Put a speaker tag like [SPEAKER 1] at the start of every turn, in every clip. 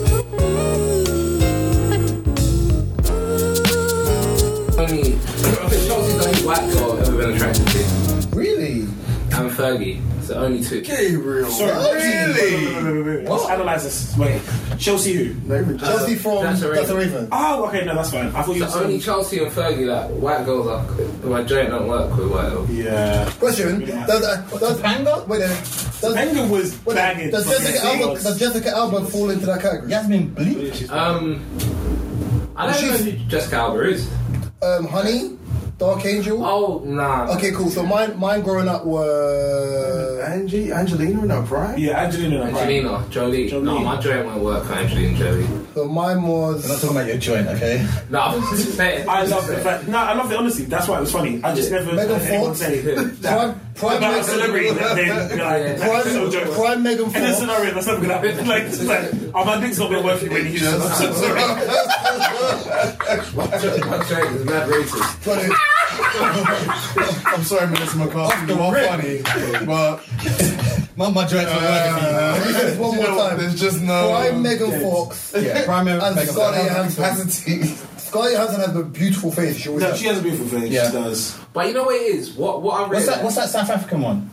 [SPEAKER 1] three. It's the only two.
[SPEAKER 2] Gabriel.
[SPEAKER 3] Sorry,
[SPEAKER 2] Really?
[SPEAKER 3] No, no, no, no, no, no. Let's analyze this. Wait, Chelsea who?
[SPEAKER 2] Not even just
[SPEAKER 4] Chelsea from
[SPEAKER 1] that's
[SPEAKER 4] that's
[SPEAKER 1] a
[SPEAKER 4] a
[SPEAKER 1] Raven.
[SPEAKER 4] Raven.
[SPEAKER 3] Oh, okay, no, that's fine. I thought you
[SPEAKER 1] The
[SPEAKER 3] were
[SPEAKER 1] only
[SPEAKER 3] saying.
[SPEAKER 1] Chelsea and Fergie, like, white girls are, who I don't, don't work with white girls.
[SPEAKER 3] Yeah.
[SPEAKER 4] Question:
[SPEAKER 3] Yeah.
[SPEAKER 4] Does uh, does Panga? Wait a minute. Does,
[SPEAKER 3] Benga was
[SPEAKER 4] wait a minute.
[SPEAKER 3] banging.
[SPEAKER 4] does
[SPEAKER 3] but
[SPEAKER 4] Jessica
[SPEAKER 3] she
[SPEAKER 4] Alba
[SPEAKER 3] was-
[SPEAKER 4] does Jessica Alba fall into that category?
[SPEAKER 5] Jasmine Bleak?
[SPEAKER 1] Um, I don't know
[SPEAKER 4] She's-
[SPEAKER 1] who Jessica Alba is.
[SPEAKER 4] Um, Honey, Dark Angel.
[SPEAKER 1] Oh, nah.
[SPEAKER 4] Okay, cool. So mine, mine growing up were
[SPEAKER 2] Angie, Angelina in her prime.
[SPEAKER 3] Yeah, Angelina. and Brian.
[SPEAKER 1] Angelina, Jolie.
[SPEAKER 3] Jolie.
[SPEAKER 1] No, my joint won't work for Angelina Jolie.
[SPEAKER 4] so mine was.
[SPEAKER 5] We're not talking about your joint, okay?
[SPEAKER 1] No, I'm just saying.
[SPEAKER 3] I love the fact. No, I love the honesty. That's why it was funny. I just never
[SPEAKER 4] Megan
[SPEAKER 3] heard anyone
[SPEAKER 4] Fox.
[SPEAKER 3] say that.
[SPEAKER 4] Prime, prime,
[SPEAKER 3] about a
[SPEAKER 4] Megan,
[SPEAKER 3] celebrity that then be like,
[SPEAKER 4] prime,
[SPEAKER 3] that's no joke.
[SPEAKER 4] prime Megan
[SPEAKER 3] In a
[SPEAKER 4] Fox.
[SPEAKER 3] scenario, that's never gonna happen. Like, it's like, oh, my dick's not gonna work for you. Just, I'm so sorry.
[SPEAKER 1] My joint my joint is mad racist.
[SPEAKER 4] But it-
[SPEAKER 2] I'm sorry, Melissa McCarthy. You are funny, but
[SPEAKER 5] My, my joint's not working for you.
[SPEAKER 4] let me finish one more time.
[SPEAKER 2] Uh, there's just no.
[SPEAKER 4] Prime Megan Fox.
[SPEAKER 5] Yeah, primary
[SPEAKER 4] And
[SPEAKER 5] makeup
[SPEAKER 4] Scarlett
[SPEAKER 5] artist.
[SPEAKER 4] Johansson. Scarlett Johansson has a beautiful face. She always
[SPEAKER 3] No,
[SPEAKER 4] has.
[SPEAKER 3] she has a beautiful face.
[SPEAKER 5] Yeah.
[SPEAKER 3] She does.
[SPEAKER 1] But you know what it is? What, what I
[SPEAKER 5] What's
[SPEAKER 1] realized.
[SPEAKER 5] that? What's that South African one?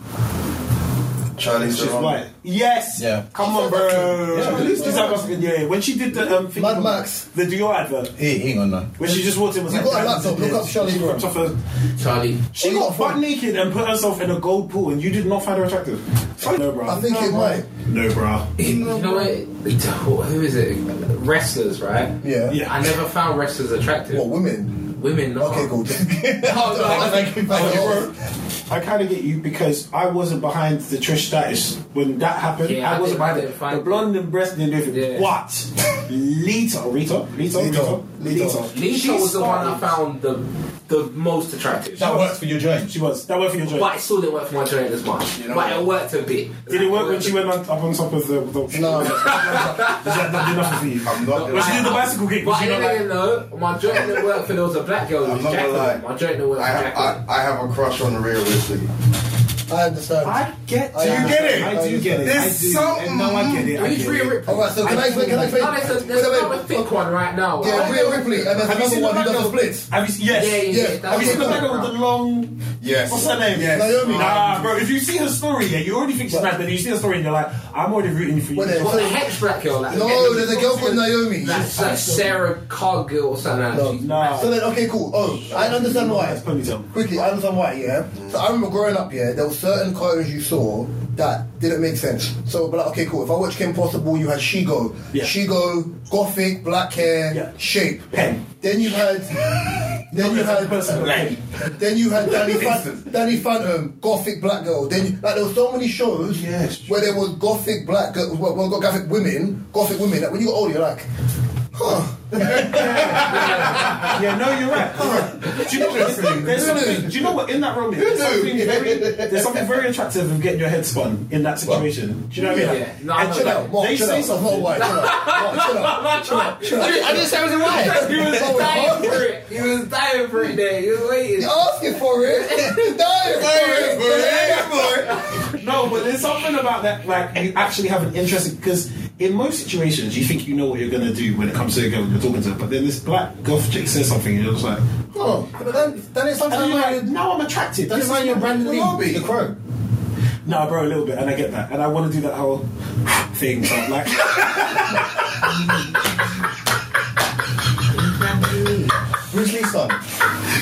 [SPEAKER 2] Charlie
[SPEAKER 3] She's white. Yes.
[SPEAKER 5] Yeah.
[SPEAKER 3] Come on, bro.
[SPEAKER 5] Yeah.
[SPEAKER 3] She's South African. Yeah. When she did the um, thing-
[SPEAKER 4] Mad Max.
[SPEAKER 3] the Dior advert,
[SPEAKER 5] Hey, hang on now.
[SPEAKER 3] when she just walked in, was
[SPEAKER 4] You
[SPEAKER 3] like,
[SPEAKER 4] got a
[SPEAKER 3] "Damn,
[SPEAKER 4] laptop,
[SPEAKER 3] this
[SPEAKER 4] look up
[SPEAKER 3] bitch."
[SPEAKER 4] Charlie
[SPEAKER 3] She
[SPEAKER 4] Brown.
[SPEAKER 3] ripped off her-
[SPEAKER 1] Charlie.
[SPEAKER 3] She
[SPEAKER 4] Oh, you
[SPEAKER 3] got
[SPEAKER 4] got a
[SPEAKER 3] butt
[SPEAKER 4] phone.
[SPEAKER 3] naked and put herself in a gold pool, and you did not find her attractive. No, bro.
[SPEAKER 4] I think
[SPEAKER 3] no,
[SPEAKER 4] it
[SPEAKER 3] bro.
[SPEAKER 4] might.
[SPEAKER 3] No, bro.
[SPEAKER 1] You know what? Who is it? Wrestlers, right?
[SPEAKER 4] Yeah.
[SPEAKER 3] Yeah.
[SPEAKER 1] I never found wrestlers attractive.
[SPEAKER 4] What women?
[SPEAKER 1] Women, no.
[SPEAKER 4] Okay, cool.
[SPEAKER 1] Oh, no.
[SPEAKER 3] I kind of get you because I wasn't behind the Trish status when that happened.
[SPEAKER 1] Yeah,
[SPEAKER 3] I,
[SPEAKER 1] I
[SPEAKER 3] wasn't
[SPEAKER 1] didn't- I
[SPEAKER 3] behind
[SPEAKER 1] didn't
[SPEAKER 3] it.
[SPEAKER 1] find
[SPEAKER 3] The blonde and breast didn't do anything.
[SPEAKER 1] Yeah.
[SPEAKER 3] What? Lita, Rita, Lita, Rita,
[SPEAKER 4] Lita.
[SPEAKER 3] Lita. She
[SPEAKER 1] Lisa was the one I
[SPEAKER 3] started-
[SPEAKER 1] found the the most attractive.
[SPEAKER 5] That works for your joint.
[SPEAKER 3] She was. That worked for your joke.
[SPEAKER 1] But I still didn't work for my joint as much.
[SPEAKER 2] You know
[SPEAKER 1] but
[SPEAKER 2] what?
[SPEAKER 1] it worked a bit.
[SPEAKER 3] Did it work when she went on, up on top of the? the
[SPEAKER 4] No.
[SPEAKER 3] Does that not do nothing for you?
[SPEAKER 2] I'm not.
[SPEAKER 3] When she did the bicycle kick,
[SPEAKER 1] But
[SPEAKER 3] was
[SPEAKER 1] I
[SPEAKER 3] she not
[SPEAKER 1] didn't
[SPEAKER 3] like?
[SPEAKER 1] know. My joint didn't work for there was a black girl who
[SPEAKER 2] I'm
[SPEAKER 1] was
[SPEAKER 2] not gonna
[SPEAKER 1] Jacqueline.
[SPEAKER 2] lie.
[SPEAKER 1] My joint didn't work for
[SPEAKER 2] I have,
[SPEAKER 1] Jacqueline.
[SPEAKER 2] I, I have a crush on Rhea Ripley.
[SPEAKER 4] I understand.
[SPEAKER 3] I get
[SPEAKER 4] I
[SPEAKER 3] it.
[SPEAKER 4] understand.
[SPEAKER 3] I do get it. I
[SPEAKER 2] There's
[SPEAKER 3] do.
[SPEAKER 2] something-
[SPEAKER 3] And now I get it. I
[SPEAKER 1] Who's
[SPEAKER 3] get
[SPEAKER 1] Rhea
[SPEAKER 3] it.
[SPEAKER 1] Ripley?
[SPEAKER 4] Alright, so can I explain? Can I explain?
[SPEAKER 1] Oh, there's a, there's
[SPEAKER 4] Wait, wait,
[SPEAKER 1] another
[SPEAKER 4] wait.
[SPEAKER 1] thick one right now.
[SPEAKER 4] Yeah,
[SPEAKER 1] right?
[SPEAKER 4] Rhea Ripley, and
[SPEAKER 3] Have
[SPEAKER 4] there's
[SPEAKER 3] you
[SPEAKER 4] another
[SPEAKER 3] seen the
[SPEAKER 4] one who
[SPEAKER 3] black
[SPEAKER 4] does
[SPEAKER 3] girl?
[SPEAKER 4] the splits.
[SPEAKER 3] Have you seen?
[SPEAKER 1] Yeah, yeah,
[SPEAKER 3] Yes.
[SPEAKER 1] yeah.
[SPEAKER 4] Yeah.
[SPEAKER 1] that's
[SPEAKER 3] Have you
[SPEAKER 1] what
[SPEAKER 3] seen the
[SPEAKER 1] I'm
[SPEAKER 3] black
[SPEAKER 1] talking
[SPEAKER 3] girl with
[SPEAKER 1] about.
[SPEAKER 3] the long?
[SPEAKER 2] Yes.
[SPEAKER 3] What's her name?
[SPEAKER 2] Yes.
[SPEAKER 4] Naomi.
[SPEAKER 3] Nah, bro. If you see her story, yeah, you already think she's nice, but then you see her story and you're like, I'm already rooting for you.
[SPEAKER 4] Wait,
[SPEAKER 1] What the heck's black girl? Like,
[SPEAKER 4] No, there's a girl called Naomi.
[SPEAKER 1] That's like Sarah Cargill or something. like that.
[SPEAKER 4] No.
[SPEAKER 1] She's
[SPEAKER 3] Nah.
[SPEAKER 4] So then, okay, cool. Oh, I understand why.
[SPEAKER 3] That's ponytail.
[SPEAKER 4] Quickly, I understand why, yeah? So I remember growing up, yeah, there were certain cartoons you saw that didn't make sense. So, but like, okay, cool. If I watched Kim Possible, you had Shigo.
[SPEAKER 3] Yeah.
[SPEAKER 4] Shigo, gothic, black hair,
[SPEAKER 3] Yeah.
[SPEAKER 4] shape.
[SPEAKER 3] Pen.
[SPEAKER 4] Then you had. Then you had
[SPEAKER 3] Person, like,
[SPEAKER 4] then you had Danny, Phan- Danny Phantom, gothic black girl. Then you, like there were so many shows
[SPEAKER 3] Yes.
[SPEAKER 4] where there was gothic black girl, well, well, got gothic women, gothic women. That when you got older, you're like, huh?
[SPEAKER 3] yeah, no, you're right. Do you know what? There's something. Do you know what? In that room, there's something very, there's something very attractive of getting your head spun in that situation. Do you know what I mean?
[SPEAKER 1] Yeah. No, no,
[SPEAKER 3] And you're
[SPEAKER 4] Chill
[SPEAKER 3] like,
[SPEAKER 4] out, Mark.
[SPEAKER 3] they
[SPEAKER 4] Chill
[SPEAKER 3] say
[SPEAKER 4] out. I'm not
[SPEAKER 3] something.
[SPEAKER 4] white. Chill out. Mark, chill out.
[SPEAKER 5] I didn't say it was a
[SPEAKER 1] He
[SPEAKER 5] wife.
[SPEAKER 1] was
[SPEAKER 4] Oh,
[SPEAKER 1] dying
[SPEAKER 4] huh?
[SPEAKER 1] for it. He was dying for it there. He was waiting.
[SPEAKER 4] You're asking for it. You're dying for it.
[SPEAKER 3] No, but there's something about that, like, you actually have an interest because in most situations, you think you know what you're going to do when it comes to a girl you're talking to, but then this black goth chick says something, and you're just like,
[SPEAKER 4] Oh, but then, then it's
[SPEAKER 3] and
[SPEAKER 4] sometimes
[SPEAKER 3] you're
[SPEAKER 4] like,
[SPEAKER 3] like, now I'm attracted. This
[SPEAKER 5] That's
[SPEAKER 3] is
[SPEAKER 5] why you're Brandon
[SPEAKER 3] my-
[SPEAKER 5] Lee, the crow.
[SPEAKER 3] No, bro, a little bit, and I get that, and I want to do that whole thing, but like,
[SPEAKER 5] Bruce Lee's son.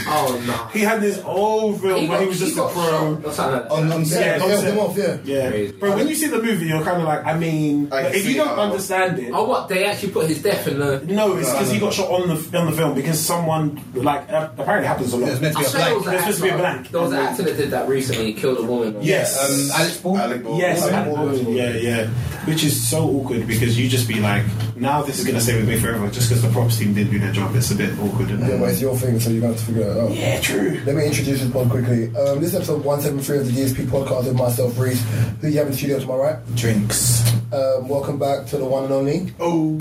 [SPEAKER 1] Oh no.
[SPEAKER 3] he had this old film where he was just a pro.
[SPEAKER 1] That's not
[SPEAKER 5] On, on
[SPEAKER 3] Yeah,
[SPEAKER 5] set.
[SPEAKER 4] they
[SPEAKER 3] don't
[SPEAKER 4] help
[SPEAKER 3] say-
[SPEAKER 4] them off, yeah.
[SPEAKER 3] Yeah,
[SPEAKER 1] Crazy.
[SPEAKER 3] but when you see the movie, you're kind of like, I mean,
[SPEAKER 2] I
[SPEAKER 3] but if
[SPEAKER 2] see
[SPEAKER 3] you don't
[SPEAKER 2] how-
[SPEAKER 3] understand it,
[SPEAKER 1] Oh what? They actually put his death in the.
[SPEAKER 3] no, it's
[SPEAKER 2] No,
[SPEAKER 3] because
[SPEAKER 2] no.
[SPEAKER 3] he got shot on the on the film because someone like uh, apparently it happens a
[SPEAKER 5] It was
[SPEAKER 3] lot.
[SPEAKER 5] meant to
[SPEAKER 1] I
[SPEAKER 5] be a
[SPEAKER 1] swear it
[SPEAKER 5] black.
[SPEAKER 1] was an
[SPEAKER 3] There's supposed to be a
[SPEAKER 1] actor.
[SPEAKER 3] blank.
[SPEAKER 1] There was an actor that did that recently. He killed a woman.
[SPEAKER 3] Yes.
[SPEAKER 5] Um, Alex Ball.
[SPEAKER 2] Alec Baldwin.
[SPEAKER 3] Yes,
[SPEAKER 2] Alec
[SPEAKER 3] and- yeah, yeah. Which is so awkward because you just be like, now this is gonna stay with me forever just because the props team didn't do their job. It's a bit awkward. Isn't
[SPEAKER 4] Yeah, but
[SPEAKER 3] it?
[SPEAKER 4] it's your thing, so you're going to have to figure it out.
[SPEAKER 3] Yeah, true.
[SPEAKER 4] Let me introduce this pod quickly. Um, this is episode 173 of the DSP podcast with myself, Reese. Who you have in the studio to my right?
[SPEAKER 5] Drinks.
[SPEAKER 4] Um, welcome back to the one and only.
[SPEAKER 2] Oh.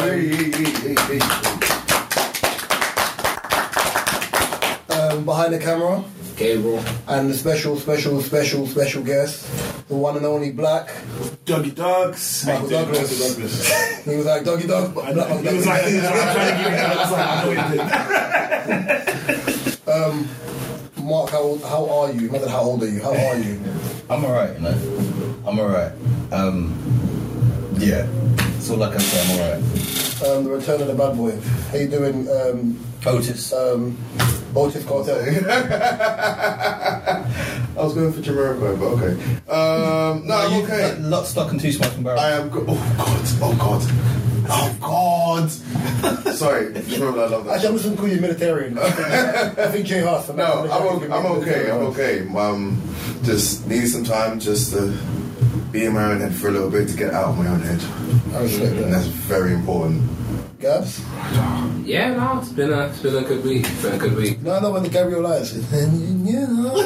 [SPEAKER 2] Hey, hey, hey, hey, hey.
[SPEAKER 4] Um, behind the camera
[SPEAKER 1] Gabriel.
[SPEAKER 4] and the special, special, special, special guest, the one and only Black.
[SPEAKER 3] Doggy Dogs. How
[SPEAKER 4] Michael
[SPEAKER 3] you doing?
[SPEAKER 4] Douglas.
[SPEAKER 3] Michael Douglas.
[SPEAKER 4] He was like, doggy dog. Black,
[SPEAKER 3] I know.
[SPEAKER 4] Black,
[SPEAKER 3] He was
[SPEAKER 4] Black.
[SPEAKER 3] like, he was like trying to give me that. I was like, I know what you did.
[SPEAKER 4] Mark, how, old, how are you? Not that how old are you? How are you?
[SPEAKER 5] I'm alright, you know. I'm alright. Um, yeah. So like I said, I'm alright.
[SPEAKER 4] Um, the Return of the Bad Boy. How you doing, um,
[SPEAKER 5] Otis.
[SPEAKER 4] um, Otis Cartel?
[SPEAKER 2] I was going for Jamiroquai, but okay. Um, no,
[SPEAKER 5] Are
[SPEAKER 2] I'm
[SPEAKER 5] you
[SPEAKER 2] okay.
[SPEAKER 5] Not stuck in two smoking barrels.
[SPEAKER 2] I am. Go- oh God! Oh God! Oh God! Sorry, just remember I love that.
[SPEAKER 4] Actually, I'm just going to call you militarian. I think Jay Haas.
[SPEAKER 2] No, I'm okay. I'm okay. I'm okay. Um, just need some time just to be in my own head for a little bit to get out of my own head.
[SPEAKER 4] I respect
[SPEAKER 2] And that's
[SPEAKER 4] that.
[SPEAKER 2] very important.
[SPEAKER 4] Gabs?
[SPEAKER 1] Yeah, no, it's been a it's been a good week. It's been a good week.
[SPEAKER 4] No, no, when the Gabriel lies. yeah, no.
[SPEAKER 1] No,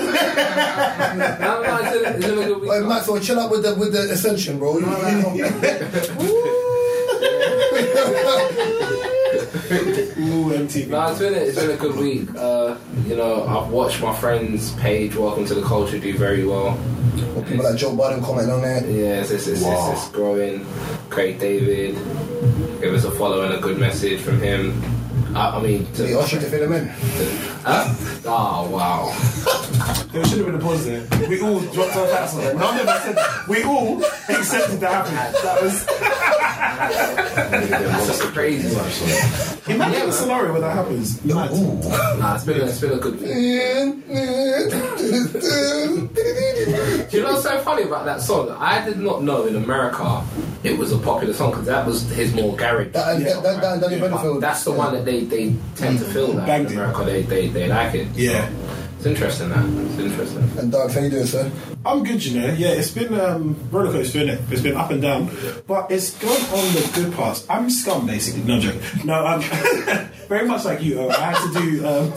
[SPEAKER 1] no, it's been, it's been a good week.
[SPEAKER 4] Wait, Maxwell, oh, chill out with the with the ascension, bro. You- you-
[SPEAKER 3] Ooh, MTV.
[SPEAKER 1] No, it's been a, it's been a good week. Uh, you know, I've watched my friend's page, Welcome to the Culture, do very well.
[SPEAKER 4] People like Joe Biden comment on that.
[SPEAKER 1] Yeah, it's, it's, it's,
[SPEAKER 2] Wow.
[SPEAKER 1] it's, it's growing. Craig David gave us a follow and a good message from him. I, I mean,
[SPEAKER 4] The
[SPEAKER 1] to,
[SPEAKER 4] usher to "Oh, fill him in.
[SPEAKER 1] huh? oh wow.
[SPEAKER 3] There should have been a pause there. We all dropped our hats on it. None of us said. We all accepted that happened. That was.
[SPEAKER 1] That's a crazy one.
[SPEAKER 3] Imagine
[SPEAKER 1] Yeah.
[SPEAKER 3] a scenario where that happens. Mad.
[SPEAKER 1] Nah, it's been, a- it's been a good week. Do you know what's so funny about that song? I did not know in America it was a popular song because that was his more garage.
[SPEAKER 4] That Uh, and that, that, that and Danny
[SPEAKER 3] Yeah.
[SPEAKER 4] Benfield.
[SPEAKER 1] That's the one that they, they tend to feel that
[SPEAKER 3] Banged
[SPEAKER 1] in
[SPEAKER 3] it.
[SPEAKER 1] America they, they, they like it.
[SPEAKER 3] Yeah.
[SPEAKER 1] It's interesting that. It's interesting.
[SPEAKER 4] And Doug, how you doing, sir?
[SPEAKER 3] I'm good, you know. Yeah, it's been um, roller coaster, innit? It's been up and down, but it's gone on the good parts. I'm scum, basically. No I'm joking. No, I'm very much like you. Uh, I had to do. Um,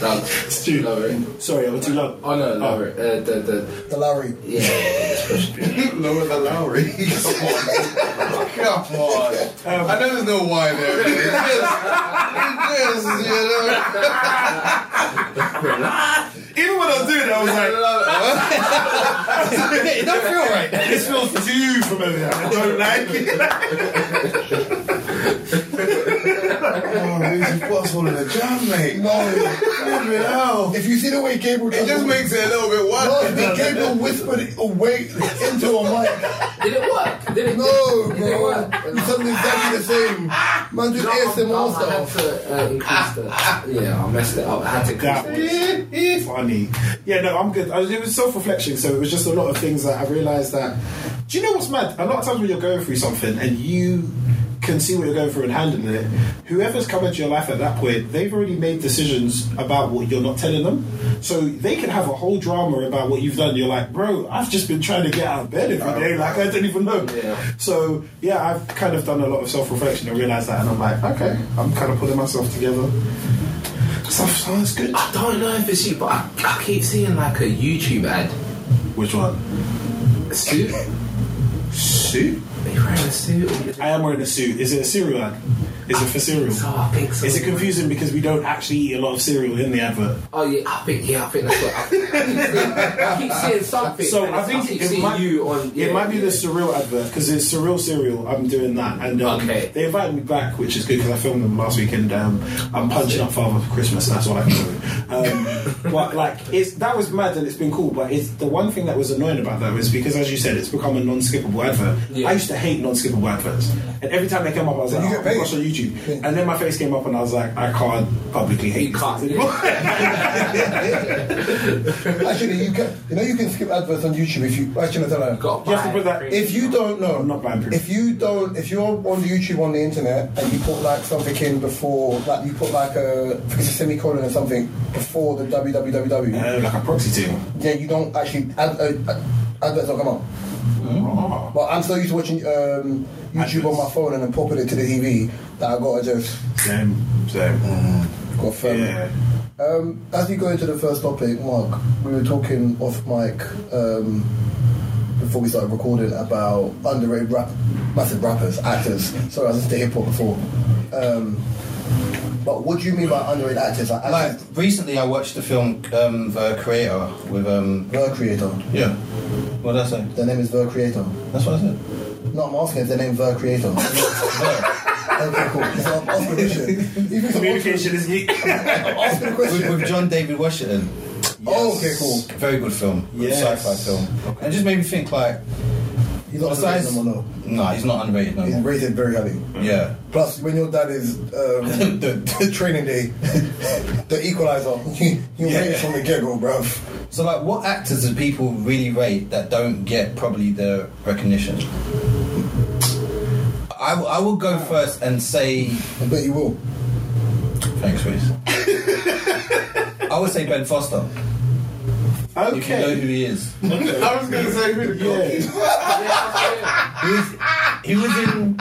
[SPEAKER 1] Done.
[SPEAKER 3] it's true.
[SPEAKER 1] Love it.
[SPEAKER 3] Sorry, I was too loud.
[SPEAKER 1] Oh no, love it. Uh, the, the,
[SPEAKER 4] The Lowry.
[SPEAKER 1] yeah. it's pushed.
[SPEAKER 2] Lower the Lowry. Come on. Come on. I know there's no why there. It's just, it's just, you know. Even when I was doing it, I was like,
[SPEAKER 5] it don't feel right.
[SPEAKER 2] this feels too familiar. I don't like it. oh, Reese, what's all in the jam, mate?
[SPEAKER 4] No,
[SPEAKER 2] Flipping hell.
[SPEAKER 4] if you see the way Gabriel
[SPEAKER 2] It just makes it a little bit
[SPEAKER 4] No, if
[SPEAKER 2] wild.
[SPEAKER 4] they Gabriel whispered away into a mic.
[SPEAKER 1] Did it work? Did it?
[SPEAKER 4] No,
[SPEAKER 1] Did it
[SPEAKER 4] bro.
[SPEAKER 1] work?
[SPEAKER 4] It's something exactly the same. Man, just
[SPEAKER 1] No,
[SPEAKER 4] ASMR
[SPEAKER 1] no, Oh, I had
[SPEAKER 4] stuff.
[SPEAKER 1] to uh, increase the. Yeah, I messed it up. I had to
[SPEAKER 3] That
[SPEAKER 1] increase it.
[SPEAKER 3] was funny. Yeah, no, I'm good. I was, it was self-reflection, so it was just a lot of things that I realised that. Do you know what's mad? A lot of times when you're going through something and you can see what you're going through and handling it, whoever's come into your life at that point, they've already made decisions about what you're not telling them. So they can have a whole drama about what you've done. You're like, bro, I've just been trying to get out of bed every day. Like I didn't even know.
[SPEAKER 1] Yeah.
[SPEAKER 3] So yeah, I've kind of done a lot of self-reflection and realised that, and I'm like, okay, I'm kind of pulling myself together. Stuff sounds good.
[SPEAKER 1] I don't know if it's you, but I, I keep seeing like a YouTube ad.
[SPEAKER 3] Which one?
[SPEAKER 1] A suit?
[SPEAKER 3] Suit?
[SPEAKER 1] Are you wearing a suit?
[SPEAKER 3] I am wearing a suit. Is it a cereal ad? Is it for cereal?
[SPEAKER 1] So I think so.
[SPEAKER 3] Is it confusing because we don't actually eat a lot of cereal in the advert?
[SPEAKER 1] Oh yeah, I think yeah, I think that's what I, think, I, keep, seeing, I keep seeing something.
[SPEAKER 3] So
[SPEAKER 1] and
[SPEAKER 3] I think
[SPEAKER 1] keep
[SPEAKER 3] it
[SPEAKER 1] seeing
[SPEAKER 3] might,
[SPEAKER 1] you on. Yeah,
[SPEAKER 3] it might be
[SPEAKER 1] yeah.
[SPEAKER 3] the surreal advert because it's surreal cereal. I'm doing that, and um,
[SPEAKER 1] Okay.
[SPEAKER 3] they invited me back, which is good because I filmed them last weekend. Um, I'm punching up Father for Christmas. That's what I can do. Um, but like, it's that was mad, and it's been cool. But it's the one thing that was annoying about that was because, as you said, it's become a non-skippable advert.
[SPEAKER 1] Yeah.
[SPEAKER 3] I used to hate non-skippable adverts, and every time they came up, I was like,
[SPEAKER 4] you
[SPEAKER 3] oh,
[SPEAKER 4] get paid?
[SPEAKER 3] gosh, on YouTube. And then my face came up, and I was like, I can't publicly hate
[SPEAKER 1] You
[SPEAKER 3] these
[SPEAKER 1] can't.
[SPEAKER 3] things anymore.
[SPEAKER 4] Actually, you can. You know, you can skip adverts on YouTube if you. Actually, no, no, no.
[SPEAKER 1] Got
[SPEAKER 3] You have to
[SPEAKER 1] by
[SPEAKER 3] put that-
[SPEAKER 1] three.
[SPEAKER 4] If you don't know,
[SPEAKER 3] I'm not buying proof.
[SPEAKER 4] if you don't, if you're on YouTube on the internet and you put like something in before, like you put like a, if it's a semicolon or something before the www,
[SPEAKER 3] Uh, like a proxy team.
[SPEAKER 4] yeah, you don't actually ad, uh, ad, adverts don't come up.
[SPEAKER 3] Oh.
[SPEAKER 4] But I'm so used to watching um, YouTube on my phone and then popping it to the TV that I gotta just
[SPEAKER 3] Same, same.
[SPEAKER 4] Um, go firm.
[SPEAKER 3] Yeah.
[SPEAKER 4] Um, as we go into the first topic, Mark, we were talking off mic um, before we started recording about underrated rap, massive rappers, actors. Sorry, I was into hip hop before. Um, but what do you mean by underrated actors? Like,
[SPEAKER 5] Like
[SPEAKER 4] actors
[SPEAKER 5] recently, I watched the film um, The Creator with um.
[SPEAKER 4] Ver Creator.
[SPEAKER 5] Yeah. What did I say?
[SPEAKER 4] Their name is Ver Creator.
[SPEAKER 5] That's what I said.
[SPEAKER 4] No, I'm asking if their name Ver Creator. okay, cool. So I'm asking a question. Even if I'm asking-
[SPEAKER 3] Communication is geek.
[SPEAKER 4] I'm asking a
[SPEAKER 5] with,
[SPEAKER 4] question.
[SPEAKER 5] with John David Washington.
[SPEAKER 4] Oh, okay, cool.
[SPEAKER 5] Very good film.
[SPEAKER 3] Yes.
[SPEAKER 5] Sci-fi film. And it just made me think like,
[SPEAKER 4] He's not
[SPEAKER 5] Besides-
[SPEAKER 4] underrated no more,
[SPEAKER 5] nah, he's not underrated no
[SPEAKER 4] no. He's
[SPEAKER 5] more.
[SPEAKER 4] rated very highly.
[SPEAKER 5] Yeah.
[SPEAKER 4] Plus, when your dad is um, the, the training day, the equalizer, you, you
[SPEAKER 5] Yeah.
[SPEAKER 4] rate it from the get go, bruv.
[SPEAKER 5] So like, what actors do people really rate that don't get probably the recognition? I, w- I will go first and say
[SPEAKER 4] I bet you will.
[SPEAKER 5] thanks, Reese. I would say Ben Foster. If you know
[SPEAKER 3] Okay.
[SPEAKER 5] who he is,
[SPEAKER 2] I was gonna say who the
[SPEAKER 3] Yeah.
[SPEAKER 5] he was, he was in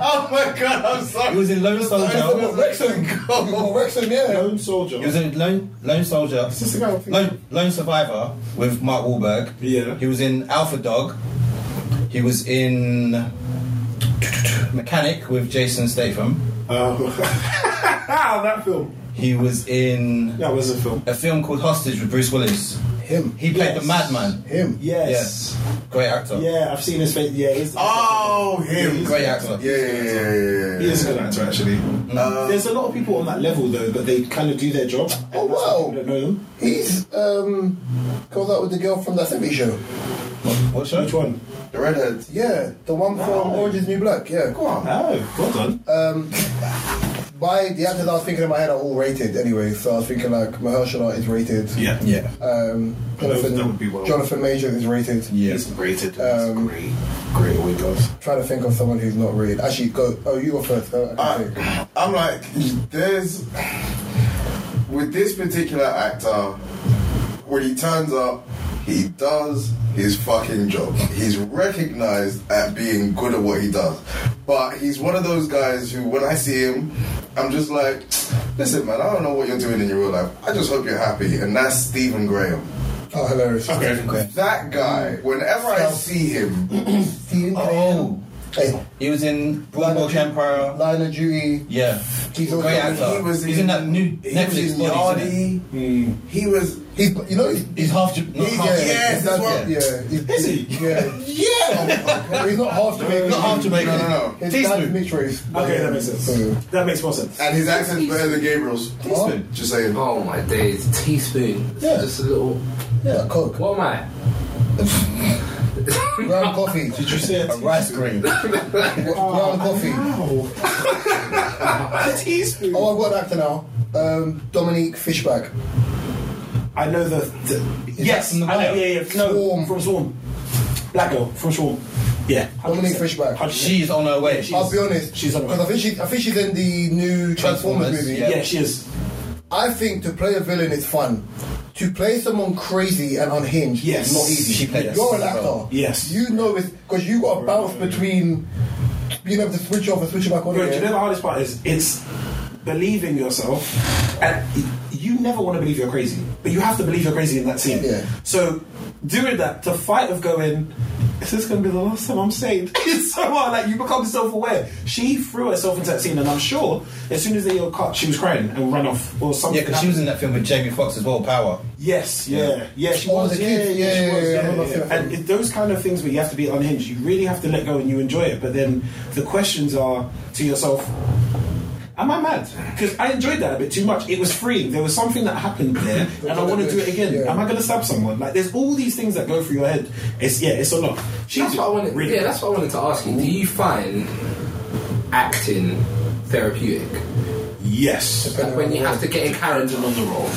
[SPEAKER 2] Oh my god, I'm
[SPEAKER 5] he
[SPEAKER 2] sorry.
[SPEAKER 5] was in Lone Soldier.
[SPEAKER 4] Wrexham, go. Wrexham, yeah.
[SPEAKER 3] Lone soldier.
[SPEAKER 5] He was in Lone Lone Soldier.
[SPEAKER 3] Is this the guy I'm thinking?
[SPEAKER 5] Lone, Lone Survivor with Mark Wahlberg.
[SPEAKER 3] Yeah.
[SPEAKER 5] He was in Alpha Dog. He was in Mechanic with Jason Statham.
[SPEAKER 3] Um, Ah, that film.
[SPEAKER 5] He was in
[SPEAKER 3] That was a film.
[SPEAKER 5] a film called Hostage with Bruce Willis.
[SPEAKER 4] Him.
[SPEAKER 5] He played
[SPEAKER 3] Yes.
[SPEAKER 5] the madman.
[SPEAKER 4] Him.
[SPEAKER 3] Yes.
[SPEAKER 5] Great actor.
[SPEAKER 3] Yeah, I've seen his face. Yeah, he's,
[SPEAKER 2] Oh, him.
[SPEAKER 5] Great actor.
[SPEAKER 2] Yeah, yeah, yeah, yeah,
[SPEAKER 3] he
[SPEAKER 2] yeah.
[SPEAKER 3] is a good actor, actually. Um, There's a lot of people on that level, though, but they kind of do their job.
[SPEAKER 4] Oh,
[SPEAKER 3] And that's why
[SPEAKER 4] wow.
[SPEAKER 3] people don't know them.
[SPEAKER 4] He's um, goes out with the girl from that TV show.
[SPEAKER 5] What show?
[SPEAKER 3] Which one?
[SPEAKER 2] The redheads.
[SPEAKER 4] Yeah, the one from Orange is the New Black, yeah.
[SPEAKER 2] Go on.
[SPEAKER 3] Oh, well done.
[SPEAKER 4] By the actors I was thinking in my head are all rated anyway, so I was thinking like Mahershala is rated.
[SPEAKER 3] yeah.
[SPEAKER 5] Yeah.
[SPEAKER 4] Um, Jonathan,
[SPEAKER 2] That would be well-
[SPEAKER 4] Jonathan Major is rated.
[SPEAKER 5] Yeah.
[SPEAKER 2] He's rated.
[SPEAKER 4] Um,
[SPEAKER 2] great. Great windows.
[SPEAKER 4] Trying to think of someone who's not rated. Actually, go. Oh, you go first. Uh, I can think.
[SPEAKER 2] I, I'm like, there's with this particular actor, when he turns up, he does his fucking job. He's recognized at being good at what he does, but he's one of those guys who, when I see him, I'm just like, listen, man, I don't know what you're doing in your real life. I just hope you're happy, and that's Stephen Graham.
[SPEAKER 4] Oh, hilarious.
[SPEAKER 5] Okay.
[SPEAKER 2] That guy, whenever I see him,
[SPEAKER 4] Stephen
[SPEAKER 5] Oh,
[SPEAKER 4] Hey,
[SPEAKER 5] he was in Broadwalk Empire.
[SPEAKER 4] Line of Duty.
[SPEAKER 5] Yeah.
[SPEAKER 4] He's also-
[SPEAKER 5] Great actor.
[SPEAKER 2] he was
[SPEAKER 5] He's in that new
[SPEAKER 2] he
[SPEAKER 5] Netflix
[SPEAKER 2] was in
[SPEAKER 5] body, isn't it?
[SPEAKER 2] Yardi.
[SPEAKER 4] Hmm.
[SPEAKER 2] He was
[SPEAKER 4] He's, you know, he's,
[SPEAKER 5] He's half. Not
[SPEAKER 4] he's
[SPEAKER 5] half
[SPEAKER 4] yeah,
[SPEAKER 2] Yes,
[SPEAKER 4] he's
[SPEAKER 2] that's
[SPEAKER 4] not-
[SPEAKER 2] what-
[SPEAKER 4] yeah. He's,
[SPEAKER 5] Is he?
[SPEAKER 4] Yeah. Oh yeah. he's not half Jamaican.
[SPEAKER 5] Not half Jamaican.
[SPEAKER 2] No, no,
[SPEAKER 4] His dad's
[SPEAKER 5] Teaspoon.
[SPEAKER 4] mixed race.
[SPEAKER 3] Okay, that makes sense.
[SPEAKER 4] So,
[SPEAKER 3] That makes more sense.
[SPEAKER 2] And his accent's better than Gabriel's.
[SPEAKER 5] Teaspoon.
[SPEAKER 2] Just saying.
[SPEAKER 1] Oh my days, teaspoon. It's
[SPEAKER 4] Yeah.
[SPEAKER 1] Just a little.
[SPEAKER 4] yeah, Coke.
[SPEAKER 1] What am I?
[SPEAKER 4] Ground coffee.
[SPEAKER 3] Did you say
[SPEAKER 5] A
[SPEAKER 3] it?
[SPEAKER 5] rice cream.
[SPEAKER 4] Ground coffee.
[SPEAKER 3] Wow. a teaspoon.
[SPEAKER 4] Oh, I've got an actor now. Um, Dominique Fishback.
[SPEAKER 3] I know the. the yes,
[SPEAKER 5] from the
[SPEAKER 3] I know,
[SPEAKER 5] bio?
[SPEAKER 3] yeah, yeah. No,
[SPEAKER 4] Swarm.
[SPEAKER 3] from Swarm. Black girl from Swarm. Yeah.
[SPEAKER 4] Dominique
[SPEAKER 3] 100%.
[SPEAKER 4] Fishback.
[SPEAKER 3] 100%.
[SPEAKER 5] She's on her way.
[SPEAKER 4] I'll be honest.
[SPEAKER 3] she's on it.
[SPEAKER 4] because I think she, I think she's in the new Transformers,
[SPEAKER 5] Transformers,
[SPEAKER 4] movie.
[SPEAKER 5] yeah.
[SPEAKER 3] Yeah, she is.
[SPEAKER 4] I think to play a villain is fun. To play someone crazy and unhinged
[SPEAKER 3] Yes.
[SPEAKER 4] is not easy.
[SPEAKER 5] She played us
[SPEAKER 4] You're an
[SPEAKER 5] as
[SPEAKER 4] actor.
[SPEAKER 5] well.
[SPEAKER 3] Yes.
[SPEAKER 4] You know it because you got to bounce between being able to switch off and switch back
[SPEAKER 3] Bro,
[SPEAKER 4] on
[SPEAKER 3] do you know
[SPEAKER 4] again.
[SPEAKER 3] the hardest part is? It's believing yourself, and you never want to believe you're crazy, but you have to believe you're crazy in that scene.
[SPEAKER 4] Yeah.
[SPEAKER 3] So doing that, the fight of going, is this going to be the last time I'm saved? It's so hard. Like you become self-aware. She threw herself into that scene, and I'm sure as soon as they all cut, she was crying and ran off or something.
[SPEAKER 5] Yeah, because she was in that film with Jamie Foxx as well, Power.
[SPEAKER 3] Yes, yeah, yeah, she
[SPEAKER 4] Oh,
[SPEAKER 3] was.
[SPEAKER 4] the
[SPEAKER 3] Yeah, yeah,
[SPEAKER 4] kids, yeah,
[SPEAKER 3] she was.
[SPEAKER 4] yeah,
[SPEAKER 3] Yeah,
[SPEAKER 4] yeah,
[SPEAKER 3] yeah.
[SPEAKER 4] yeah.
[SPEAKER 3] And it, those kind of things where you have to be unhinged, you really have to let go and you enjoy it. But then the questions are to yourself, Am I mad? Because I enjoyed that a bit too much. It was freeing. There was something that happened there, and I want to do it again.
[SPEAKER 4] Yeah.
[SPEAKER 3] Am I going to stab someone? Like, there's all these things that go through your head. It's yeah, it's a lot. She's
[SPEAKER 1] That's what I wanted.
[SPEAKER 3] really
[SPEAKER 1] Yeah, that's what I wanted to ask you. Do you find acting therapeutic?
[SPEAKER 3] yes.
[SPEAKER 1] Like when you have to get in character on the role.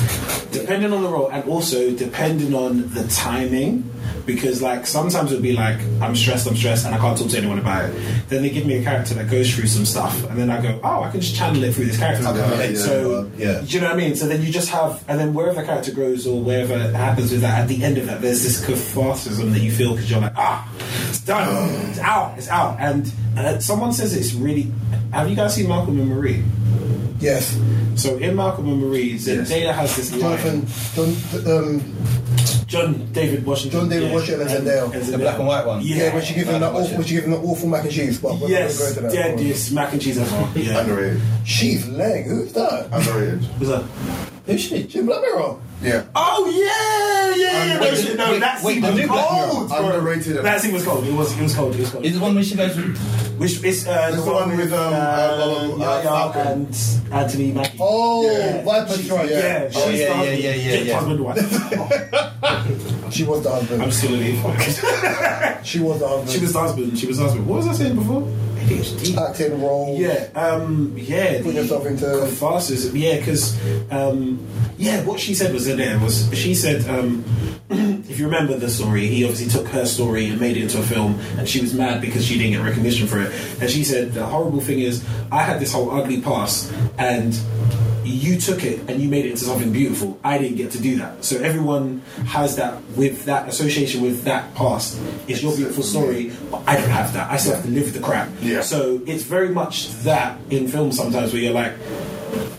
[SPEAKER 3] depending on the role and also depending on the timing because like sometimes it'll be like I'm stressed I'm stressed and I can't talk to anyone about it then they give me a character that goes through some stuff and then I go oh I can just channel it through this character
[SPEAKER 2] Yeah,
[SPEAKER 3] so
[SPEAKER 5] yeah, yeah.
[SPEAKER 3] do you know what I mean so then you just have and then wherever the character grows or wherever it happens with that at the end of that there's this catharsis that you feel because you're like ah it's done it's out it's out and uh, someone says it's really have you guys seen Malcolm and Marie
[SPEAKER 4] Yes.
[SPEAKER 3] so in Malcolm and Marie Zendaya has this line
[SPEAKER 4] Jonathan, John, um,
[SPEAKER 3] John David Washington.
[SPEAKER 4] John David Washington and Zendaya.
[SPEAKER 5] The black and white one.
[SPEAKER 3] Yeah.
[SPEAKER 4] yeah, when she gives him that awful, when she gives him that awful mac and cheese. But we're
[SPEAKER 3] Yes,
[SPEAKER 4] not going to go into that.
[SPEAKER 3] deadliest mac and cheese ever. Yeah.
[SPEAKER 2] Underrated.
[SPEAKER 4] She's leg. Who's that?
[SPEAKER 2] Underrated.
[SPEAKER 3] Was that?
[SPEAKER 5] Um, Who's she?
[SPEAKER 4] She's in Black Mirror.
[SPEAKER 2] Yeah.
[SPEAKER 3] Oh yeah, yeah, yeah.
[SPEAKER 5] Wait,
[SPEAKER 3] no, shit, no,
[SPEAKER 5] wait,
[SPEAKER 3] that
[SPEAKER 5] wait,
[SPEAKER 3] scene
[SPEAKER 5] the
[SPEAKER 3] was
[SPEAKER 5] new Black Mirror,
[SPEAKER 3] cold. bro.
[SPEAKER 2] underrated.
[SPEAKER 3] That scene was cold. It was, it was cold. It was cold.
[SPEAKER 5] Is the one where she goes?
[SPEAKER 3] Which is uh,
[SPEAKER 2] It's the one with, um, uh, uh,
[SPEAKER 3] Yaya
[SPEAKER 2] Falcon.
[SPEAKER 3] and Anthony Mackie.
[SPEAKER 4] Oh,
[SPEAKER 2] Yeah.
[SPEAKER 4] Viper Strike.
[SPEAKER 3] yeah,
[SPEAKER 4] Yeah.
[SPEAKER 3] she's the
[SPEAKER 5] Oh, yeah, yeah,
[SPEAKER 3] husband-
[SPEAKER 5] yeah, yeah,
[SPEAKER 3] yeah,
[SPEAKER 5] yeah.
[SPEAKER 3] Husband wife.
[SPEAKER 4] She was the
[SPEAKER 3] I'm
[SPEAKER 4] husband.
[SPEAKER 3] still in it.
[SPEAKER 4] She was the husband.
[SPEAKER 3] She was the husband. She was the husband. What was I saying before?
[SPEAKER 4] acting role.
[SPEAKER 3] Yeah, um, yeah.
[SPEAKER 4] Put yourself into-
[SPEAKER 3] catharsis. Yeah, because um, yeah, what she said was in there was she said um, if you remember the story, he obviously took her story and made it into a film, and she was mad because she didn't get recognition for it. And she said the horrible thing is I had this whole ugly past and. You took it and you made it into something beautiful. I didn't get to do that. So everyone has that with that association with that past. It's your beautiful story, but I don't have that. I still have to live with the crap.
[SPEAKER 2] Yeah.
[SPEAKER 3] So it's very much that in films sometimes where you're like,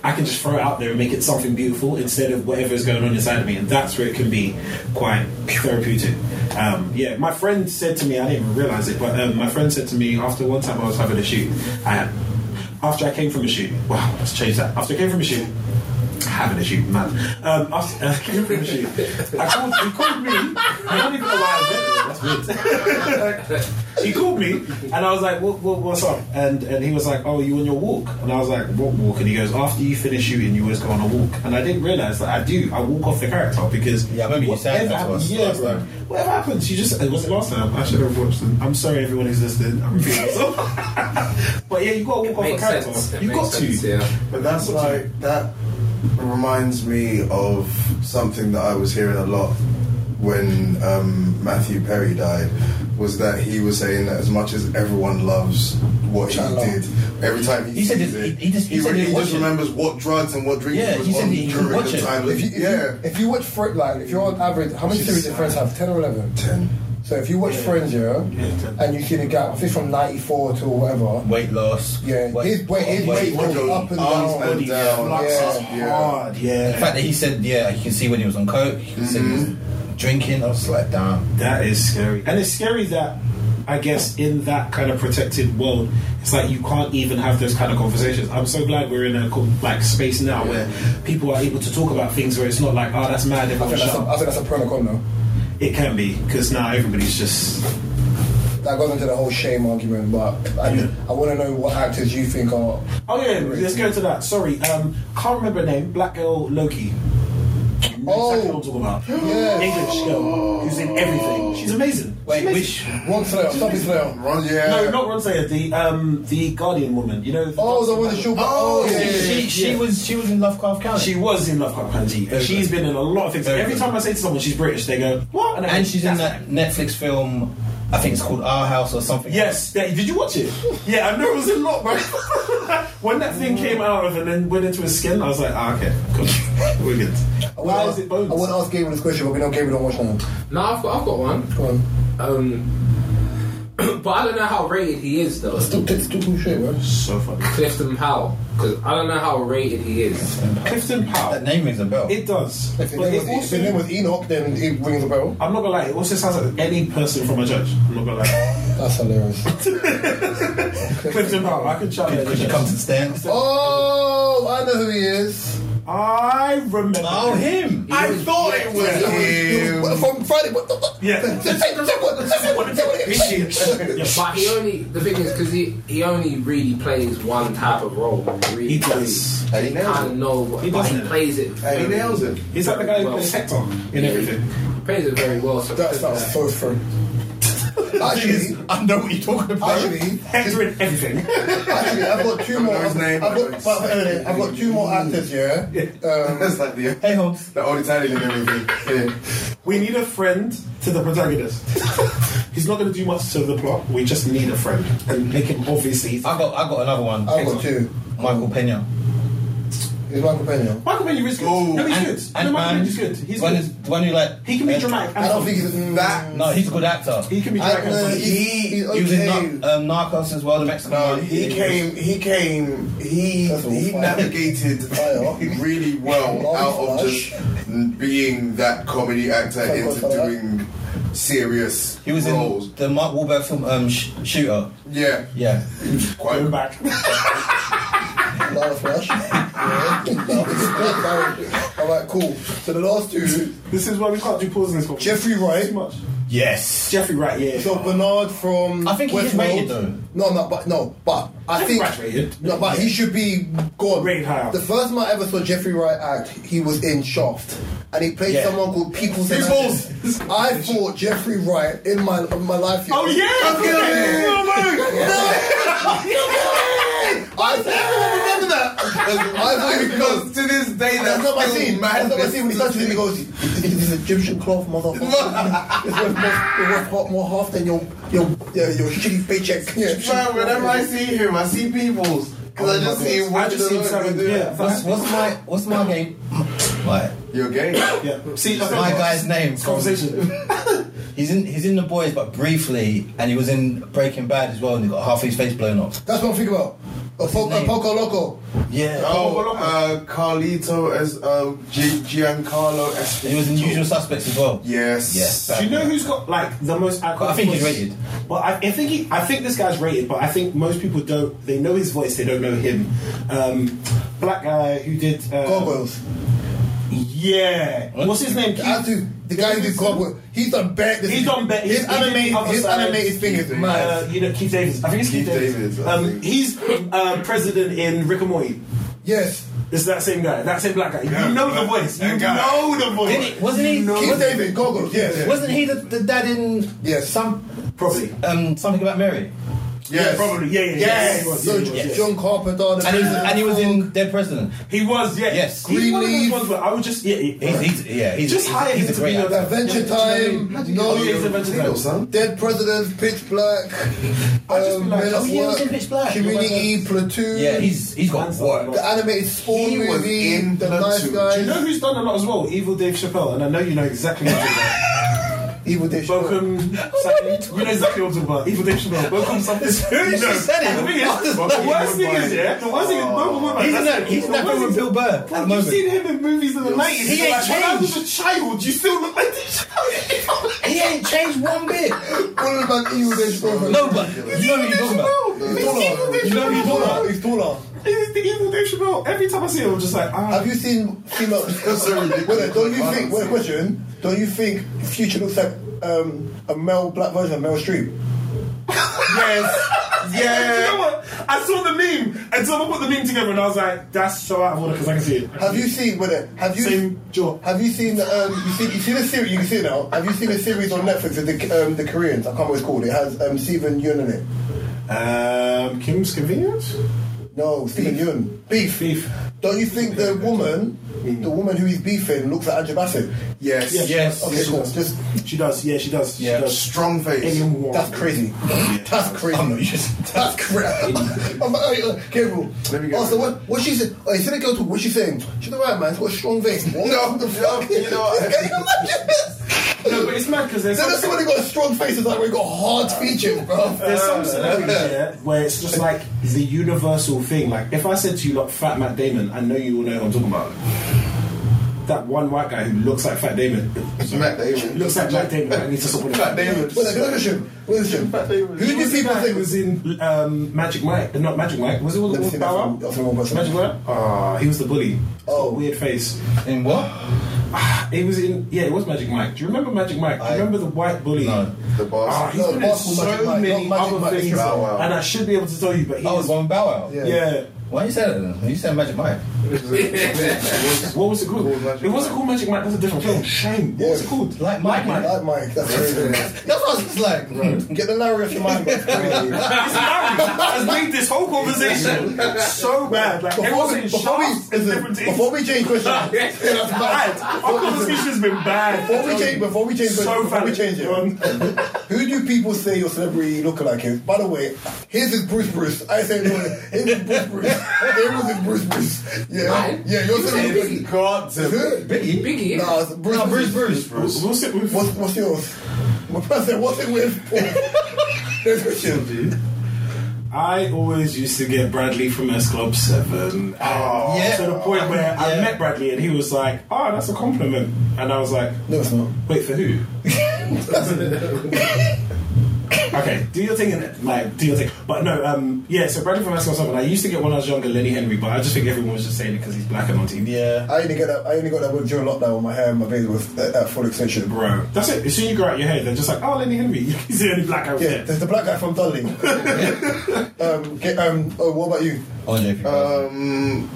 [SPEAKER 3] I can just throw it out there and make it something beautiful instead of whatever is going on inside of me, and that's where it can be quite therapeutic. Um, yeah, my friend said to me, I didn't even realize it, but um, my friend said to me after one time I was having a shoot, I, after I came from a shoot, wow, let's change that. After I came from a shoot, having a shoot, man. Um, after I came from a shoot, I called, he called me. I don't even know why I went there. That's weird he called me and I was like, what, what, what's up? And and he was like, oh, you on your walk? And I was like, what walk? And he goes, after you finish shooting, you always go on a walk. And I didn't realise that I do. I walk off the character because
[SPEAKER 5] Yeah, I remember you saying that to
[SPEAKER 3] whatever
[SPEAKER 5] us
[SPEAKER 3] happens- yeah,
[SPEAKER 5] last
[SPEAKER 3] bro.
[SPEAKER 5] time.
[SPEAKER 3] Whatever happens, you just it was the last time. I should have watched it. I'm sorry, everyone who's listening. I'm repeating myself. but yeah, you got to walk off the
[SPEAKER 1] Makes
[SPEAKER 3] character.
[SPEAKER 1] sense. It
[SPEAKER 3] You
[SPEAKER 1] makes
[SPEAKER 3] got
[SPEAKER 1] sense,
[SPEAKER 3] to.
[SPEAKER 1] yeah.
[SPEAKER 2] But that's like that reminds me of something that I was hearing a lot when um, Matthew Perry died. Was that he was saying that as much as everyone loves what he
[SPEAKER 4] Chandler.
[SPEAKER 2] did, every time he,
[SPEAKER 5] He said
[SPEAKER 2] sees
[SPEAKER 5] that
[SPEAKER 2] it,
[SPEAKER 5] he- he just- he said
[SPEAKER 2] re-
[SPEAKER 5] he watched
[SPEAKER 2] just
[SPEAKER 5] it.
[SPEAKER 2] remembers what drugs and what drinks
[SPEAKER 5] Yeah,
[SPEAKER 2] he was
[SPEAKER 5] he said
[SPEAKER 2] on
[SPEAKER 5] he- he
[SPEAKER 2] during
[SPEAKER 5] watched
[SPEAKER 2] the
[SPEAKER 5] it.
[SPEAKER 2] time.
[SPEAKER 4] If you, if
[SPEAKER 2] yeah,
[SPEAKER 4] You, if you watch Friends, like if you're on average, how many
[SPEAKER 2] She's
[SPEAKER 4] series did Friends have? Ten or eleven?
[SPEAKER 2] ten.
[SPEAKER 4] So if you watch Friends, yeah,
[SPEAKER 3] ten.
[SPEAKER 4] and you see the gap, I think from '94 to whatever.
[SPEAKER 5] Weight loss.
[SPEAKER 4] Yeah, his weight, his weight
[SPEAKER 2] weight
[SPEAKER 4] goes
[SPEAKER 2] goes
[SPEAKER 4] up and
[SPEAKER 2] arms
[SPEAKER 4] down.
[SPEAKER 2] and down.
[SPEAKER 3] Flux
[SPEAKER 4] Yeah,
[SPEAKER 3] is
[SPEAKER 2] yeah.
[SPEAKER 3] hard. Yeah.
[SPEAKER 5] The fact that he said, yeah, you can see when he was on coke, you can see when he
[SPEAKER 2] Mm-hmm.
[SPEAKER 5] was drinking. I was like, damn.
[SPEAKER 3] That is scary. And it's scary that I guess in that kind of protected world, it's like you can't even have those kind of conversations. I'm so glad we're in a co- like space now where people are able to talk about things where it's not like, oh, that's mad.
[SPEAKER 4] I
[SPEAKER 3] Everyone
[SPEAKER 4] think, that's
[SPEAKER 3] shut
[SPEAKER 4] a,
[SPEAKER 3] up.
[SPEAKER 4] I think that's a pro and a con though.
[SPEAKER 3] It can be because now everybody's just
[SPEAKER 4] That goes into the whole shame argument, but I, I want to know what actors you think are.
[SPEAKER 3] Oh yeah, let's go to that. Sorry, um, can't remember her name. Black girl Loki. Exactly
[SPEAKER 4] Oh.
[SPEAKER 3] what I'm talking about.
[SPEAKER 4] Yes.
[SPEAKER 3] English girl who's in everything. She's amazing.
[SPEAKER 5] Wait,
[SPEAKER 3] She's amazing.
[SPEAKER 5] which.
[SPEAKER 4] Ron Slayer, stop his Slayer.
[SPEAKER 2] Run, yeah.
[SPEAKER 3] No, not Ron Sayer. The um, the Guardian woman. You know. the
[SPEAKER 4] Oh, the
[SPEAKER 3] dancing
[SPEAKER 4] one that
[SPEAKER 3] girl.
[SPEAKER 4] shoot. Oh, yeah, yeah, yeah.
[SPEAKER 5] She, she was she was in Lovecraft County.
[SPEAKER 3] She was in Lovecraft Country. and She's been in a lot of things.
[SPEAKER 5] Very
[SPEAKER 3] Every
[SPEAKER 5] good.
[SPEAKER 3] time I say to someone she's British, they go, "What?" I go,
[SPEAKER 5] and she's in
[SPEAKER 3] "That's-
[SPEAKER 5] that Netflix film. I think it's called Our House or something.
[SPEAKER 3] Yes, yeah, did you watch it? Yeah, I know it was a lot, bro. when that thing came out of and then went into his skin, I was like, ah, okay, cool. We're good.
[SPEAKER 4] I
[SPEAKER 3] Why
[SPEAKER 4] want
[SPEAKER 3] is it
[SPEAKER 4] to
[SPEAKER 3] bones?
[SPEAKER 4] ask Gabriel this question, but we know Gabriel don't watch none.
[SPEAKER 1] No, I've got, I've got one.
[SPEAKER 4] Go on.
[SPEAKER 1] Um, but I don't know how rated he is though.
[SPEAKER 4] Still, still cool shit, bro.
[SPEAKER 3] so funny.
[SPEAKER 1] Clifton Powell, because I don't know how rated he is.
[SPEAKER 3] Clifton
[SPEAKER 5] That
[SPEAKER 3] Powell.
[SPEAKER 5] name rings a bell.
[SPEAKER 3] It does.
[SPEAKER 4] If his
[SPEAKER 3] But it
[SPEAKER 4] name was, E- if his
[SPEAKER 3] also,
[SPEAKER 4] name was Enoch, then it rings a bell.
[SPEAKER 3] I'm not gonna lie, it also sounds like any person from a judge. I'm not gonna lie.
[SPEAKER 4] That's hilarious.
[SPEAKER 3] Clifton Powell, I could shout
[SPEAKER 5] could, could you come to the stand?
[SPEAKER 4] Oh, I know who he is.
[SPEAKER 3] I remember.
[SPEAKER 5] Oh, him!
[SPEAKER 2] I thought it was him.
[SPEAKER 4] From Friday. What the fuck?
[SPEAKER 3] Yeah.
[SPEAKER 4] Say- say what- say what- say what-
[SPEAKER 1] But he only the thing is because he, he only really plays one type of role. Really
[SPEAKER 3] He does.
[SPEAKER 2] And he
[SPEAKER 1] Kind
[SPEAKER 2] nails
[SPEAKER 1] of
[SPEAKER 2] it.
[SPEAKER 1] know, what-
[SPEAKER 3] He
[SPEAKER 1] but
[SPEAKER 3] does
[SPEAKER 1] he
[SPEAKER 3] it.
[SPEAKER 1] plays it.
[SPEAKER 2] And he
[SPEAKER 1] very-
[SPEAKER 2] nails it.
[SPEAKER 3] He's like the guy who
[SPEAKER 1] Well,
[SPEAKER 3] plays Hector in everything.
[SPEAKER 1] He plays it very well. So
[SPEAKER 4] That sounds so fun. Actually,
[SPEAKER 5] I know what you're talking about.
[SPEAKER 4] actually,
[SPEAKER 3] Hector in everything.
[SPEAKER 4] actually, I've got two more.
[SPEAKER 2] know his
[SPEAKER 4] I've
[SPEAKER 2] name,
[SPEAKER 4] got,
[SPEAKER 2] but
[SPEAKER 4] I've got,
[SPEAKER 5] uh,
[SPEAKER 4] I've got two more actors. Yeah. Um,
[SPEAKER 2] That's like the
[SPEAKER 5] Hey, Holmes.
[SPEAKER 2] the old Italian and everything. Yeah.
[SPEAKER 3] We need a friend to the protagonist. He's not going to do much to the plot. We just need a friend and make him obviously.
[SPEAKER 5] I got, I got another one.
[SPEAKER 4] I've got two.
[SPEAKER 5] Michael Pena.
[SPEAKER 4] Is Michael Pena?
[SPEAKER 3] Michael Pena is good.
[SPEAKER 2] Oh,
[SPEAKER 3] no, he's
[SPEAKER 5] And-
[SPEAKER 3] good.
[SPEAKER 5] and
[SPEAKER 3] no, Michael
[SPEAKER 5] Man.
[SPEAKER 3] Pena is good. He's
[SPEAKER 5] one
[SPEAKER 3] good.
[SPEAKER 5] Is, the one who, like.
[SPEAKER 3] he can be
[SPEAKER 5] uh,
[SPEAKER 3] dramatic.
[SPEAKER 4] I don't think he's
[SPEAKER 2] That-
[SPEAKER 5] No, he's a good actor.
[SPEAKER 3] he can be
[SPEAKER 4] I-
[SPEAKER 3] dramatic. and
[SPEAKER 4] no,
[SPEAKER 3] funny.
[SPEAKER 4] he-
[SPEAKER 2] He
[SPEAKER 5] He was in
[SPEAKER 2] okay.
[SPEAKER 5] Na- um, Narcos as well, the Mexican
[SPEAKER 2] No,
[SPEAKER 5] one.
[SPEAKER 2] Um, he came. He came. He
[SPEAKER 4] That's all
[SPEAKER 2] he
[SPEAKER 4] fire.
[SPEAKER 2] navigated
[SPEAKER 4] Fire.
[SPEAKER 2] really well
[SPEAKER 4] Long
[SPEAKER 2] out of
[SPEAKER 4] flash.
[SPEAKER 2] just being that comedy actor
[SPEAKER 4] Fire,
[SPEAKER 2] into
[SPEAKER 4] fire.
[SPEAKER 2] doing serious
[SPEAKER 5] He was
[SPEAKER 2] roles.
[SPEAKER 5] in the Mark Wahlberg film um, sh- Shooter.
[SPEAKER 2] yeah,
[SPEAKER 5] Yeah.
[SPEAKER 3] Going
[SPEAKER 2] quite.
[SPEAKER 3] back.
[SPEAKER 4] Lara Flash. Yeah. All right, cool. So the last two,
[SPEAKER 3] This is why we can't do pause in this one.
[SPEAKER 4] Jeffrey Wright.
[SPEAKER 3] Too much.
[SPEAKER 5] Yes.
[SPEAKER 3] Jeffrey Wright, yeah.
[SPEAKER 4] So Bernard from
[SPEAKER 5] I think he is
[SPEAKER 4] Westworld.
[SPEAKER 5] rated, though.
[SPEAKER 4] No, no, but no, but I
[SPEAKER 3] Jeffrey
[SPEAKER 4] think
[SPEAKER 3] Wright's rated.
[SPEAKER 4] No, but he should be gone.
[SPEAKER 3] Rated higher.
[SPEAKER 4] The first time I ever saw Jeffrey Wright act, he was in Shaft, and he played
[SPEAKER 5] Yeah.
[SPEAKER 4] someone called People's.
[SPEAKER 3] Peoples!
[SPEAKER 4] Imagine. I thought Jeffrey Wright in my in my life. you
[SPEAKER 3] Oh
[SPEAKER 4] know,
[SPEAKER 3] yeah! Oh,
[SPEAKER 4] fucking amazing. I everyone remember that. I thought because.
[SPEAKER 2] Because to this day,
[SPEAKER 4] That's not my scene. That's not my
[SPEAKER 2] madness.
[SPEAKER 4] scene. When he touches him, he goes, "This Egyptian cloth, motherfucker. it's worth more, it's worth more, more half than your your your, your shitty paycheck."
[SPEAKER 2] Man, whenever I see him, I see people's.
[SPEAKER 4] Oh
[SPEAKER 2] Because I just see him.
[SPEAKER 3] I just seen seven. Yeah,
[SPEAKER 5] What's,
[SPEAKER 3] that's-
[SPEAKER 5] what's my what's my game? My,
[SPEAKER 2] You're gay.
[SPEAKER 3] yeah. See, that's
[SPEAKER 5] my guy's name.
[SPEAKER 3] It's
[SPEAKER 5] from-
[SPEAKER 3] conversation.
[SPEAKER 5] He's in he's in the boys, but briefly, and he was in Breaking Bad as well, and he got half his face blown off.
[SPEAKER 4] That's what I'm thinking about. A, po- a
[SPEAKER 5] name?
[SPEAKER 4] poco loco.
[SPEAKER 5] Yeah.
[SPEAKER 2] Oh, uh, Carlito as uh, G- Giancarlo
[SPEAKER 5] He was in
[SPEAKER 2] Esposito.
[SPEAKER 5] Usual Suspects as well.
[SPEAKER 2] Yes.
[SPEAKER 5] Yes.
[SPEAKER 3] Do you know who's got like the most? Iconic
[SPEAKER 5] I think he's
[SPEAKER 3] voice?
[SPEAKER 5] rated.
[SPEAKER 3] Well, I, I think he, I think this guy's rated, but I think most people don't. They know his voice, they don't know him. Um, black guy who did uh,
[SPEAKER 4] Gargoyles.
[SPEAKER 3] Yeah,
[SPEAKER 5] What?
[SPEAKER 3] what's his name?
[SPEAKER 4] I do. The guy who did Gargoyles. He's done bad. This
[SPEAKER 3] He's done better.
[SPEAKER 4] His animated, his animated thing is mad.
[SPEAKER 3] Uh, you know, Keith Davis. I think it's Keith,
[SPEAKER 2] Keith
[SPEAKER 3] Davis.
[SPEAKER 2] Davis, I
[SPEAKER 3] um,
[SPEAKER 2] think.
[SPEAKER 3] he's uh, president in Rick and Morty.
[SPEAKER 4] yes.
[SPEAKER 3] It's that same guy. That same black guy.
[SPEAKER 2] Yeah,
[SPEAKER 3] you know the
[SPEAKER 2] that-
[SPEAKER 3] voice.
[SPEAKER 2] that
[SPEAKER 3] You
[SPEAKER 2] guy.
[SPEAKER 3] know the
[SPEAKER 5] Didn't
[SPEAKER 3] voice.
[SPEAKER 5] he, wasn't he?
[SPEAKER 4] Keith David, Gargoyles. Yes.
[SPEAKER 5] Wasn't he the, the dad in
[SPEAKER 4] Yes.
[SPEAKER 5] some
[SPEAKER 3] Probably.
[SPEAKER 5] um something about Mary?
[SPEAKER 2] Yes.
[SPEAKER 3] Probably. Yeah. Yeah. yeah.
[SPEAKER 2] Yes.
[SPEAKER 3] He was.
[SPEAKER 4] So
[SPEAKER 3] Yeah, he was, yeah.
[SPEAKER 4] John Carpenter. the
[SPEAKER 5] And he was,
[SPEAKER 4] Prison
[SPEAKER 5] and he was
[SPEAKER 4] Frog.
[SPEAKER 5] in Dead President.
[SPEAKER 3] He was, yeah.
[SPEAKER 5] Yes.
[SPEAKER 3] He's one of those
[SPEAKER 4] Greenleaf.
[SPEAKER 3] ones where I would just, yeah,
[SPEAKER 5] He's,
[SPEAKER 3] yeah.
[SPEAKER 5] he's yeah. He's
[SPEAKER 3] Just
[SPEAKER 5] he's,
[SPEAKER 3] hire
[SPEAKER 5] he's
[SPEAKER 3] him
[SPEAKER 5] a
[SPEAKER 3] to
[SPEAKER 5] great
[SPEAKER 3] be your
[SPEAKER 5] actor.
[SPEAKER 4] Adventure Time. No.
[SPEAKER 3] Oh, yeah, he's Adventure Time.
[SPEAKER 2] son.
[SPEAKER 4] Dead President, Pitch Black,
[SPEAKER 3] I'd just be
[SPEAKER 4] um,
[SPEAKER 3] like,
[SPEAKER 4] Men at
[SPEAKER 5] oh, yeah, he was
[SPEAKER 4] Work,
[SPEAKER 5] in Pitch Black. You're
[SPEAKER 4] Community,
[SPEAKER 5] right.
[SPEAKER 4] Platoon,
[SPEAKER 5] Yeah, he's he's got
[SPEAKER 3] Man's
[SPEAKER 5] work.
[SPEAKER 4] the animated Spawn
[SPEAKER 2] He was
[SPEAKER 4] movie,
[SPEAKER 2] in
[SPEAKER 4] The Nice
[SPEAKER 2] Platoon.
[SPEAKER 3] You
[SPEAKER 4] Guys,
[SPEAKER 3] know who's done a lot as well? Evil Dave Chappelle, and I know you know exactly what I'm talking
[SPEAKER 4] Evil Dish.
[SPEAKER 3] about. Welcome, Saturday. You know exactly what I'm talking about. Evil Dave Chappelle. Welcome, something.
[SPEAKER 5] Who
[SPEAKER 3] No.
[SPEAKER 5] just said
[SPEAKER 3] The
[SPEAKER 5] it?
[SPEAKER 3] thing is, the worst thing is, yeah, the worst thing is, no, no, no,
[SPEAKER 5] Oh. He's in
[SPEAKER 3] that's
[SPEAKER 5] that.
[SPEAKER 3] it.
[SPEAKER 5] He's in
[SPEAKER 3] The
[SPEAKER 5] that
[SPEAKER 3] worst
[SPEAKER 5] film with
[SPEAKER 3] thing
[SPEAKER 5] Bill Burr at the
[SPEAKER 3] You've seen
[SPEAKER 5] moment.
[SPEAKER 3] him in movies in the nineties.
[SPEAKER 5] He ain't
[SPEAKER 3] like, When I was a
[SPEAKER 5] changed.
[SPEAKER 3] child, you still look like this child.
[SPEAKER 5] He ain't changed one bit.
[SPEAKER 4] All about Evil Dish. Brother.
[SPEAKER 5] No, but you know what you're talking about.
[SPEAKER 4] he's
[SPEAKER 3] Evil
[SPEAKER 4] taller.
[SPEAKER 3] Dave
[SPEAKER 4] You know he's
[SPEAKER 3] Chappelle.
[SPEAKER 4] taller. He's taller.
[SPEAKER 3] He's the Evil Dave Chappelle. Every time I see him, I'm just like, ah.
[SPEAKER 4] Have you seen female?
[SPEAKER 2] so ridiculous.
[SPEAKER 4] Wait, don't you
[SPEAKER 2] I
[SPEAKER 4] think?
[SPEAKER 2] haven't
[SPEAKER 4] Wait,
[SPEAKER 2] seen
[SPEAKER 4] question. Don't you think Future looks like um, a male black version of Meryl Streep?
[SPEAKER 2] Yes.
[SPEAKER 3] You know
[SPEAKER 2] Yeah.
[SPEAKER 3] what? I saw the meme, and someone put the meme together, and I was like, that's so out of order because I can see it.
[SPEAKER 4] Have you seen? Wait, have you?
[SPEAKER 3] Same jaw.
[SPEAKER 4] Have you seen the um, you see you see the series you can see it now? Have you seen the series on Netflix of the um, the Koreans? I can't remember what it's called. It has um, Steven Yeun in it.
[SPEAKER 3] Um, Kim's convenience?
[SPEAKER 4] No, Steven Yeun. Beef.
[SPEAKER 3] Beef.
[SPEAKER 4] Don't you think the woman, the woman who he's beefing, looks like Angela Bassett?
[SPEAKER 2] Yes.
[SPEAKER 3] Yeah.
[SPEAKER 5] Yes.
[SPEAKER 4] Okay, cool. Just
[SPEAKER 3] She does, yeah, she does.
[SPEAKER 5] Yeah.
[SPEAKER 3] She does.
[SPEAKER 2] Strong face.
[SPEAKER 3] Alien War.
[SPEAKER 4] that's crazy. That's crazy.
[SPEAKER 5] I'm not just.
[SPEAKER 4] That's crap. I'm like, uh, Gabriel.
[SPEAKER 2] Let me get
[SPEAKER 4] also,
[SPEAKER 2] it.
[SPEAKER 4] what, what she said? Oh, you see the girl talk, What she saying? She's all right, man. She's got a strong veins. What
[SPEAKER 2] No,
[SPEAKER 4] the
[SPEAKER 2] no,
[SPEAKER 4] fuck?
[SPEAKER 2] you know what?
[SPEAKER 4] Can you imagine this?
[SPEAKER 3] No, but it's mad because there's, some-
[SPEAKER 4] Then there's somebody got a strong face. It's like we got hard features, bro.
[SPEAKER 3] there's some celebrities Uh, yeah, where it's just like the universal thing. Like, if I said to you, like, Fat Matt Damon, I know you all know who I'm talking about. That one white guy who looks like Fat Damon.
[SPEAKER 2] Matt Damon.
[SPEAKER 3] looks like Matt Damon. I need to stop with that.
[SPEAKER 2] Matt Damon.
[SPEAKER 4] Wait, look at him. Look at him. Who
[SPEAKER 3] Who
[SPEAKER 4] do
[SPEAKER 3] did
[SPEAKER 4] people think
[SPEAKER 3] was
[SPEAKER 4] was?
[SPEAKER 3] in um, Magic Mike? Not Magic Mike. Was it all
[SPEAKER 4] Never
[SPEAKER 3] the
[SPEAKER 4] seen
[SPEAKER 3] Bow
[SPEAKER 4] that
[SPEAKER 3] Wow?
[SPEAKER 4] from- that's from one person.
[SPEAKER 3] Magic Mike. Ah, he was the bully. He's got
[SPEAKER 4] Oh.
[SPEAKER 3] a weird face.
[SPEAKER 5] In what?
[SPEAKER 3] He was in. Yeah, it was Magic Mike. Do you remember Magic Mike? Do you
[SPEAKER 5] I-
[SPEAKER 3] remember the white bully?
[SPEAKER 5] No.
[SPEAKER 2] The
[SPEAKER 3] Ah,
[SPEAKER 2] boss.
[SPEAKER 3] he's
[SPEAKER 4] No,
[SPEAKER 3] been in
[SPEAKER 4] Marshall
[SPEAKER 3] so
[SPEAKER 4] Magic Mike,
[SPEAKER 3] many
[SPEAKER 4] not Magic
[SPEAKER 3] other
[SPEAKER 4] Mike, it's
[SPEAKER 3] things,
[SPEAKER 2] Bow Wow.
[SPEAKER 3] and I should be able to tell you, but he
[SPEAKER 5] I was
[SPEAKER 3] is,
[SPEAKER 5] one Bow Wow.
[SPEAKER 4] Yeah.
[SPEAKER 3] yeah.
[SPEAKER 5] Why you said it then? You said Magic Mike.
[SPEAKER 3] What was it called?
[SPEAKER 2] Called Magic
[SPEAKER 3] it wasn't
[SPEAKER 2] Mike.
[SPEAKER 3] called Magic Mike. That's a different film. Shame. What was it called?
[SPEAKER 5] Like Mike.
[SPEAKER 4] I like Mike. That's crazy.
[SPEAKER 5] That's what I was just like. Bro.
[SPEAKER 4] Get the Larry off your mind. That's crazy.
[SPEAKER 3] Has made this whole conversation so bad. Like
[SPEAKER 4] Before
[SPEAKER 3] everyone's
[SPEAKER 4] we,
[SPEAKER 3] in
[SPEAKER 4] before we,
[SPEAKER 3] shock.
[SPEAKER 4] listen, before we change question, that's
[SPEAKER 3] bad.
[SPEAKER 4] bad.
[SPEAKER 3] Our conversation's been bad.
[SPEAKER 4] Before we change, before we change,
[SPEAKER 3] so
[SPEAKER 4] before we
[SPEAKER 3] valid.
[SPEAKER 4] change
[SPEAKER 3] Go
[SPEAKER 4] it,
[SPEAKER 3] on.
[SPEAKER 4] who do people say your celebrity lookalike is? By the way, his is Bruce Bruce. I say no, his is Bruce Bruce. His is Bruce Bruce. Yeah,
[SPEAKER 1] Mine?
[SPEAKER 4] yeah, your
[SPEAKER 1] You
[SPEAKER 4] celebrity.
[SPEAKER 2] Got to.
[SPEAKER 4] Who?
[SPEAKER 5] Biggie.
[SPEAKER 1] Biggie, yeah.
[SPEAKER 4] Nah, it's Bruce,
[SPEAKER 5] No,
[SPEAKER 4] Bruce.
[SPEAKER 5] Bruce, Bruce, Bruce.
[SPEAKER 3] We'll sit with.
[SPEAKER 4] What's, what's yours? My friend said, what's it with? Next question.
[SPEAKER 3] I always used to get Bradley from S Club 7. Oh,
[SPEAKER 5] Yeah.
[SPEAKER 3] To the point where I
[SPEAKER 5] Yeah.
[SPEAKER 3] met Bradley and he was like, oh, that's a compliment. And I was like,
[SPEAKER 4] No, it's not.
[SPEAKER 3] wait, for who? Okay, do your thing and like do your thing. But no, um, yeah. So Bradley from Mask something. I used to get when I was younger, Lenny Henry, but I just think everyone was just saying it because he's black and on TV.
[SPEAKER 5] Yeah.
[SPEAKER 4] I only get that. I only got that one during lockdown when my hair and my beard was at, at full extension.
[SPEAKER 3] Bro, that's it. As soon as you grow out your hair, they're just like, oh, Lenny Henry, he's the only black out
[SPEAKER 4] Yeah,
[SPEAKER 3] there.
[SPEAKER 4] there's the black guy from Dudley. um, get, um, oh, what about you?
[SPEAKER 5] RJ.
[SPEAKER 2] Um,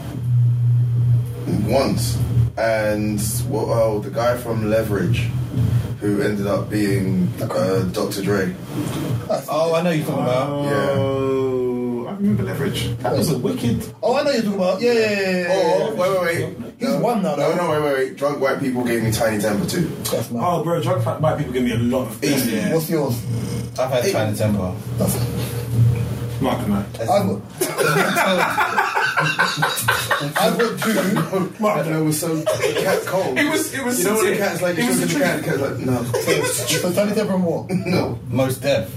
[SPEAKER 2] once, and well, oh, the guy from Leverage, who ended up being uh, Dr. Dre.
[SPEAKER 5] oh, I know you're talking about.
[SPEAKER 3] Oh, I remember Leverage. That was a wicked.
[SPEAKER 4] Oh, I know you're talking about. Yeah, yeah, yeah, yeah, yeah.
[SPEAKER 2] Oh, wait, wait, wait.
[SPEAKER 4] He's one now, though.
[SPEAKER 2] No, no, wait, wait, wait. Drunk white people gave me tiny temper too.
[SPEAKER 4] That's mine.
[SPEAKER 3] Oh, bro, drunk fat white people give me a lot of things. Yeah.
[SPEAKER 4] What's yours?
[SPEAKER 5] I've had China temper.
[SPEAKER 4] That's,
[SPEAKER 3] Mark and I.
[SPEAKER 4] I've got. I've got two.
[SPEAKER 3] Mark.
[SPEAKER 2] And I was so cat cold.
[SPEAKER 3] It was- it was
[SPEAKER 2] Uh, You know when the
[SPEAKER 3] sincere.
[SPEAKER 2] cat's like,
[SPEAKER 3] It
[SPEAKER 2] you
[SPEAKER 3] was
[SPEAKER 2] should give the cat, the cat's like, no,
[SPEAKER 4] So Tiny Temper and what?
[SPEAKER 2] no.
[SPEAKER 5] Most deaf.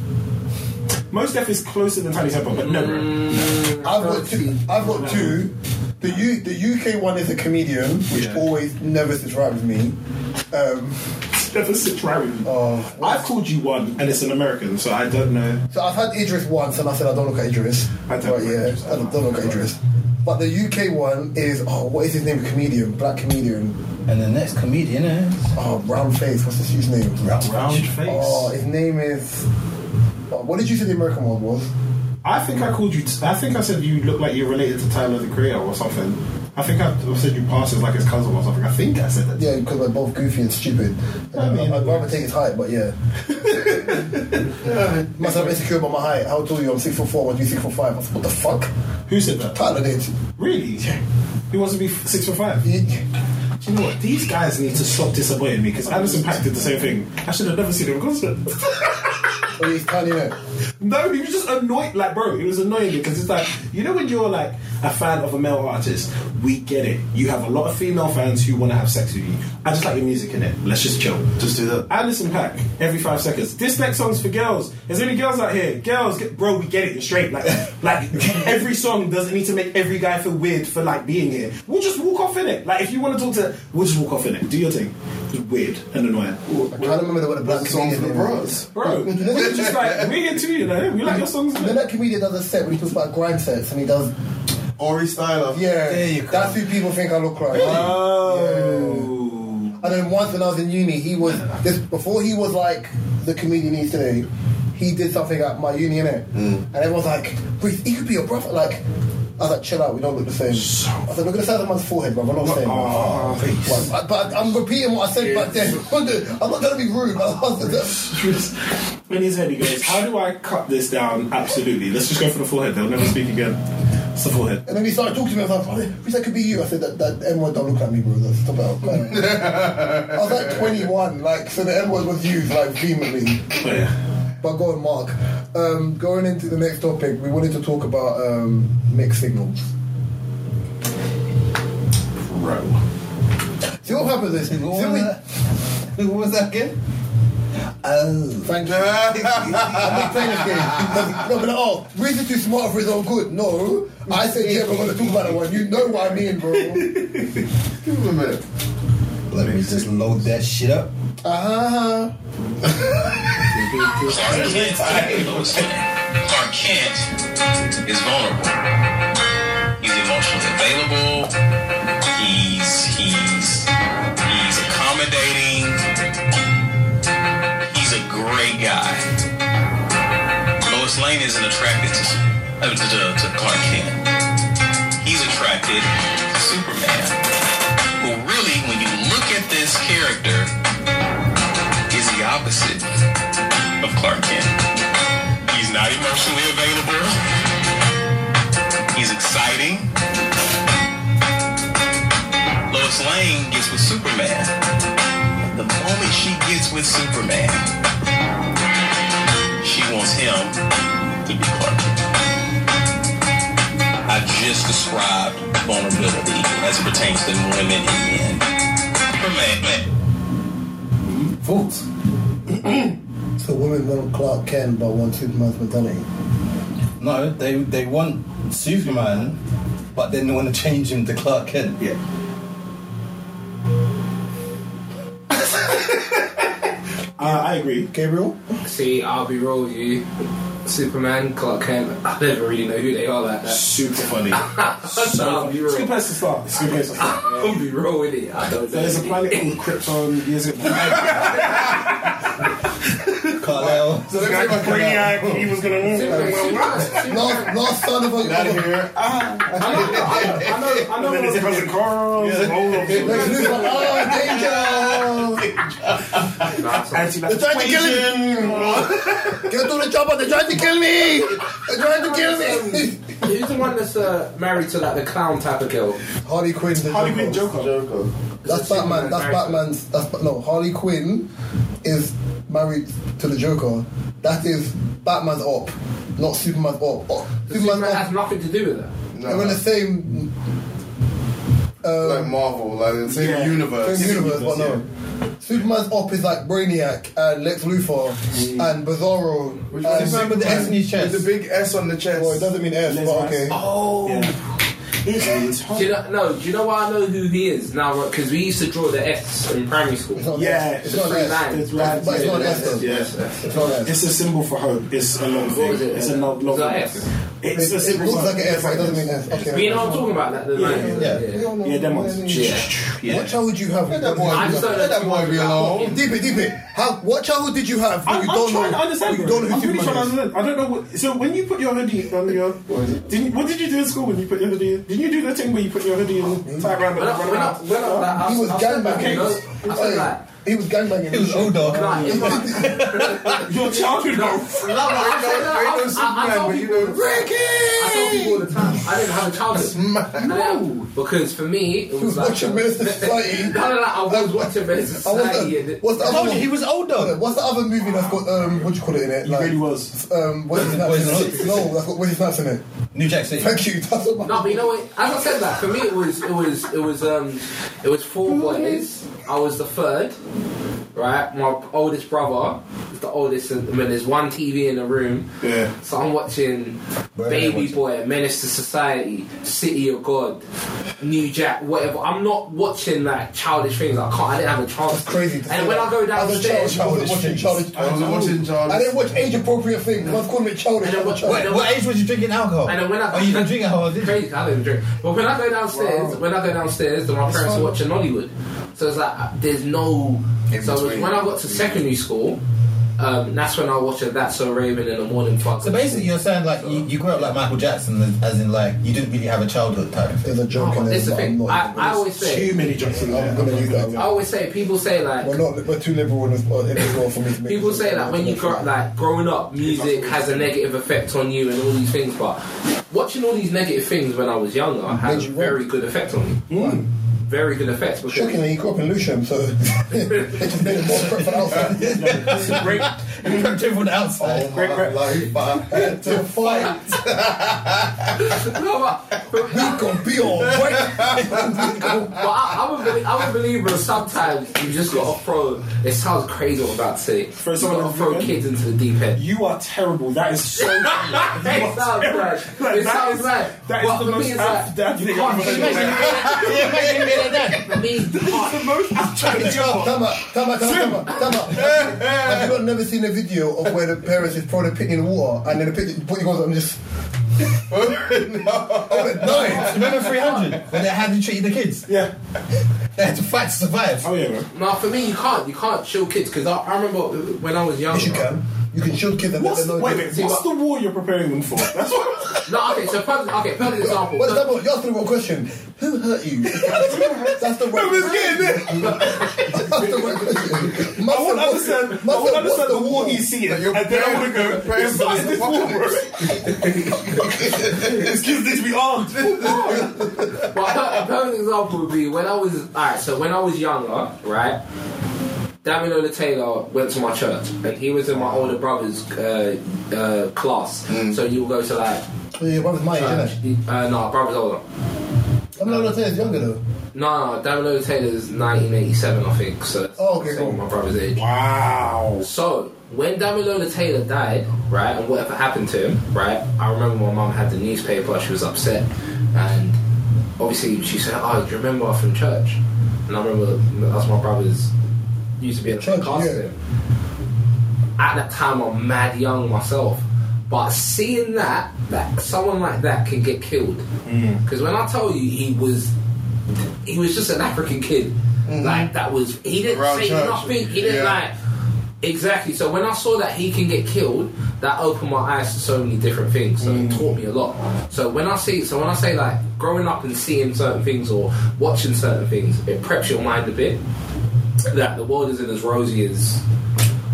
[SPEAKER 3] Most deaf is closer than Tiny Temple, but no, bro.
[SPEAKER 2] Mm.
[SPEAKER 4] I've got two. I've got two. The U, the UK one is a comedian, which
[SPEAKER 3] Yeah.
[SPEAKER 4] always never sits right with me. Um,
[SPEAKER 3] Never sits right with me.
[SPEAKER 4] oh,
[SPEAKER 3] I've called you one, and it's an American, so I don't know.
[SPEAKER 4] So I've had Idris once, and I said I don't look at Idris.
[SPEAKER 3] I don't
[SPEAKER 4] But
[SPEAKER 3] look at
[SPEAKER 4] yeah,
[SPEAKER 3] Idris.
[SPEAKER 4] I don't, don't look at Idris. But the UK one is oh, what is his name? Comedian, black comedian.
[SPEAKER 5] And the next comedian is
[SPEAKER 4] Oh, round face. What's this dude's name?
[SPEAKER 5] Ralph
[SPEAKER 3] Round
[SPEAKER 5] Rich.
[SPEAKER 3] face.
[SPEAKER 4] Oh, his name is. oh, what did you say the American one was?
[SPEAKER 3] I think I called you. I think I said you look like you're related to Tyler the Creator or something. I think I said you pass as like his cousin or something. I think I said that.
[SPEAKER 4] Yeah, because we're both goofy and stupid. Um,
[SPEAKER 3] I mean-
[SPEAKER 4] I'd rather take his height, but yeah. Must have been insecure about my height. How tall are you? I'm six foot four. What you six foot five? I said, what the fuck?
[SPEAKER 3] Who said that?
[SPEAKER 4] Tyler did.
[SPEAKER 3] Really? He wants to be f- six foot five. Do
[SPEAKER 4] He-
[SPEAKER 3] you know what? These guys need to stop disappointing me because Anderson Pack did the same thing. I should have never seen him in concert.
[SPEAKER 4] Oh, he's tiny now.
[SPEAKER 3] No, he was just annoyed. Like, bro, it was annoying because it's like, you know, when you're like a fan of a male artist, we get it. You have a lot of female fans who want to have sex with you. I just like your music in it. Let's just chill.
[SPEAKER 2] Just do that.
[SPEAKER 3] Anderson Pack every five seconds. This next song's for girls. Is there any girls out here? Girls, get, bro, we get it. You're straight. Like, like every song doesn't need to make every guy feel weird for like being here. We'll just walk off in it. Like, if you want to talk to, we'll just walk off in it. Do your thing. It's weird and annoying.
[SPEAKER 4] I can't remember what the black
[SPEAKER 2] That song
[SPEAKER 4] comedian
[SPEAKER 2] for the
[SPEAKER 4] name was.
[SPEAKER 3] Bro,
[SPEAKER 2] bros.
[SPEAKER 3] we're just like, we're here too, you know? We like your songs.
[SPEAKER 4] You know
[SPEAKER 3] man.
[SPEAKER 4] that comedian does a set where he talks about grind sets and he does.
[SPEAKER 2] Ori Styler.
[SPEAKER 4] Yeah,
[SPEAKER 5] There you go.
[SPEAKER 4] that's who people think I look like.
[SPEAKER 3] Ah. Oh.
[SPEAKER 4] And then once when I was in uni, he was this before he was like the comedian he is today. He did something at my uni, innit? Mm. And everyone's like, "Breathe, he could be your brother." Like, I was like, "Chill out, we don't look the same." I said, "Look at the size of man's forehead, bro. I'm not saying."
[SPEAKER 3] Oh, please.
[SPEAKER 4] But, but I'm repeating what I said back then. I'm not gonna be rude. But I was
[SPEAKER 3] In his head, he goes, How do I cut this down? Absolutely. Let's just go for the forehead. They'll never speak again. It's the forehead.
[SPEAKER 4] and then he started talking to me. I was like, oh, "Please, that could be you." I said, "That, that M word don't look at me, bro. That's stop out." man." I was like 21, like so the M word was used like vehemently.
[SPEAKER 3] But Oh, yeah.
[SPEAKER 4] But go on, Mark. Um, going into the next topic, we wanted to talk about um, mixed signals.
[SPEAKER 3] Bro.
[SPEAKER 4] See what happens is, see
[SPEAKER 5] Who
[SPEAKER 4] what
[SPEAKER 5] was
[SPEAKER 4] we-
[SPEAKER 5] that? Who was that again? Oh.
[SPEAKER 4] thank you. I'm playing this game. No, no, but oh, Reese is too smart for his own good. No, I said yeah, we're going to talk about that one. You know what I mean, bro.
[SPEAKER 2] Give him a minute.
[SPEAKER 5] Let me just load that shit up.
[SPEAKER 4] Uh huh.
[SPEAKER 6] Clark Kent is vulnerable. He's emotionally available. He's he's he's accommodating. He's a great guy. Lois Lane isn't attracted to uh, to, to, to Clark Kent. He's attracted to Superman, who really, when you look at this character, is the opposite of Clark Kent. He's not emotionally available. He's exciting. Lois Lane gets with Superman. The moment she gets with Superman, she wants him to be Clark. I just described vulnerability as it pertains to women and men. Superman.
[SPEAKER 5] Fools.
[SPEAKER 4] So women want Clark Kent, but want Superman's mentality.
[SPEAKER 5] No, they they want Superman, but then they want to change him to Clark Kent.
[SPEAKER 3] Yeah. uh, I I agree.
[SPEAKER 4] Gabriel?
[SPEAKER 1] See, I'll be real with you. Superman, Clark Kent. I never really know who they are like that.
[SPEAKER 3] Super funny.
[SPEAKER 1] I'll
[SPEAKER 3] so
[SPEAKER 1] be
[SPEAKER 3] it's a good
[SPEAKER 1] real.
[SPEAKER 3] place to start. It's a good place to start.
[SPEAKER 1] I'll be real with it. I don't know.
[SPEAKER 3] There's a planet called Krypton years ago.
[SPEAKER 5] Carlisle.
[SPEAKER 2] So let's take a
[SPEAKER 7] Brainiac, he was gonna win.
[SPEAKER 4] Last, last son of a.
[SPEAKER 2] Out of here.
[SPEAKER 1] I know. I know.
[SPEAKER 7] And then his cousin Carl, his whole-
[SPEAKER 4] Lex Luthor. Oh, danger!
[SPEAKER 7] anti-Nazi-
[SPEAKER 4] They're trying to kill me! Get to the chopper! They're trying to kill me! They're trying to kill me!
[SPEAKER 1] Who's the one that's uh, married to like the clown type of girl?
[SPEAKER 4] Harley Quinn. the
[SPEAKER 3] Harley Quinn
[SPEAKER 4] Joker.
[SPEAKER 3] Joker.
[SPEAKER 2] Joker.
[SPEAKER 4] That's Batman. That's Batman's. That's Ba- no. Harley Quinn is married to the Joker. That is Batman's op, not Superman's op. op. Superman's
[SPEAKER 1] Superman has
[SPEAKER 4] op.
[SPEAKER 1] nothing to do with that.
[SPEAKER 4] They're in the same um,
[SPEAKER 2] like Marvel, like the same
[SPEAKER 3] Yeah.
[SPEAKER 2] universe.
[SPEAKER 4] same universe, but no. Superman's op is like Brainiac and Lex Luthor and Bizarro.
[SPEAKER 2] Which
[SPEAKER 4] and-
[SPEAKER 2] is
[SPEAKER 5] Superman with the S in
[SPEAKER 2] With
[SPEAKER 5] his chest.
[SPEAKER 2] the big S on the chest.
[SPEAKER 4] well, it doesn't mean S,
[SPEAKER 3] Les
[SPEAKER 4] but
[SPEAKER 3] Mis.
[SPEAKER 4] okay.
[SPEAKER 1] Oh.
[SPEAKER 3] Yeah. It's hard.
[SPEAKER 1] Do you know, no, do you know why I know who he is now? Because we used to draw the S in primary school.
[SPEAKER 4] It's not
[SPEAKER 3] Yeah,
[SPEAKER 4] S. It's
[SPEAKER 3] it's
[SPEAKER 4] not
[SPEAKER 1] Three
[SPEAKER 4] S.
[SPEAKER 1] lines.
[SPEAKER 3] It's right.
[SPEAKER 4] But it's not
[SPEAKER 3] Yeah.
[SPEAKER 4] S. though.
[SPEAKER 3] Yes.
[SPEAKER 4] It's not S.
[SPEAKER 3] It's a symbol for hope. It's a long
[SPEAKER 1] What
[SPEAKER 3] thing.
[SPEAKER 1] was it?
[SPEAKER 3] It's a long, long
[SPEAKER 1] Is that
[SPEAKER 3] thing.
[SPEAKER 1] S?
[SPEAKER 3] It's a
[SPEAKER 4] It
[SPEAKER 3] symbol
[SPEAKER 4] looks
[SPEAKER 3] for
[SPEAKER 4] like an S, but it doesn't mean S. Okay.
[SPEAKER 1] You know what I'm talking about? That the
[SPEAKER 3] Yeah,
[SPEAKER 1] line.
[SPEAKER 5] yeah.
[SPEAKER 3] Yeah, them ones.
[SPEAKER 4] Yeah. What childhood you have?
[SPEAKER 2] That boy,
[SPEAKER 1] I just don't
[SPEAKER 2] let that
[SPEAKER 1] know
[SPEAKER 2] boy be
[SPEAKER 1] about
[SPEAKER 2] alone.
[SPEAKER 1] fucking-
[SPEAKER 4] Deep it, deep it. How, what childhood did you have? that
[SPEAKER 3] I'm,
[SPEAKER 4] you
[SPEAKER 3] I'm
[SPEAKER 4] don't
[SPEAKER 3] trying
[SPEAKER 4] know.
[SPEAKER 3] to understand.
[SPEAKER 4] You
[SPEAKER 3] bro.
[SPEAKER 4] don't know who
[SPEAKER 3] I'm really
[SPEAKER 4] Superman
[SPEAKER 3] trying to
[SPEAKER 4] is.
[SPEAKER 3] understand. I don't know. What, so when you put your hoodie on your, did, what did you do in school when you put your hoodie? in? Did you do the thing where you put your hoodie and tie around
[SPEAKER 1] When
[SPEAKER 3] and
[SPEAKER 1] I-
[SPEAKER 3] run
[SPEAKER 1] when I-
[SPEAKER 3] around?
[SPEAKER 1] when I- like, I-
[SPEAKER 4] He was
[SPEAKER 1] I said that,
[SPEAKER 4] gangbanging.
[SPEAKER 1] you know? I said
[SPEAKER 4] Hey,
[SPEAKER 1] that.
[SPEAKER 4] He was gangbanging.
[SPEAKER 5] It was old dog.
[SPEAKER 1] Nah, in my-
[SPEAKER 3] Your childhood, bro.
[SPEAKER 1] I said that, I- I- I told people- I told people all the time. I didn't have a childhood. No, because for me, it was,
[SPEAKER 4] He was
[SPEAKER 1] like
[SPEAKER 4] watching Men's Society.
[SPEAKER 1] No, no, no. I was watching Men's
[SPEAKER 4] I was
[SPEAKER 1] Society. and
[SPEAKER 4] the,
[SPEAKER 1] it-
[SPEAKER 4] what's the
[SPEAKER 5] I
[SPEAKER 4] other
[SPEAKER 5] told you, he
[SPEAKER 4] one?
[SPEAKER 5] was old dog.
[SPEAKER 4] What's the other movie that's got um, what do you call it in it?
[SPEAKER 3] He really was.
[SPEAKER 4] Um, what's his
[SPEAKER 5] Boys
[SPEAKER 4] nuts
[SPEAKER 5] and
[SPEAKER 4] in it?
[SPEAKER 5] Hood.
[SPEAKER 4] No, that's got what's his nuts in it.
[SPEAKER 5] New Jack City.
[SPEAKER 4] Thank you. That's what my.
[SPEAKER 1] No, but you know what? As I said that, for me it was it was it was um it was four boys. I was the third, right? My oldest brother is the oldest, and I mean, there's one TV in the room.
[SPEAKER 3] Yeah.
[SPEAKER 1] So I'm watching
[SPEAKER 5] Bro,
[SPEAKER 1] Baby
[SPEAKER 5] watch it.
[SPEAKER 1] Boy, Menace to Society, City of God, New Jack, whatever. I'm not watching like childish things. I can't. I didn't have a chance.
[SPEAKER 4] crazy. to
[SPEAKER 1] And
[SPEAKER 4] say
[SPEAKER 1] when
[SPEAKER 4] that.
[SPEAKER 1] I go
[SPEAKER 4] As a child,
[SPEAKER 1] downstairs,
[SPEAKER 4] I wasn't
[SPEAKER 5] Childish
[SPEAKER 4] watching
[SPEAKER 5] things.
[SPEAKER 4] childish.
[SPEAKER 2] I was watching Charles.
[SPEAKER 4] I didn't watch age-approneappropriate things. I was calling it childish.
[SPEAKER 1] And I
[SPEAKER 4] as a
[SPEAKER 1] watch-
[SPEAKER 4] child.
[SPEAKER 5] Wait, what age was you drinking alcohol?
[SPEAKER 1] And then when I
[SPEAKER 5] oh, you didn't drink alcohol, did you?
[SPEAKER 1] crazy, I don't drink. But when I go downstairs, when I go downstairs, then my parents are watching Hollywood. So it's like uh, there's no. so it was when I got to secondary school, um, that's when I watched that So Raven in the morning. Fuck.
[SPEAKER 5] So basically, you're saying like you, you grew up like Michael Jackson, as- as in like you didn't really have a childhood type of thing.
[SPEAKER 4] There's a joke in
[SPEAKER 1] Oh,
[SPEAKER 4] there.
[SPEAKER 1] this is the
[SPEAKER 4] but I'm
[SPEAKER 1] thing.
[SPEAKER 4] not
[SPEAKER 1] I,
[SPEAKER 4] even
[SPEAKER 1] I
[SPEAKER 4] gonna-
[SPEAKER 1] always
[SPEAKER 3] Too
[SPEAKER 1] say.
[SPEAKER 3] many Johnson.
[SPEAKER 4] I'm gonna use that.
[SPEAKER 1] I always say people say
[SPEAKER 4] We're
[SPEAKER 1] like.
[SPEAKER 4] not. We're too liberal in this, in this world for me to make.
[SPEAKER 1] People say that when you grow up, like growing up, music has a negative effect on you and all these things. But watching all these negative things when I was younger had
[SPEAKER 4] Made
[SPEAKER 1] a
[SPEAKER 4] you
[SPEAKER 1] very good effect on me. Very good effect because
[SPEAKER 4] Shockingly, he grew up in Lewisham, so it just made him more prep for the outside.
[SPEAKER 3] Great,
[SPEAKER 5] You crept in from the outside.
[SPEAKER 3] great, great.
[SPEAKER 2] Life, I-
[SPEAKER 4] To fight,
[SPEAKER 1] No, but- but
[SPEAKER 4] we compete on
[SPEAKER 1] But I, I'm, a, belie- I'm a believer sometimes you just gotta throw. It sounds crazy what I'm about to say.
[SPEAKER 3] Throw
[SPEAKER 1] you
[SPEAKER 3] someone
[SPEAKER 1] gotta throw
[SPEAKER 3] in the deep end?
[SPEAKER 1] kids into the deep end.
[SPEAKER 3] You are terrible. That is so.
[SPEAKER 1] It sounds bad.
[SPEAKER 3] Like,
[SPEAKER 1] It
[SPEAKER 3] that
[SPEAKER 1] sounds
[SPEAKER 3] is-
[SPEAKER 1] bad.
[SPEAKER 3] that is
[SPEAKER 1] But
[SPEAKER 3] the
[SPEAKER 1] for me,
[SPEAKER 3] most
[SPEAKER 1] it's
[SPEAKER 3] af-
[SPEAKER 1] like,
[SPEAKER 3] dad
[SPEAKER 1] you
[SPEAKER 3] thing
[SPEAKER 1] can't
[SPEAKER 3] I've ever
[SPEAKER 1] change
[SPEAKER 3] heard.
[SPEAKER 5] Yeah, imagine being like that.
[SPEAKER 1] For me, you can't-
[SPEAKER 4] Tama, Tama, Tama, Tama, Tama. Have you not never seen a video of where the parents is throwing a pit in the water and then the pit put your goes up and just
[SPEAKER 5] No, remember 300 when they had to treat the kids?
[SPEAKER 3] Yeah.
[SPEAKER 5] They had to fight to survive.
[SPEAKER 3] Oh yeah, bro.
[SPEAKER 1] No, for me, you can't. You can't chill kids because I, I remember when I was younger.
[SPEAKER 4] yes you can. You can shoot kids and
[SPEAKER 3] What's
[SPEAKER 4] let
[SPEAKER 3] the,
[SPEAKER 4] them know.
[SPEAKER 3] wait, wait, what's the war you're preparing them for? That's what.
[SPEAKER 1] No, okay. So, perfect, okay, perfect example.
[SPEAKER 4] What is that? about? You asked the wrong question. Who hurt you? That's the right. That's the right question.
[SPEAKER 3] I want to understand. I want to understand the war he's seeing, and then I want to go. It's not this war, bro. These kids need to be armed.
[SPEAKER 1] But a perfect example would be when I was alright. So when I was younger, right, Damien the Taylor went to my church, and he was in my older brother's uh, uh, class. So you would go to like,
[SPEAKER 4] Yeah, brother's my age,
[SPEAKER 1] uh,
[SPEAKER 4] isn't
[SPEAKER 1] uh, no, brother's older.
[SPEAKER 4] it? I'm not gonna say it's younger though.
[SPEAKER 1] No, no, Damien Taylor's 1987, I think. So that's
[SPEAKER 4] Oh, okay,
[SPEAKER 1] same
[SPEAKER 4] cool.
[SPEAKER 1] my brother's age.
[SPEAKER 3] Wow.
[SPEAKER 1] So, when Damilola Taylor died, right, and whatever happened to him, right, I remember my mum had the newspaper, she was upset, and obviously she said, Oh, do you remember from church? And I remember that's my brother's used to be in the
[SPEAKER 4] Church,
[SPEAKER 1] class with
[SPEAKER 4] yeah.
[SPEAKER 1] him. at that time I'm mad young myself. But seeing that, that someone like that can get killed. Because when I tell you he was, he was just an African kid. Like that was he didn't
[SPEAKER 2] Mm-hmm. Around
[SPEAKER 1] say
[SPEAKER 2] church.
[SPEAKER 1] nothing. He didn't
[SPEAKER 2] Yeah.
[SPEAKER 1] like exactly. So when I saw that he can get killed, that opened my eyes to so many different things. So
[SPEAKER 2] Mm.
[SPEAKER 1] it taught me a lot. So when I see, so when I say like growing up and seeing certain things or watching certain things, it preps your mind a bit that the world isn't as rosy as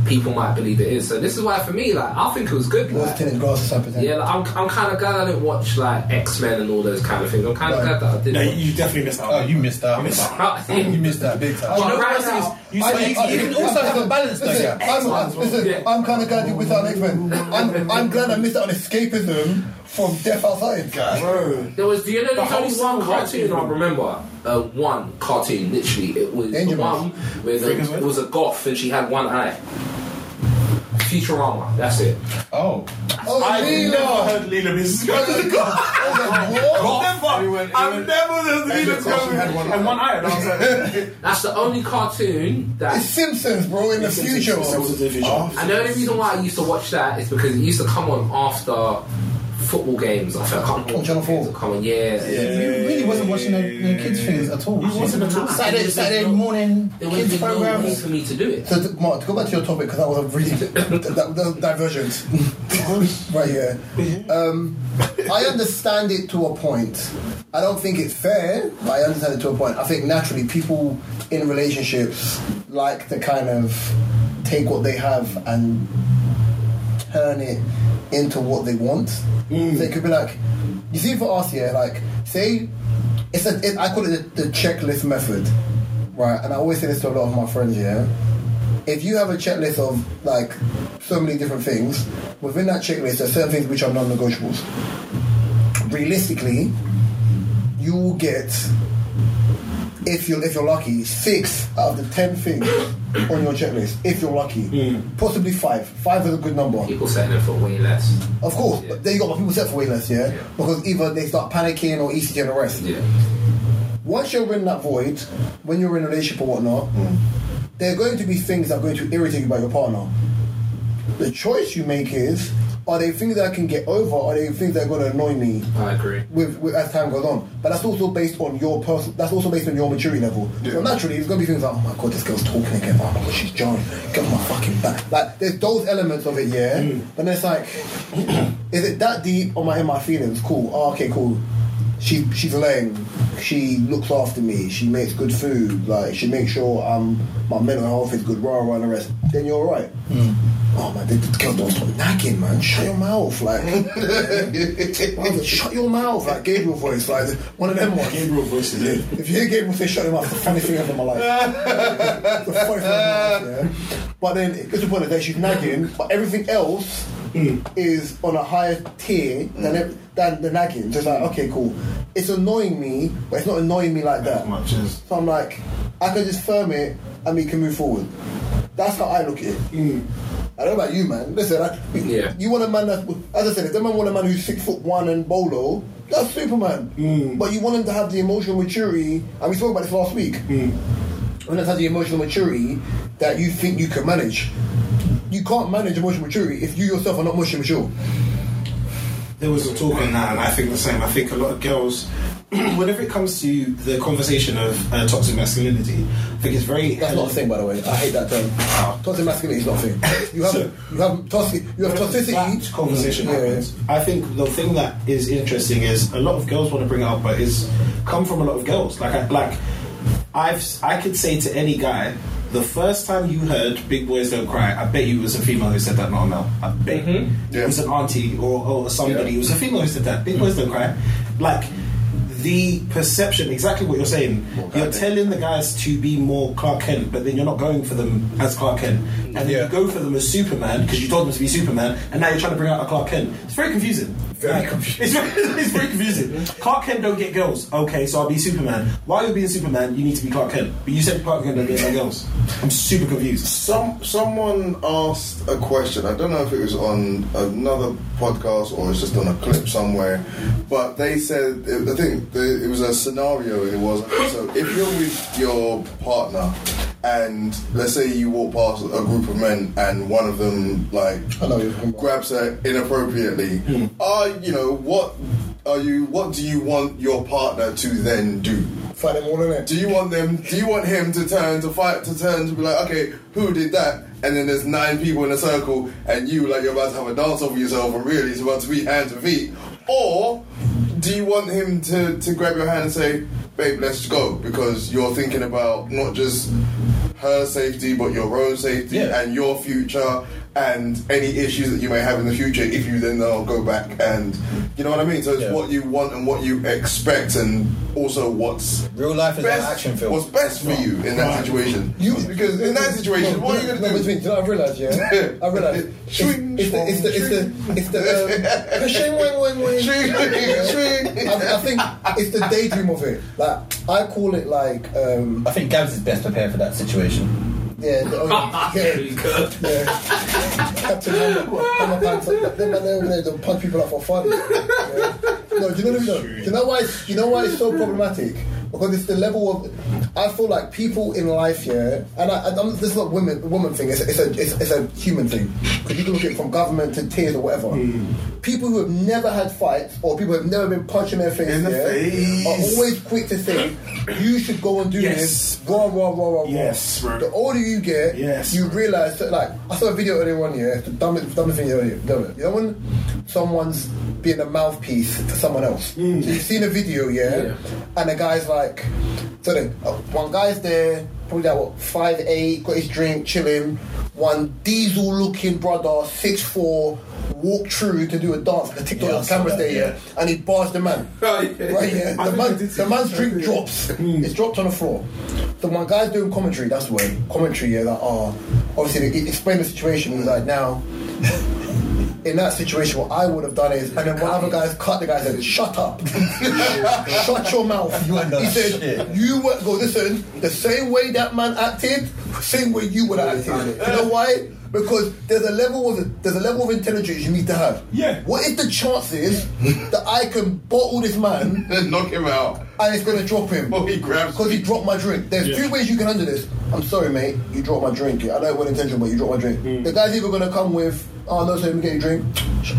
[SPEAKER 1] people might believe it is. So this is why for me, like I think it was good.
[SPEAKER 4] What's
[SPEAKER 1] like-
[SPEAKER 4] tinted grass or something?
[SPEAKER 1] yeah, like, I'm, I'm kind of glad I didn't watch like X Men and all those kind of things. I'm kind of
[SPEAKER 4] No.
[SPEAKER 1] glad that I did.
[SPEAKER 3] No,
[SPEAKER 1] not
[SPEAKER 3] you definitely missed out.
[SPEAKER 5] Oh, you missed out. Oh, you
[SPEAKER 1] But
[SPEAKER 5] missed that big time.
[SPEAKER 1] right
[SPEAKER 4] right
[SPEAKER 1] now,
[SPEAKER 5] You, so you, you can also have a balance though.
[SPEAKER 4] Listen,
[SPEAKER 5] Yeah.
[SPEAKER 4] I'm, I'm, listen,
[SPEAKER 1] Yeah.
[SPEAKER 4] I'm kind of glad you without X Men. I'm, I'm glad I missed out on escapism from Death Outside.
[SPEAKER 3] Bro.
[SPEAKER 1] there was, do you know, there's only
[SPEAKER 3] The whole
[SPEAKER 1] one
[SPEAKER 3] civil rights
[SPEAKER 1] cartoon I
[SPEAKER 3] movement.
[SPEAKER 1] remember. Uh, one cartoon, literally, it was the
[SPEAKER 4] Danger
[SPEAKER 1] one
[SPEAKER 4] Mouse.
[SPEAKER 1] where
[SPEAKER 3] Freakazoid?
[SPEAKER 1] the, it was a goth and she had one eye. Futurama, that's it.
[SPEAKER 5] Oh,
[SPEAKER 4] Oh,
[SPEAKER 3] I've
[SPEAKER 4] Lilo.
[SPEAKER 3] never heard Lila Mrs.
[SPEAKER 4] What?
[SPEAKER 3] Never. I've never heard Lila
[SPEAKER 2] That's all she had one
[SPEAKER 3] And
[SPEAKER 2] eye.
[SPEAKER 3] one eye. And I was like,
[SPEAKER 1] That's the only cartoon
[SPEAKER 4] It's
[SPEAKER 1] that.
[SPEAKER 4] Simpsons, bro, in the future.
[SPEAKER 3] It's also the future.
[SPEAKER 1] And the only reason why I used to watch that is because it used to come on after football games. I feel I can't
[SPEAKER 4] On Channel 4.
[SPEAKER 1] Come on, yeah.
[SPEAKER 5] you really wasn't watching no, no kids things at all. You
[SPEAKER 1] wasn't at all.
[SPEAKER 5] Saturday, Saturday morning
[SPEAKER 1] There
[SPEAKER 5] kids
[SPEAKER 1] was no need
[SPEAKER 5] programs.
[SPEAKER 1] for me to do it.
[SPEAKER 4] So, th- Mark, to go back to your topic, because that was a really that, that was divergent. right here. Um, I understand it to a point. I don't think it's fair, but I understand it to a point. I think naturally people in relationships like to kind of take what they have and turn it into what they want. So it could be like, you see for us here, like, say, it's a, it, I call it the, the checklist method, right? And I always say this to a lot of my friends, yeah? If you have a checklist of, like, so many different things, within that checklist, there are certain things which are non negotiables. Realistically, you will get, if you're, if you're lucky, six out of the ten things on your checklist, if you're lucky.
[SPEAKER 1] Hmm.
[SPEAKER 4] Possibly five. Five is a good number.
[SPEAKER 1] People setting it for way less.
[SPEAKER 4] Of course,
[SPEAKER 1] Yeah.
[SPEAKER 4] but then you got what people set for way less, yeah? Because either they start panicking or ECG and the rest.
[SPEAKER 1] Yeah.
[SPEAKER 4] Once you're in that void, when you're in a relationship or whatnot, there are going to be things that are going to irritate you about your partner. The choice you make is are they things that I can get over, are they things that are going to annoy me?
[SPEAKER 1] I agree.
[SPEAKER 4] with, with as time goes on. But that's also based on your person. That's also based on your maturity level. So naturally, it's gonna be things like, oh my god, this girl's talking again. Oh my god, she's jarring. Get off my fucking back. Like there's those elements of it, yeah. But then it's like, is it that deep? Am I in my feelings? Cool. Oh, okay, cool. She she's laying. She looks after me. She makes good food. Like she makes sure um my mental health is good. Rah rah and the rest. Then you're all right. Oh man, this girl don't stop nagging, man. Shut your mouth, like. Brother, shut your mouth, like Gabriel voice, like one of them ones.
[SPEAKER 3] Gabriel voice is it.
[SPEAKER 4] If you hear Gabriel say shut him up, it's the funniest thing ever in my life. It's the funniest thing ever in my life, yeah. But then it gets to the point that she's nagging, but everything else
[SPEAKER 3] Mm.
[SPEAKER 4] is on a higher tier than, ev- than the nagging. So it's like, okay, cool. It's annoying me, but it's not annoying me like that.
[SPEAKER 3] much as-
[SPEAKER 4] So I'm like, I can just firm it and we can move forward. That's how I look at it.
[SPEAKER 3] Hmm.
[SPEAKER 4] I don't know about you, man. Listen, I,
[SPEAKER 1] Yeah.
[SPEAKER 4] you want a man that, as I said, if the man want a man who's six foot one and bolo, that's Superman.
[SPEAKER 3] Hmm.
[SPEAKER 4] But you want him to have the emotional maturity, and we spoke about this last week.
[SPEAKER 3] Hmm.
[SPEAKER 4] Mm. When it has the emotional maturity that you think you can manage, you can't manage emotional maturity if you yourself are not emotionally mature.
[SPEAKER 3] there was a talk on that, and I think the same. I think a lot of girls, whenever it comes to the conversation of uh, toxic masculinity, I think it's very.
[SPEAKER 4] That's not a thing, by the way. I hate that term. Toxic masculinity is not a thing. You have
[SPEAKER 3] Ah. So-
[SPEAKER 4] you have toxic you have
[SPEAKER 3] That
[SPEAKER 4] toxicity.
[SPEAKER 3] conversation
[SPEAKER 4] Yeah.
[SPEAKER 3] happens. I think the thing that is interesting is a lot of girls want to bring it up, but it's come from a lot of girls. Like, I, like I've I could say to any guy, the first time you heard "Big Boys Don't Cry," I bet you it was a female who said that, not a male. I bet it was an auntie or, or somebody. It was a female who said that. "Big Boys Don't Cry," like. The perception, exactly what you're saying. You're telling the guys to be more Clark Kent, but then you're not going for them as Clark Kent, and then you
[SPEAKER 5] Yeah.
[SPEAKER 3] go go for them as Superman because you told them to be Superman, and now you're trying to bring out a Clark Kent. It's very confusing. Very confusing. It's very, it's very confusing. Clark Kent don't get girls. Okay, so I'll be Superman. While you're being Superman, you need to be Clark Kent. But you said Clark Kent don't get no girls. I'm super confused.
[SPEAKER 2] Some someone asked a question. I don't know if it was on another podcast or it's just on a clip somewhere, but they said I think the, it was a scenario. It was so if you're with your partner and let's say you walk past a group of men and one of them like
[SPEAKER 4] I know you're talking about.
[SPEAKER 2] grabs her inappropriately, are you know what are you what do you want your partner to then do?
[SPEAKER 4] Fight them all innit?
[SPEAKER 2] Do you want them? Do you want him to turn to fight to turn to be like, okay, who did that? And then there's nine people in a circle, and you like you're about to have a dance over yourself, and really it's about to be hands and feet. Or do you want him to to grab your hand and say, babe, let's go because you're thinking about not just her safety but your own safety
[SPEAKER 5] Yeah.
[SPEAKER 2] and your future. And any issues that you may have in the future, if you then now go back and you know what I mean. So it's
[SPEAKER 5] Yeah.
[SPEAKER 2] what you want and what you expect, and also what's
[SPEAKER 5] Real life is an
[SPEAKER 2] best,
[SPEAKER 5] action film.
[SPEAKER 2] What's best for you in that situation?
[SPEAKER 4] You-
[SPEAKER 2] because in that situation, what are you
[SPEAKER 4] no,
[SPEAKER 2] gonna
[SPEAKER 4] between-
[SPEAKER 2] do?
[SPEAKER 4] you know what I realised, yeah? I realised. It's,
[SPEAKER 2] Shwing,
[SPEAKER 4] it's the, it's the, it's the, it's the, um, shing, wing, wing, wing. I, I think it's the daydream of it. Like, I call it like, um,
[SPEAKER 5] I think Gabs is best prepared for that situation.
[SPEAKER 4] yeah, the, oh, yeah,
[SPEAKER 1] Good.
[SPEAKER 4] yeah. Captain Hammer, Hammer pants, that- that man over there, they'll punch people up for fun. Yeah. No, do you know what I mean? though? Do you know why? It's, do you know why it's so problematic? Because it's the level of. I feel like people in life, yeah, and I, I, I'm, this is not women, woman thing. It's, it's a it's, it's a human thing. Because you can look at it from government to tears or whatever. People who have never had fights or people who have never been punched in their face,
[SPEAKER 2] In the
[SPEAKER 4] yeah,
[SPEAKER 2] face.
[SPEAKER 4] are always quick to say, "You should go and do
[SPEAKER 3] Yes.
[SPEAKER 4] this." Rah rah rah rah rah.
[SPEAKER 3] Yes, bro.
[SPEAKER 4] The older you get,
[SPEAKER 3] Yes.
[SPEAKER 4] you realize that, like, I saw a video earlier on, yeah, it's the dumbest, dumbest thing earlier, dumb- you know when someone's being a mouthpiece for someone else? So you've seen a video, yeah,
[SPEAKER 1] Yeah.
[SPEAKER 4] and the guy's like, so then, uh, one guy's there, probably like, what, 5'8", got his drink, chilling, one diesel-looking brother, 6'4", walked through to do a dance, the TikTok
[SPEAKER 5] Yeah, I
[SPEAKER 4] the
[SPEAKER 5] saw
[SPEAKER 4] camera's
[SPEAKER 5] that,
[SPEAKER 4] there, yeah, and he barged the man.
[SPEAKER 1] Right, yeah.
[SPEAKER 4] Right, yeah.
[SPEAKER 3] I
[SPEAKER 4] The,
[SPEAKER 3] think I
[SPEAKER 4] man,
[SPEAKER 3] did see
[SPEAKER 4] the man's
[SPEAKER 3] that.
[SPEAKER 4] drink drops. It's dropped on the floor. So my guy's doing commentary, that's the way. Commentary, yeah, like, oh, obviously, they explain the situation. He was like, now, in that situation, what I would have done is, and then one other guy's cut the guy said, shut up. shut your mouth.
[SPEAKER 5] You are not
[SPEAKER 4] he said,
[SPEAKER 5] shit.
[SPEAKER 4] you were, go, listen, the same way that man acted, same way you would have acted. You know why? Because there's a level of there's a level of intelligence you need to have.
[SPEAKER 3] Yeah.
[SPEAKER 4] What is the chances that I can bottle this man
[SPEAKER 2] Knock him out.
[SPEAKER 4] and it's gonna drop him.
[SPEAKER 2] Well, he grabs
[SPEAKER 4] because he dropped my drink. There's
[SPEAKER 3] Yeah.
[SPEAKER 4] two ways you can handle this. I'm sorry, mate. You dropped my drink. I know it wasn't intentional, but you dropped my drink. The guy's either gonna come with, oh no, so let me get your drink,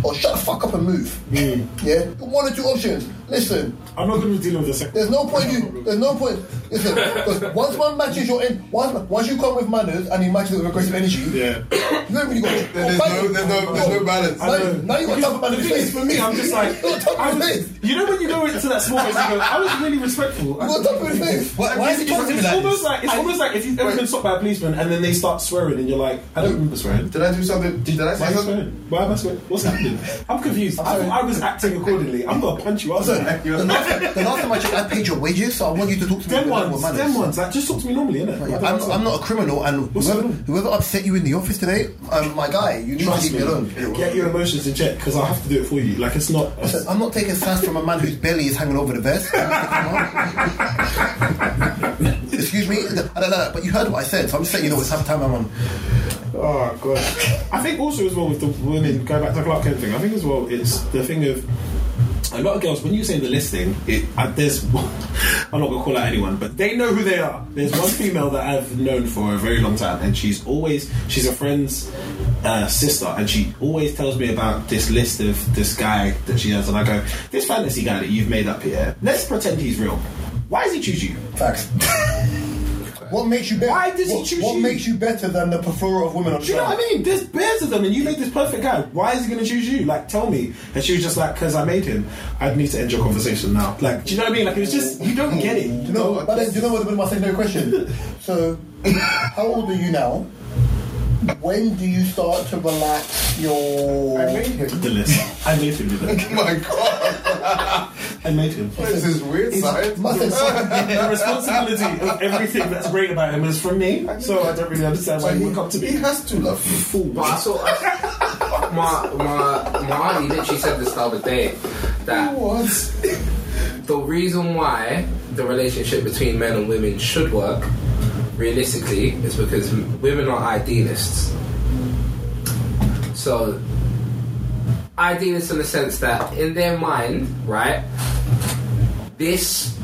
[SPEAKER 4] or shut the fuck up and move. Yeah, one or two options. Listen,
[SPEAKER 3] I'm not going to be dealing with the second.
[SPEAKER 4] there's no point you. There's no point. Listen, because once one matches your end, once once you come with manners and he matches it with aggressive energy,
[SPEAKER 3] Yeah.
[SPEAKER 4] you don't really got.
[SPEAKER 2] There's no, there's no, there's no balance.
[SPEAKER 4] Now, you- now you got
[SPEAKER 3] Because
[SPEAKER 4] tough about
[SPEAKER 3] the
[SPEAKER 4] the
[SPEAKER 3] thing
[SPEAKER 4] face.
[SPEAKER 3] is, for me, I'm just like,
[SPEAKER 4] You got tough
[SPEAKER 3] I
[SPEAKER 4] about the
[SPEAKER 3] was-
[SPEAKER 4] face.
[SPEAKER 3] you know when you go into that small place and go, I was really respectful.
[SPEAKER 4] You got tough about the face.
[SPEAKER 5] Why, why is he
[SPEAKER 3] it's
[SPEAKER 5] talking to me
[SPEAKER 3] it's
[SPEAKER 5] like
[SPEAKER 3] almost
[SPEAKER 5] this?
[SPEAKER 3] like it's almost like if you've ever been stopped by a policeman and then they start swearing and you're like, I don't remember swearing.
[SPEAKER 2] Did I do something? Did I
[SPEAKER 3] Why
[SPEAKER 2] say
[SPEAKER 3] am I
[SPEAKER 2] something?
[SPEAKER 3] swearing? Why am I swearing? What's happening? I'm confused. I thought I was acting accordingly. I'm gonna punch you. I was like,
[SPEAKER 4] The last, the last time I checked, I paid your wages, so I want you to talk to me.
[SPEAKER 3] them
[SPEAKER 4] with a level of
[SPEAKER 3] ones,
[SPEAKER 4] manners.
[SPEAKER 3] them ones. Like, just talk to me normally, innit?
[SPEAKER 4] I'm, I'm not a criminal, and
[SPEAKER 3] What's
[SPEAKER 4] whoever,
[SPEAKER 3] going on?
[SPEAKER 4] whoever upset you in the office today, um, my guy, you need
[SPEAKER 3] Trust
[SPEAKER 4] to leave me alone.
[SPEAKER 3] me. Get your emotions in check because I have to do it for you. Like, it's not.
[SPEAKER 4] I'm not taking sass from a man whose belly is hanging over the vest. Excuse me, I don't know, but you heard what I said, so I'm just letting you know what type of time I'm on.
[SPEAKER 3] Oh god! I think also as well with the women going back to the Clark Kent thing. I think as well it's the thing of a lot of girls when you say the listing, it uh, there's I'm not gonna call out anyone, but they know who they are. There's one female that I've known for a very long time, and she's always she's a friend's uh, sister, and she always tells me about this list of this guy that she has, and I go, this fantasy guy that you've made up here. Let's pretend he's real. Why does he choose you?
[SPEAKER 4] Facts. What makes you better?
[SPEAKER 3] Why does he
[SPEAKER 4] what,
[SPEAKER 3] choose
[SPEAKER 4] what
[SPEAKER 3] you?
[SPEAKER 4] makes you better than the plethora of women on the
[SPEAKER 3] Do you know what I
[SPEAKER 4] planet?
[SPEAKER 3] mean? There's bears of them, and you made this perfect guy. Why is he going to choose you? Like, tell me. And she was just like, "Cause I made him." I'd need to end your conversation now. Like, do you know what I mean? Like, it was just you don't get it. You know?
[SPEAKER 4] No, but then, do you know what would have been my secondary question? So, how old are you now? When do you start to relax your?
[SPEAKER 3] The list. I made him do that.
[SPEAKER 2] Oh My God,
[SPEAKER 3] I made him.
[SPEAKER 2] this is weird science.
[SPEAKER 4] Oh,
[SPEAKER 3] the responsibility of everything that's great about him is from me. So I don't really understand why he woke up to
[SPEAKER 2] He
[SPEAKER 3] be
[SPEAKER 2] has to love you.
[SPEAKER 3] fool.
[SPEAKER 1] But I saw uh, my my my auntie literally said this the other day that
[SPEAKER 2] What?
[SPEAKER 1] the reason why the relationship between men and women should work realistically is because m- women are idealists. So idealists in the sense that in their mind, right, this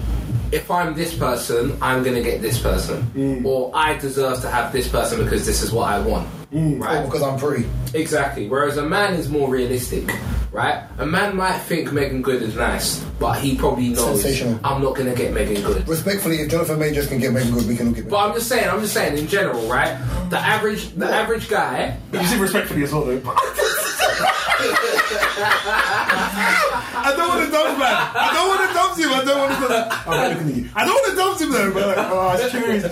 [SPEAKER 1] if I'm this person, I'm gonna get this person, or I deserve to have this person because this is what I want. Right?
[SPEAKER 4] because I'm pretty.
[SPEAKER 1] Exactly. Whereas a man is more realistic, right? A man might think Megan Good is nice, but he probably knows
[SPEAKER 4] Sensational.
[SPEAKER 1] I'm not gonna get Megan Good.
[SPEAKER 4] Respectfully, if Jonathan Majors can get Megan Good, we can all get.
[SPEAKER 1] But I'm just saying, I'm just saying in general, right? The average, the average guy.
[SPEAKER 7] You said respectfully as well, though. I don't want to dump, man. I don't want to dump him. I don't want to dump
[SPEAKER 3] I'm looking at you.
[SPEAKER 7] I don't want to dump him, though, bro. Oh, it's
[SPEAKER 4] He's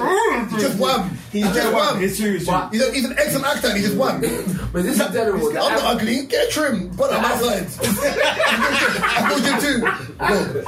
[SPEAKER 7] true.
[SPEAKER 4] just wham. He's just wham.
[SPEAKER 7] It's true, it's true.
[SPEAKER 4] He's, a, he's an excellent actor. and He's just wham. I'm
[SPEAKER 1] But this is general. The
[SPEAKER 4] not
[SPEAKER 1] average-
[SPEAKER 4] ugly. Get trim, but I'm outside. I told you too. Bro,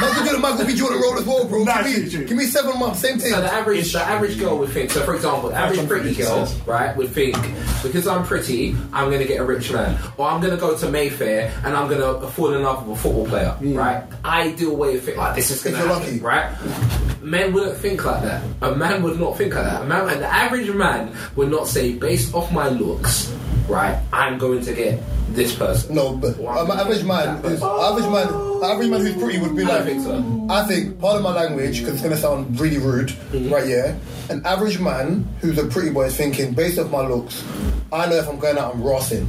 [SPEAKER 4] Michael Jordan, Michael B. Jordan role as well, bro.
[SPEAKER 7] Nah,
[SPEAKER 4] give,
[SPEAKER 7] true, true.
[SPEAKER 4] me, give me seven months, same thing.
[SPEAKER 1] So the average, the average girl would think. So for example, the average pretty girl, right, would think because I'm pretty, I'm gonna get a rich man, or I'm gonna go to Mayfair and I'm gonna fall in love with a football player, right? Ideal way of thinking. Like this is gonna
[SPEAKER 4] Hmm. you're
[SPEAKER 1] happen,
[SPEAKER 4] lucky.
[SPEAKER 1] right? Men wouldn't think like that. A man would not think like that. A man, and the average man would not say, based off my looks, right, I'm going to get this person.
[SPEAKER 4] No, but
[SPEAKER 1] Or I'm
[SPEAKER 4] um, average
[SPEAKER 1] gonna
[SPEAKER 4] man
[SPEAKER 1] get that
[SPEAKER 4] is
[SPEAKER 1] person.
[SPEAKER 4] average man. Average man who's pretty would be
[SPEAKER 1] I don't
[SPEAKER 4] like.
[SPEAKER 1] think so.
[SPEAKER 4] I think part of my language because it's gonna sound really rude,
[SPEAKER 1] Mm-hmm.
[SPEAKER 4] right? Yeah, an average man who's a pretty boy is thinking based off my looks. I know if I'm going out, I'm rossing.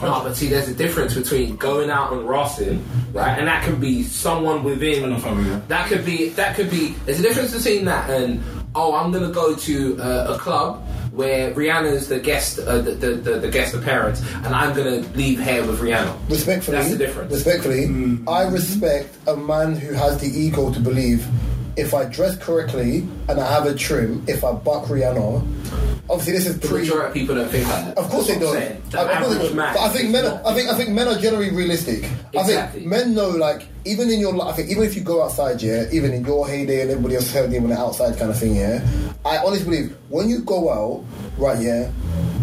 [SPEAKER 1] No, but see, there's a difference between going out and rossing, right? And that can be someone within. That could be. That could be. There's a difference between that and oh, I'm gonna go to uh, a club where Rihanna's the guest, uh, the, the, the the guest appearance, and I'm gonna leave here with Rihanna.
[SPEAKER 4] Respectfully,
[SPEAKER 1] that's the difference. Mm.
[SPEAKER 4] Respectfully, I respect a man who has the ego to believe if I dress correctly and I have a trim, if I buck Rihanna. Obviously, this is
[SPEAKER 1] the
[SPEAKER 4] pretty.
[SPEAKER 1] majority of people don't think like that.
[SPEAKER 4] Of course they
[SPEAKER 1] That's what
[SPEAKER 4] don't.
[SPEAKER 1] I'm
[SPEAKER 4] I,
[SPEAKER 1] saying. The
[SPEAKER 4] of course they
[SPEAKER 1] average
[SPEAKER 4] don't.
[SPEAKER 1] man.
[SPEAKER 4] But I think
[SPEAKER 1] is
[SPEAKER 4] men.
[SPEAKER 1] not.
[SPEAKER 4] Are, I think I think men are generally realistic.
[SPEAKER 1] Exactly.
[SPEAKER 4] I think men know like even in your life. I think even if you go outside, yeah, even in your heyday and everybody else heyday when they're outside kind of thing, yeah. I honestly believe when you go out, right, yeah,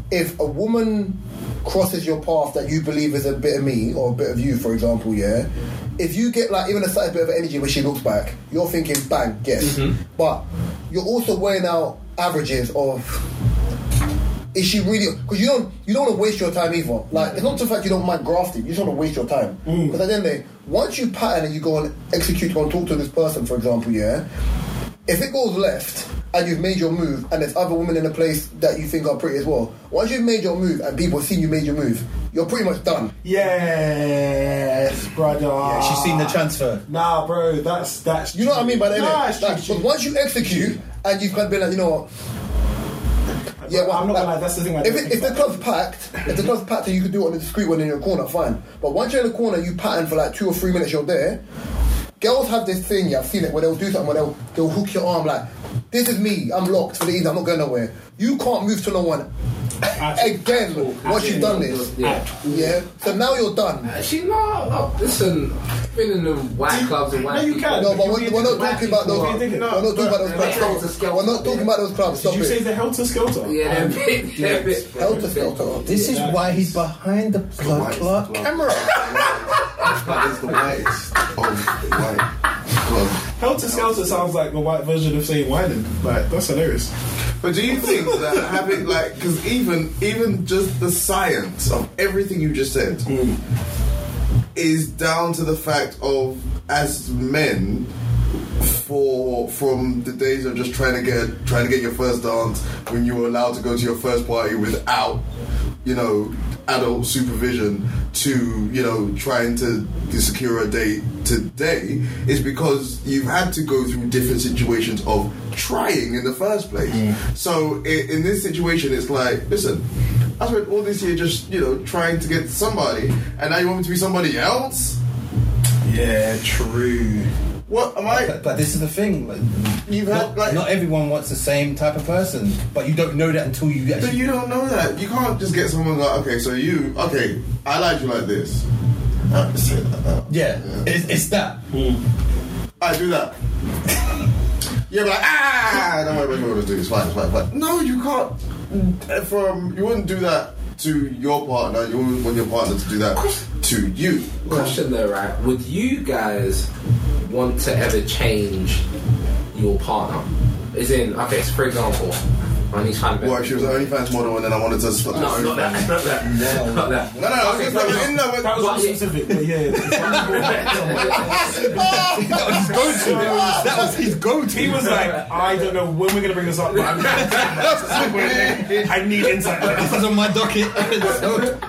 [SPEAKER 4] if a woman crosses your path that you believe is a bit of me or a bit of you, for example, yeah. If you get like even a slight bit of energy when she looks back, you're thinking bang, yes.
[SPEAKER 1] Mm-hmm.
[SPEAKER 4] But you're also weighing out averages of is she really? Because you don't you don't want to waste your time either. Like it's not the fact you don't mind grafting, you just want to waste your time.
[SPEAKER 3] Mm.
[SPEAKER 4] Because at the end of the day, once you pattern and you go and execute and talk to this person, for example, yeah. If it goes left and you've made your move, and there's other women in the place that you think are pretty as well, once you've made your move and people have seen you made your move, you're pretty much done.
[SPEAKER 3] Yes, brother.
[SPEAKER 5] Yeah, she's seen the transfer.
[SPEAKER 3] Nah, bro, that's that's.
[SPEAKER 4] You know what I mean by that?
[SPEAKER 3] Nah,
[SPEAKER 4] innit?
[SPEAKER 3] it's true,
[SPEAKER 4] like,
[SPEAKER 3] true.
[SPEAKER 4] but once you execute and you've kind of been like, you know what? Yeah, well,
[SPEAKER 3] I'm not gonna
[SPEAKER 4] like,
[SPEAKER 3] lie. That's the thing. I
[SPEAKER 4] If,
[SPEAKER 3] don't
[SPEAKER 4] it,
[SPEAKER 3] think
[SPEAKER 4] if the
[SPEAKER 3] about.
[SPEAKER 4] club's packed, if the club's packed, then you can do it on the discreet one in your corner, fine. But once you're in the corner, you pattern for like two or three minutes. You're there. Girls have this thing. Yeah, I've seen it where they'll do something where they'll they'll hook your arm like, "This is me. I'm locked for the evening. I'm not going nowhere." You can't move to no one again once you've done this.
[SPEAKER 1] Yeah.
[SPEAKER 4] Yeah. So now you're done.
[SPEAKER 1] She's not. Look, listen, I've been in the white clubs and white.
[SPEAKER 3] No, you
[SPEAKER 1] people.
[SPEAKER 3] can't.
[SPEAKER 4] No, but
[SPEAKER 3] You
[SPEAKER 4] we're,
[SPEAKER 3] did-
[SPEAKER 4] we're not
[SPEAKER 3] why
[SPEAKER 4] talking about those.
[SPEAKER 3] people
[SPEAKER 4] We're
[SPEAKER 3] are-
[SPEAKER 4] not talking
[SPEAKER 3] No,
[SPEAKER 4] about those
[SPEAKER 1] but-
[SPEAKER 4] clubs. We're not talking about those clubs.
[SPEAKER 3] Did
[SPEAKER 4] Stop
[SPEAKER 3] you say
[SPEAKER 4] it.
[SPEAKER 3] the helter skelter? Um,
[SPEAKER 1] Yeah, they're a bit. They're a bit.
[SPEAKER 4] Helter Skelter.
[SPEAKER 5] This is why he's behind the blood clot camera.
[SPEAKER 2] That is the Oh, whitest of white club.
[SPEAKER 3] Helter skelter sounds like the white version of saying whining. Like that's hilarious.
[SPEAKER 2] But do you think that having like, because even even just the science of everything you just said is down to the fact of as men for from the days of just trying to get trying to get your first dance when you were allowed to go to your first party without you know adult supervision to you know trying to secure a date today is because you've had to go through different situations of trying in the first place so i in this situation it's like listen I spent all this year just, you know, trying to get somebody, and now you want me to be somebody else?
[SPEAKER 3] Yeah, true.
[SPEAKER 2] What am I?
[SPEAKER 5] But, but this is the thing. like,
[SPEAKER 2] You've had
[SPEAKER 5] Not,
[SPEAKER 2] like,
[SPEAKER 5] not everyone wants the same type of person, but you don't know that until you
[SPEAKER 2] but
[SPEAKER 5] actually.
[SPEAKER 2] you don't know that. You can't just get someone like, okay, so you, okay, I like you like this. I just say that. uh,
[SPEAKER 5] yeah, It's, it's that.
[SPEAKER 2] I do that. Yeah, but like, ah, don't worry about what I do. It's fine, it's fine, it's fine. No, you can't. uh, From you wouldn't do that to your partner. You wouldn't want your partner to do that to you.
[SPEAKER 1] Question though, right? Would you guys want to ever change your partner? Is in okay. So for example, on his fan base.
[SPEAKER 2] Well, she was an OnlyFans model, and then I wanted to stop.
[SPEAKER 1] No, not that, not that, no, not that.
[SPEAKER 2] No, no, no.
[SPEAKER 1] Okay,
[SPEAKER 2] Okay, no,
[SPEAKER 1] fair
[SPEAKER 2] no, no, but-
[SPEAKER 3] That was not specific, but yeah.
[SPEAKER 5] That was his go-to. That was his go-to.
[SPEAKER 3] He was like, I don't know when we're gonna bring this up, but I'm, I need insight.
[SPEAKER 5] This is on my docket.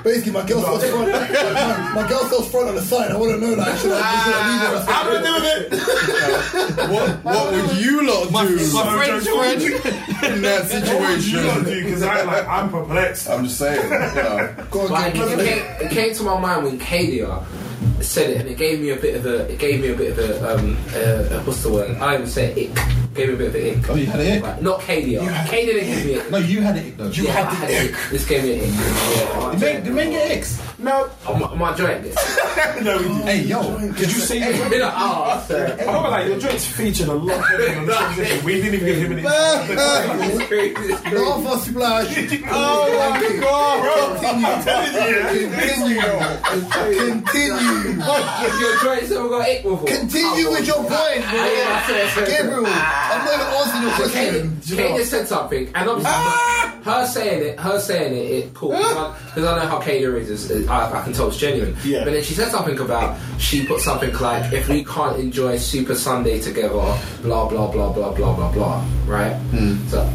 [SPEAKER 4] Basically, my girl sells front. my, my girl sells front on the side. I want to know that. Should I, should I
[SPEAKER 3] I'm gonna do with it.
[SPEAKER 2] What, what would you lot do
[SPEAKER 5] my friend's friend.
[SPEAKER 2] in that
[SPEAKER 3] You don't
[SPEAKER 2] situation?
[SPEAKER 3] do because I like I'm perplexed.
[SPEAKER 2] I'm just saying. You know.
[SPEAKER 4] leave her? Go
[SPEAKER 1] But
[SPEAKER 4] on,
[SPEAKER 1] it,
[SPEAKER 4] give
[SPEAKER 1] it,
[SPEAKER 4] me-
[SPEAKER 1] came, it came to my mind when Kadia said it, and it gave me a bit of a. It gave me a bit of a. Um, uh, what's the word? I don't even say ick. Gave me a bit of an ick.
[SPEAKER 5] Oh, you had it.
[SPEAKER 1] Right, not Kadia. Kadia didn't give me an
[SPEAKER 5] No,
[SPEAKER 1] ick.
[SPEAKER 5] you had it though. You
[SPEAKER 1] Yeah, I had an ick. This gave me an ick. Yeah,
[SPEAKER 5] Did men, did men get X?
[SPEAKER 3] No,
[SPEAKER 1] I'm, I'm enjoying this.
[SPEAKER 3] no, we didn't.
[SPEAKER 5] Hey, yo.
[SPEAKER 3] Did you see?
[SPEAKER 1] You know, oh, sorry.
[SPEAKER 3] I'm like your joint's featured a lot. heavier on the transition. We didn't even give him an.
[SPEAKER 1] It's crazy. It's crazy.
[SPEAKER 4] Not for splash.
[SPEAKER 5] Oh my god,
[SPEAKER 4] Continue. Continue.
[SPEAKER 1] Your joint still got ick with her.
[SPEAKER 4] Continue with your point,
[SPEAKER 1] Yeah,
[SPEAKER 4] bro.
[SPEAKER 1] sorry, sorry, sorry.
[SPEAKER 4] Gabriel, I'm not even answering your question.
[SPEAKER 1] Kate, Kate just said something, and obviously
[SPEAKER 3] Ah!
[SPEAKER 1] her saying it, her saying it, it cool because I know how Kate is. is, is I, I can tell it's genuine.
[SPEAKER 3] Yeah.
[SPEAKER 1] But then she said something about she put something like, "If we can't enjoy Super Sunday together, blah blah blah blah blah blah blah." Right.
[SPEAKER 3] Hmm.
[SPEAKER 1] So.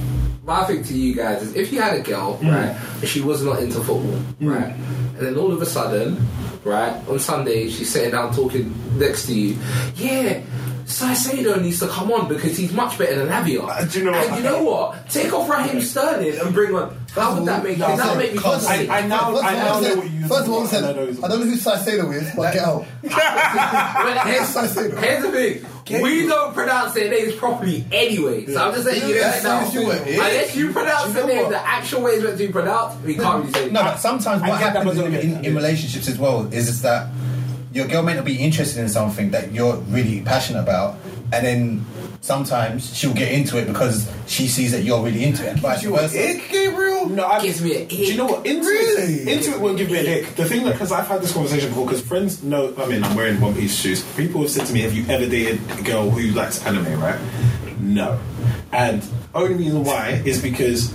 [SPEAKER 1] My thing to you guys is if you had a girl, right, and she was not into football,
[SPEAKER 3] Hmm.
[SPEAKER 1] right, and then all of a sudden, right, on Sunday she's sitting down talking next to you, yeah, Saicedo needs to come on because he's much better than Avia.
[SPEAKER 3] Uh, do you know what?
[SPEAKER 1] And you know what? Take off Raheem Sterling and bring on. How would that make?
[SPEAKER 4] No,
[SPEAKER 1] that would
[SPEAKER 4] sorry,
[SPEAKER 1] make me
[SPEAKER 4] can't say.
[SPEAKER 1] constantly.
[SPEAKER 3] I, I now I now know what you.
[SPEAKER 4] First of all, listen, I don't know who Saicedo is, but get out.
[SPEAKER 1] here's,
[SPEAKER 4] Saicedo.
[SPEAKER 1] here's the thing. We don't pronounce their names properly anyway, so I'm just saying you guys
[SPEAKER 2] That's
[SPEAKER 1] now.
[SPEAKER 2] usually what it is.
[SPEAKER 1] Unless you pronounce
[SPEAKER 5] know
[SPEAKER 1] the name
[SPEAKER 5] what?
[SPEAKER 1] the actual way it's meant to be pronounced, we can't really say.
[SPEAKER 5] No, but sometimes
[SPEAKER 3] I
[SPEAKER 5] what
[SPEAKER 3] get that,
[SPEAKER 5] happens
[SPEAKER 3] but don't
[SPEAKER 5] in,
[SPEAKER 3] get
[SPEAKER 5] in,
[SPEAKER 3] that.
[SPEAKER 5] in relationships as well is, is that your girl may not be interested in something that you're really passionate about, and then sometimes she'll get into it because she sees that you're really into it, and vice versa.
[SPEAKER 2] Gabriel?
[SPEAKER 3] No, I,
[SPEAKER 1] Gives me an
[SPEAKER 3] Do you know what? Into
[SPEAKER 2] Really?
[SPEAKER 3] Into it won't give me an ick. The thing that, because I've had this conversation before, because friends know, I mean, I'm wearing one piece shoes. People have said to me, Have you ever dated a girl who likes anime, right? No. And only reason why is because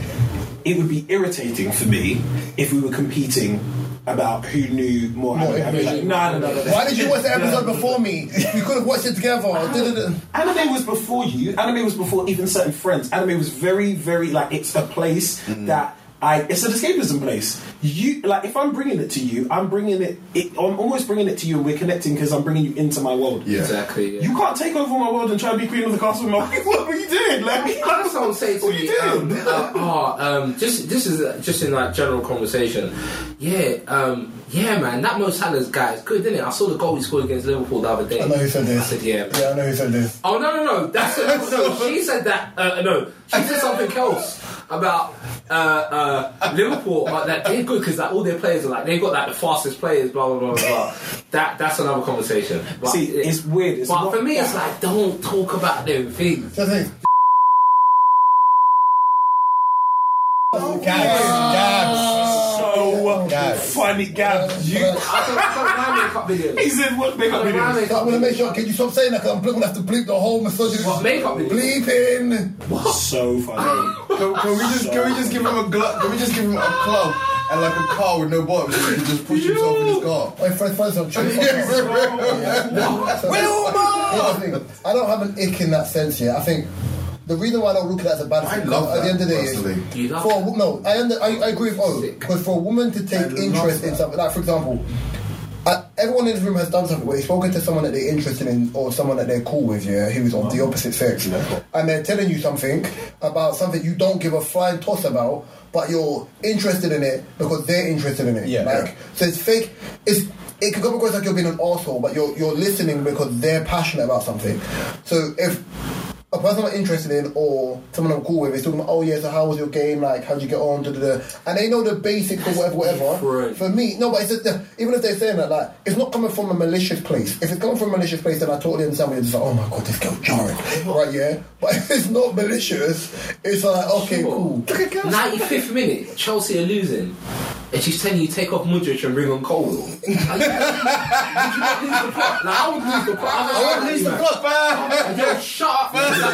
[SPEAKER 3] it would be irritating for me if we were competing about who knew more
[SPEAKER 4] More
[SPEAKER 3] anime. I'd be like,
[SPEAKER 4] anime.
[SPEAKER 3] no, no, no, no. no.
[SPEAKER 4] Why did you watch the episode before me? We could have watched it together. Da-da-da.
[SPEAKER 3] Anime was before you. Anime was before even certain friends. Anime was very, very like it's a place that I. It's an escapism place. You like if I'm bringing it to you, I'm bringing it. it I'm almost bringing it to you, and we're connecting because I'm bringing you into my world.
[SPEAKER 2] Yeah.
[SPEAKER 1] Exactly. Yeah.
[SPEAKER 3] You can't take over my world and try to be queen of the castle. in My what are you doing? Like,
[SPEAKER 1] Like someone say to
[SPEAKER 3] what are
[SPEAKER 1] me,
[SPEAKER 3] you
[SPEAKER 1] um,
[SPEAKER 3] doing?
[SPEAKER 1] uh, oh, um, just this is uh, just in like general conversation. Yeah, um, yeah, man, that Mo Salah's guy is good, didn't it? I saw the goal he scored against Liverpool the other day.
[SPEAKER 4] I know who said
[SPEAKER 1] I said,
[SPEAKER 4] this.
[SPEAKER 1] yeah. man.
[SPEAKER 4] Yeah, I know who said this.
[SPEAKER 1] Oh no no no! That's no. She said that. Uh, no, she said something else about uh, uh, Liverpool. Uh, that they're good because like, all their players are like they've got like the fastest players. Blah blah blah blah. blah. That that's another conversation. But,
[SPEAKER 3] See, it's weird. It's
[SPEAKER 1] but
[SPEAKER 3] not
[SPEAKER 1] for me, it's
[SPEAKER 3] that.
[SPEAKER 1] like don't talk about them things.
[SPEAKER 4] That's it.
[SPEAKER 5] Gabs, Gabs,
[SPEAKER 3] so
[SPEAKER 5] Guys.
[SPEAKER 3] funny, Gab. You.
[SPEAKER 1] I don't, I don't buy makeup
[SPEAKER 3] He
[SPEAKER 1] videos.
[SPEAKER 3] said, "What make up
[SPEAKER 1] I don't buy
[SPEAKER 3] videos?"
[SPEAKER 1] makeup
[SPEAKER 4] I'm gonna make sure. Can you stop saying that? Because I'm gonna have to bleep the whole misogynist.
[SPEAKER 1] What, makeup videos?
[SPEAKER 4] Bleeping.
[SPEAKER 3] So funny.
[SPEAKER 2] Can, can we just can we just give him a glove? Can we just give him a club and like a car with no bottom so he can just push himself in his car?
[SPEAKER 4] My friend, friends on I don't have an ick in that sense yet. I think the reason why I don't look at that as a bad
[SPEAKER 2] I
[SPEAKER 4] thing.
[SPEAKER 2] love
[SPEAKER 4] at
[SPEAKER 2] that,
[SPEAKER 4] the end of the day,
[SPEAKER 2] personally.
[SPEAKER 1] You love
[SPEAKER 4] for a, wo- no, I, under, I, I agree with O.
[SPEAKER 1] Sick.
[SPEAKER 4] Because for a woman to take interest in something, like for example, I, everyone in this room has done something where they've spoken to someone that they're interested in or someone that they're cool with, yeah, who is of the opposite sex, and they're telling you something about something you don't give a flying toss about, but you're interested in it because they're interested in it.
[SPEAKER 5] Yeah.
[SPEAKER 4] like
[SPEAKER 5] Yeah.
[SPEAKER 4] so it's fake. It's it could come across like you're being an asshole, but you're you're listening because they're passionate about something. So if a person I'm interested in or someone I'm cool with is talking about, oh yeah, so how was your game? Like, how'd you get on? Da, da, da. And they know the basics or whatever, whatever.
[SPEAKER 1] different.
[SPEAKER 4] For me, no, but it's just, the- even if they're saying that, like, it's not coming from a malicious place. If it's coming from a malicious place, then I totally understand when you're just like, oh my god, this girl jarring. Right, yeah? But if it's not malicious, it's like, okay,
[SPEAKER 1] Sure.
[SPEAKER 4] cool.
[SPEAKER 1] 95th minute, Chelsea are losing. and she's telling you take off Mudrich and bring on Cole. Are you- Would you not lose the plot? Like, I would lose the plot. I would lose the plot. Yo, shut up.
[SPEAKER 7] Shut up!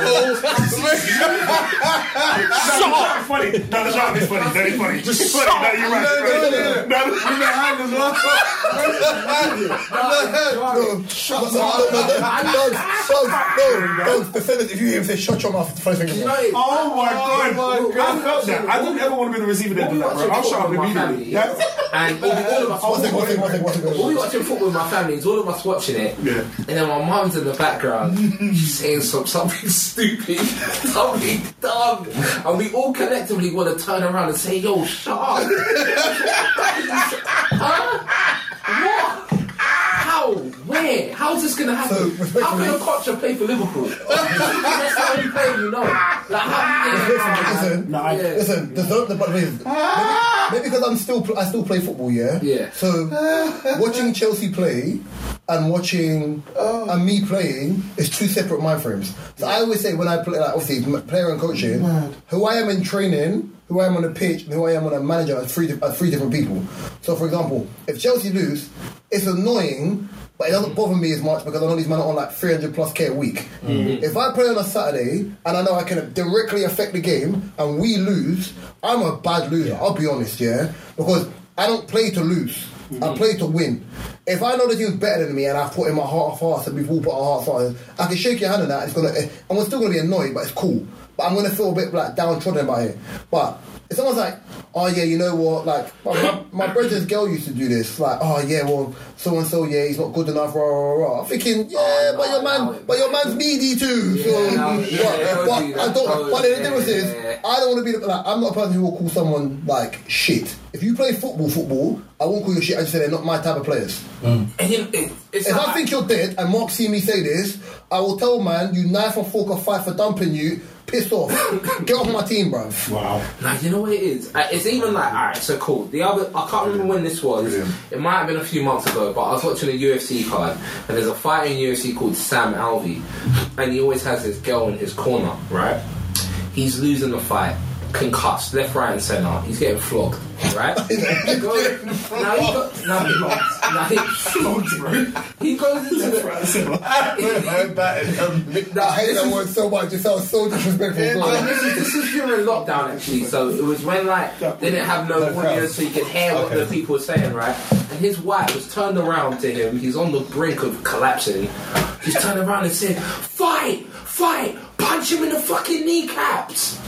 [SPEAKER 7] Funny. No, the shot is funny. That is funny. Just funny. No, you're right. You're right. No, no, no.
[SPEAKER 4] Shut up! No, no, no, no, no. The thing is, if you hear him say shut your mouth, the funny thing is,
[SPEAKER 1] You know it.
[SPEAKER 7] Oh my god! I felt that. I didn't ever want to be the receiving end of that, bro. I'll shut up immediately.
[SPEAKER 1] Yeah.
[SPEAKER 7] That's-
[SPEAKER 1] And all, all of us,
[SPEAKER 4] one thing, one thing, one thing, one thing.
[SPEAKER 1] all we watching football with my family is all of us watching it.
[SPEAKER 7] Yeah.
[SPEAKER 1] And then my mum's in the background she's saying some, something stupid, something dumb, and we all collectively want to turn around and say, "Yo, shut up!" huh? What? How? Where? How's this gonna happen? how can a culture play for Liverpool? That's the only player you know. Like, how?
[SPEAKER 4] Listen,
[SPEAKER 3] No, I-
[SPEAKER 1] Yeah.
[SPEAKER 4] listen. The, the, the problem is maybe because I'm still pl- I still play football. Yeah.
[SPEAKER 1] Yeah.
[SPEAKER 4] So watching Chelsea play and watching and me playing is two separate mind frames. So I always say when I play, like obviously m- player and coaching, who I am in training, who I am on the pitch, and who I am on a manager are three di- are three different people. So for example, if Chelsea lose, it's annoying. But it doesn't bother me as much because I know these men are on like 300 plus K a week. If I play on a Saturday and I know I can directly affect the game and we lose, I'm a bad loser, I'll be honest, yeah? Because I don't play to lose, I play to win. If I know the team's better than me and I've put in my heart of hearts and we've all put our hearts on, I can shake your hand on that. It's gonna, eh, I'm still gonna be annoyed, but it's cool. But I'm gonna feel a bit like downtrodden about it. But it's almost like, oh yeah, you know what? Like my, my, my brother's girl used to do this. Like, oh yeah, well, so and so, yeah, he's not good enough. Rah, rah, rah. I'm thinking, yeah,
[SPEAKER 1] Oh,
[SPEAKER 4] but
[SPEAKER 1] no,
[SPEAKER 4] your man,
[SPEAKER 1] no.
[SPEAKER 4] but your man's needy too. so,
[SPEAKER 1] no, yeah, don't
[SPEAKER 4] but, but
[SPEAKER 1] do
[SPEAKER 4] I
[SPEAKER 1] that.
[SPEAKER 4] don't.
[SPEAKER 1] Don't,
[SPEAKER 4] But the difference
[SPEAKER 1] yeah.
[SPEAKER 4] is, I don't want to be the, like I'm not a person who will call someone like shit. If you play football, football, I won't call you shit. I just say they're not my type of players.
[SPEAKER 1] And you- it- it's
[SPEAKER 4] If
[SPEAKER 1] like-
[SPEAKER 4] I think you're dead and Mark see me say this, I will tell man, you knife and fork or fight for dumping you. Piss off. Get off my team, bruv.
[SPEAKER 3] Wow.
[SPEAKER 1] Like, you know what it is? Uh, It's even like, alright, so cool. The other, I can't remember when this was. It might have been a few months ago, but I was watching a UFC card, and there's a fighter in UFC called Sam Alvey, and he always has this girl in his corner, right? He's losing the fight, concussed, left, right, and centre. He's getting flogged, right? He goes- now he goes, now he now he- He goes into the.
[SPEAKER 2] um,
[SPEAKER 4] I hate that word so much. It sounds so disrespectful.
[SPEAKER 1] Well,
[SPEAKER 4] bruv.
[SPEAKER 1] Oh, this, is, this is during lockdown actually, so it was when like they didn't have no audio, so you could hear what the people were saying, right? And his wife was turned around to him. He's on the brink of collapsing. He's turned around and said, "Fight, fight! Punch him in the fucking kneecaps!"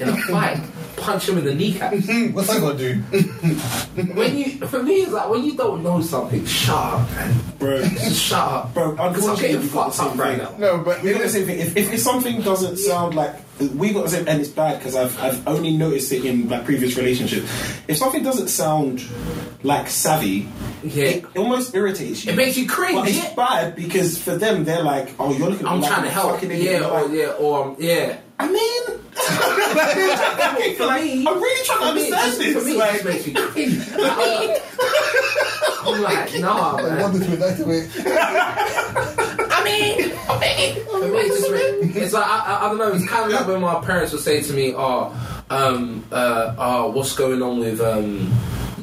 [SPEAKER 1] In a fight, punch him in the kneecaps.
[SPEAKER 5] What's that gonna do?
[SPEAKER 1] When you, for me, it's like when you don't know something, shut up, man.
[SPEAKER 3] Bro.
[SPEAKER 1] Just shut up,
[SPEAKER 3] Bro,
[SPEAKER 1] Because I'm getting
[SPEAKER 3] unfortunately, we've got
[SPEAKER 1] fucked
[SPEAKER 3] the
[SPEAKER 1] up
[SPEAKER 3] same
[SPEAKER 1] right
[SPEAKER 3] thing.
[SPEAKER 1] now.
[SPEAKER 2] No, but
[SPEAKER 3] We got the same thing. If, if, if something doesn't sound like we got the same, and it's bad because I've, I've only noticed it in like previous relationships. If something doesn't sound like savvy,
[SPEAKER 1] Yeah.
[SPEAKER 3] it almost irritates you.
[SPEAKER 1] It makes you cringe,
[SPEAKER 3] But
[SPEAKER 1] yeah.
[SPEAKER 3] it's bad because for them, they're like, "Oh, you're looking. at me
[SPEAKER 1] I'm
[SPEAKER 3] like
[SPEAKER 1] trying
[SPEAKER 3] a
[SPEAKER 1] to help.
[SPEAKER 3] Fucking idiot.
[SPEAKER 1] Yeah,
[SPEAKER 3] You're
[SPEAKER 1] or
[SPEAKER 3] like,
[SPEAKER 1] yeah, or um, yeah.
[SPEAKER 3] I mean, like,
[SPEAKER 1] For me-
[SPEAKER 3] I'm really trying to
[SPEAKER 1] For me, it
[SPEAKER 3] understand
[SPEAKER 1] just-
[SPEAKER 3] this.
[SPEAKER 1] For me,
[SPEAKER 3] like,
[SPEAKER 1] it just makes me cringe. uh, I'm like, nah,
[SPEAKER 4] I
[SPEAKER 1] man.
[SPEAKER 4] want this to activate.
[SPEAKER 1] I mean, I mean, for me, it's, just, re- it's like I, I, I don't know. It's kind of like when my parents would say to me, "Oh, um, uh, oh, what's going on with um,